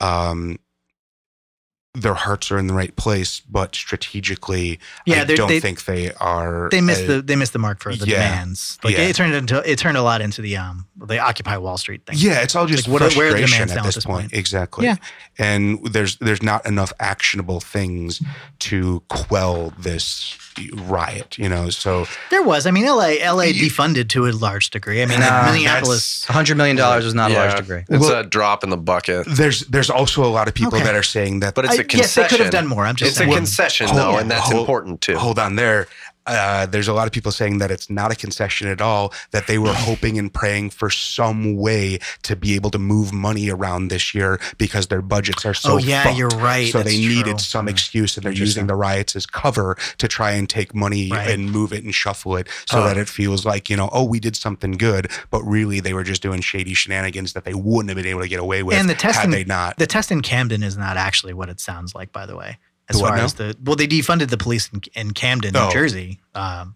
S1: um, their hearts are in the right place, but strategically,
S2: Yeah,
S1: I
S2: they're-
S1: don't
S2: they
S1: think they are.
S2: they missed
S1: uh,
S2: the they missed the mark for the
S1: yeah.
S2: demands. Like
S1: Yeah.
S2: it turned into it turned a lot into the um the Occupy Wall Street thing.
S1: Yeah, it's all just
S2: Like, what are- where are the
S1: frustration at
S2: demands now
S1: this, point. Exactly.
S2: Yeah.
S1: And there's there's not enough actionable things to quell this riot, you know. So
S2: There was. I mean, LA LA
S1: You-
S2: defunded to a large degree. I mean,
S5: Nah,
S1: um,
S2: Minneapolis.
S5: $100 million is not a large
S6: Yeah.
S5: degree.
S6: It's
S1: Well-
S6: a drop in the bucket,
S1: there's there's also a lot of people
S2: Okay.
S1: that are saying that
S6: but it's
S2: I-
S6: a
S2: yes,
S6: concession.
S2: they could have done more. I'm just
S6: It's a
S2: saying.
S6: concession,
S1: Hold
S6: though,
S1: on.
S6: and that's
S1: Hold-
S6: important too.
S1: hold on there Uh, there's a lot of people saying that it's not a concession at all, that they were hoping and praying for some way to be able to move money around this year because their budgets are so
S2: oh yeah,
S1: fucked.
S2: you're right.
S1: So
S2: That's
S1: they
S2: true. Hmm.
S1: needed some excuse, and they're using the riots as cover to try and take money
S2: Right.
S1: and move it and shuffle it, so
S7: Huh.
S1: that it feels like you know, oh, we did something good, but really they were just doing shady shenanigans that they wouldn't have been able to get away with
S2: And the testing-
S1: had they not.
S2: The test in Camden is not actually what it sounds like, by the way. As
S1: The what
S2: far
S1: now?
S2: as the well, they defunded the police in, in Camden, New
S1: Oh.
S2: Jersey, um,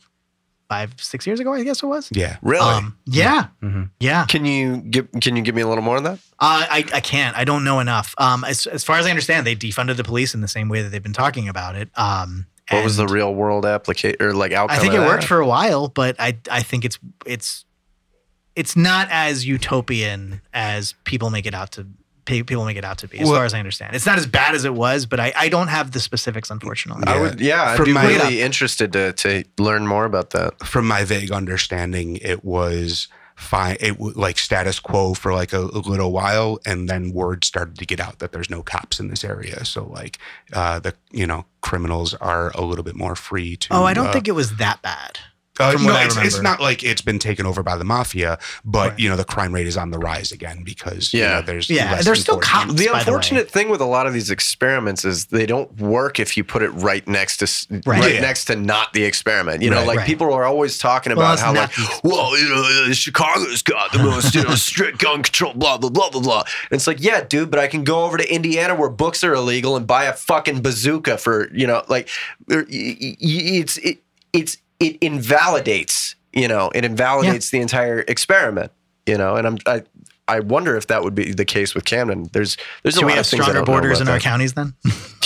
S2: five six years ago, I guess it was.
S1: Yeah,
S7: Really?
S2: Um, yeah,
S5: Mhm.
S2: yeah.
S7: can you give Can you give me a little more on that?
S2: Uh, I I can't. I don't know enough. Um, as as far as I understand, they defunded the police in the same way that they've been talking about it. Um,
S6: What was the
S2: and
S6: real world application or like outcome?
S2: I think
S6: of
S2: it
S6: that?
S2: worked for a while, but I I think it's it's it's not as utopian as people make it out to pe- people make it out to be. As
S1: Well-
S2: far as I understand, it's not as bad as it was, but I, I don't have the specifics unfortunately.
S1: Yeah.
S6: I would, yeah, I'd
S1: From
S6: be
S1: my-
S6: really interested to, to learn more about that.
S1: from my vague understanding, it was fine. It w- like status quo for like a, a little while, and then word started to get out that there's no cops in this area. So like uh, the you know criminals are a little bit more free to.
S2: Oh, I don't
S1: uh,
S2: think it was that bad.
S1: Uh,
S2: from
S1: no,
S2: what I
S1: it's, it's
S2: remember.
S1: not like it's been taken over by the mafia, but
S2: Right.
S1: you know the crime rate is on the rise again because you
S6: Yeah.
S1: know, there's
S2: Yeah,
S1: less
S2: there's still
S1: enforcement.
S2: cops.
S6: The
S2: by the way.
S6: unfortunate thing with a lot of these experiments is they don't work if you put it right next to s-
S2: Right.
S6: right,
S1: Yeah.
S6: next to not the experiment. You know,
S1: Right.
S6: like
S2: Right.
S6: people are always talking
S2: Well,
S6: about
S2: that's
S6: how
S2: not
S6: like, well, you know, uh, Chicago's got the most you know strict gun control, blah blah blah blah blah. And it's like, yeah, dude, but I can go over to Indiana where books are illegal and buy a fucking bazooka for you know, like there- y- y- y- it's it it's it invalidates you know it invalidates the entire experiment you know and I'm I. I wonder if that would be the case with Camden. There's there's a
S2: Do we
S6: lot
S2: have
S6: of things I
S2: stronger
S6: don't know
S2: borders
S6: about
S2: in our
S6: that.
S2: counties then?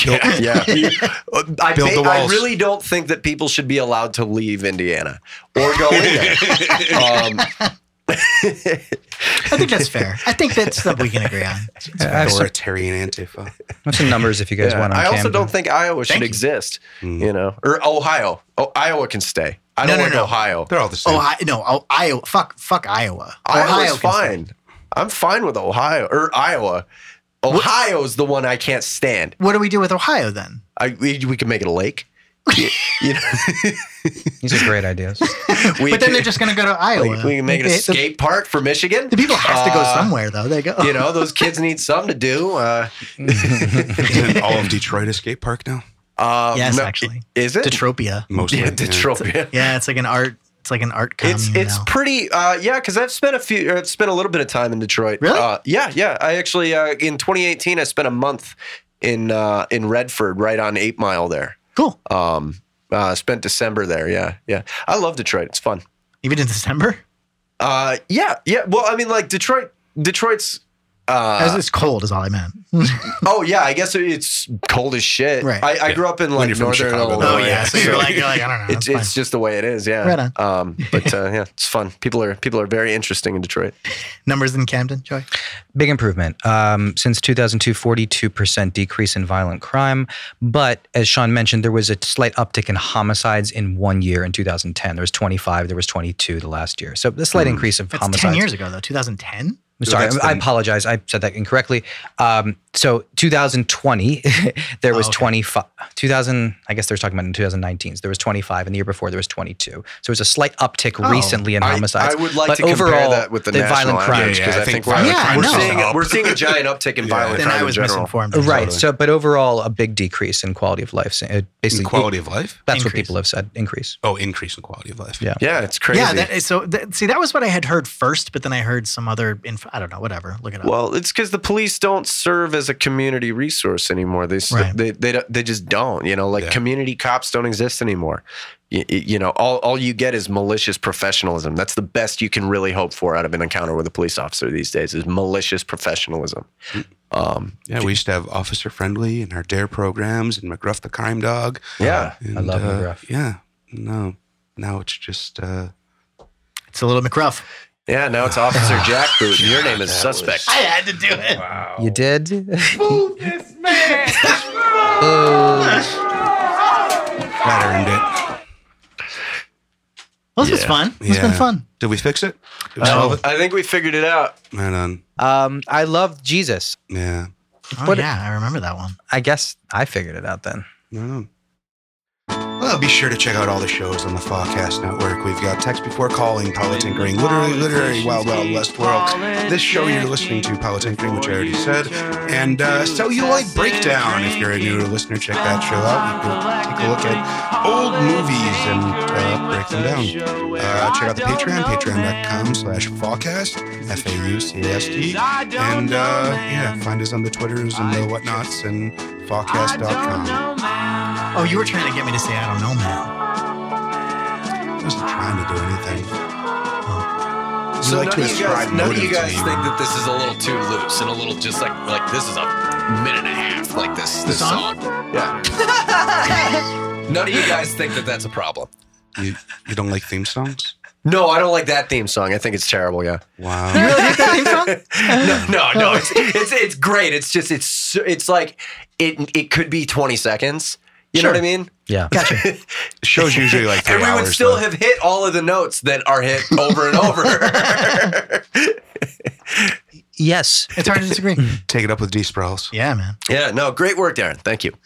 S6: Yeah. Uh, I,
S1: Build
S6: ba-
S1: the
S6: I
S1: walls.
S6: really don't think that people should be allowed to leave Indiana or go in there. um,
S2: I think that's fair. I think that's something we can agree on.
S5: I have some,
S1: authoritarian antifa.
S5: I have some numbers if you guys
S6: yeah.
S5: want. On
S6: I also
S5: Camden.
S6: don't think Iowa should
S2: Thank you.
S6: exist,
S1: Mm.
S6: you know, or Ohio. Oh, Iowa can stay. I
S2: No,
S6: don't
S2: no,
S6: like
S2: no.
S6: Ohio.
S1: They're all the same.
S2: Oh, I, no, oh, Iowa. Fuck, fuck Iowa.
S6: Iowa's
S2: can stay.
S6: fine. I'm fine with Ohio or Iowa. Ohio's the one I can't stand.
S2: What do we do with Ohio then?
S6: I, we, we can make it a lake.
S5: These are great ideas.
S6: We
S2: but then
S6: can,
S2: they're just going to go to Iowa.
S6: we, we can make it a
S2: They- the-
S6: skate park for Michigan.
S2: The, people have to go
S6: Uh,
S2: somewhere though. They go. oh,
S6: You know, those kids need something to do. Uh,
S1: Isn't all of Detroit a skate park now?
S6: uh,
S2: yes,
S6: no-
S2: actually,
S6: Is it?
S2: Detropia.
S1: Mostly.
S6: Yeah, Detropia.
S2: Yeah, it's like an art. It's like an art commune.
S6: It's it's
S2: now.
S6: pretty uh, yeah because I've spent a few or I've spent a little bit of time in Detroit.
S2: Really?
S6: Uh, yeah, yeah. I actually uh, in 2018 I spent a month in uh, in Redford, right on Eight Mile there.
S2: cool.
S6: Um, uh, spent December there. Yeah, yeah. I love Detroit. It's fun.
S2: Even in December,
S6: Uh, yeah, yeah. Well, I mean, like Detroit. Detroit's.
S2: It was-
S6: Uh,
S2: it's cold, is all I meant.
S6: oh yeah, I guess it's cold as shit.
S2: Right.
S6: I, I grew up in like
S1: you're from
S6: northern
S1: Chicago,
S6: Illinois.
S1: though.
S2: oh yeah, so you're
S6: so-
S2: like, you're like, I don't know.
S6: It's,
S2: fine.
S6: it's just the way it is, yeah.
S2: Right
S6: Um, but uh, yeah, it's fun. People are people are very interesting in Detroit.
S2: numbers in Camden, Joy.
S5: Big improvement. Um, since 2002, 42% decrease in violent crime. But as Sean mentioned, there was a slight uptick in homicides in one year in 2010. There was 25, there was 22 the last year. So the
S6: Hmm.
S5: slight increase of
S2: That's
S5: homicides.
S2: ten years ago though. 2010.
S5: I'm sorry,
S6: That's
S5: I
S6: the-
S5: apologize. I said that incorrectly. Um, so 2020, there was
S2: Oh, okay.
S5: 25. 2000, I guess they're talking about in 2019. So there was 25, and the year before there was 22. So it was a slight uptick
S2: Oh,
S5: recently in
S6: I-
S5: homicides.
S6: I, would like
S5: but
S6: to compare
S5: overall,
S6: that with the,
S5: the
S6: national
S5: violent crimes,
S6: average because
S1: yeah,
S6: I
S1: I
S6: think
S1: think
S6: violent
S2: violent
S6: crime. We're
S2: crimes
S6: seeing
S1: up.
S6: we're seeing a giant uptick in
S1: Yeah.
S6: violent
S2: Then
S6: crime
S2: I was
S6: in general.
S2: misinformed.
S5: Right.
S1: Totally.
S5: So, but overall, a big decrease in quality of life. So it Basically,
S1: quality of life.
S5: that's what
S2: Increase.
S5: people have said. Increase.
S1: Oh, increase in quality of life.
S5: Yeah.
S6: Yeah, it's crazy.
S2: Yeah. That, so that, see, that was what I had heard first, but then I heard some other info. I don't know. Whatever. Look it up.
S6: well, it's because the police don't serve as a community resource anymore. They s-
S2: Right.
S6: they they, don't- they just don't. You know, like
S1: Yeah.
S6: community cops don't exist anymore. You, you know, all all you get is malicious professionalism. That's the best you can really hope for out of an encounter with a police officer these days is malicious professionalism. Um,
S1: Yeah, we used to have officer friendly in our dare programs and McGruff the crime dog.
S6: yeah.
S1: And,
S5: I love
S1: uh,
S5: McGruff.
S1: Yeah, no, now it's just uh,
S2: It's a little McRuff.
S6: Yeah, now it's Officer Jack Boot. Your name is suspect.
S2: I had to do it.
S5: You did?
S1: that earned it.
S2: Well, this was
S6: Yeah.
S2: fun. It's been
S1: Yeah.
S2: fun.
S1: Did we fix it? Did we
S6: Oh,
S1: solve it?
S6: I think we figured it out.
S1: Right on.
S5: um, I love Jesus.
S1: Yeah,
S2: Oh,
S5: What-
S2: yeah, I remember that one.
S5: I guess I figured it out then.
S1: right on.
S2: Well,
S1: be sure to check out all the shows on the Podcast Network. We've got Text Before Calling, Politinkering, Literary, Literary, Wild Wild West World. This show you're listening to, Politinkering, which I already said, and uh, Celluloid Breakdown. If you're a newer listener, check that show out. You can take a look at old movies and uh, break them down. Uh, check out the Patreon, patreon.com slash Fallcast, F-A-U-C-A-S-T. And uh, yeah, find us on the Twitters and the whatnots and Fallcast.com.
S2: Oh, you were trying to get me to say I don't know, man.
S1: I wasn't trying to do anything. You
S6: So
S1: like to
S6: none, of
S1: ascribe
S6: you guys, none of you
S1: motive to
S6: guys
S1: me.
S6: think that this is a little too loose and a little just like like this is a minute and a half like this this
S2: song?
S6: song. Yeah. none of you guys think that that's a problem.
S1: You, you don't like theme songs?
S6: No, I don't like that theme song. I think it's terrible. Yeah.
S1: Wow.
S6: no, no, no. It's, it's it's great. It's just it's so- it's like it it could be twenty seconds. You know what I mean?
S5: Yeah.
S1: Show's usually like three
S6: and we
S1: hours.
S6: would still
S1: though.
S6: have hit all of the notes that are hit over and over.
S5: Yes.
S2: It's hard to disagree.
S1: Take it up with D. Sprouse.
S2: yeah, man.
S6: yeah, no, great work, Darren. Thank you.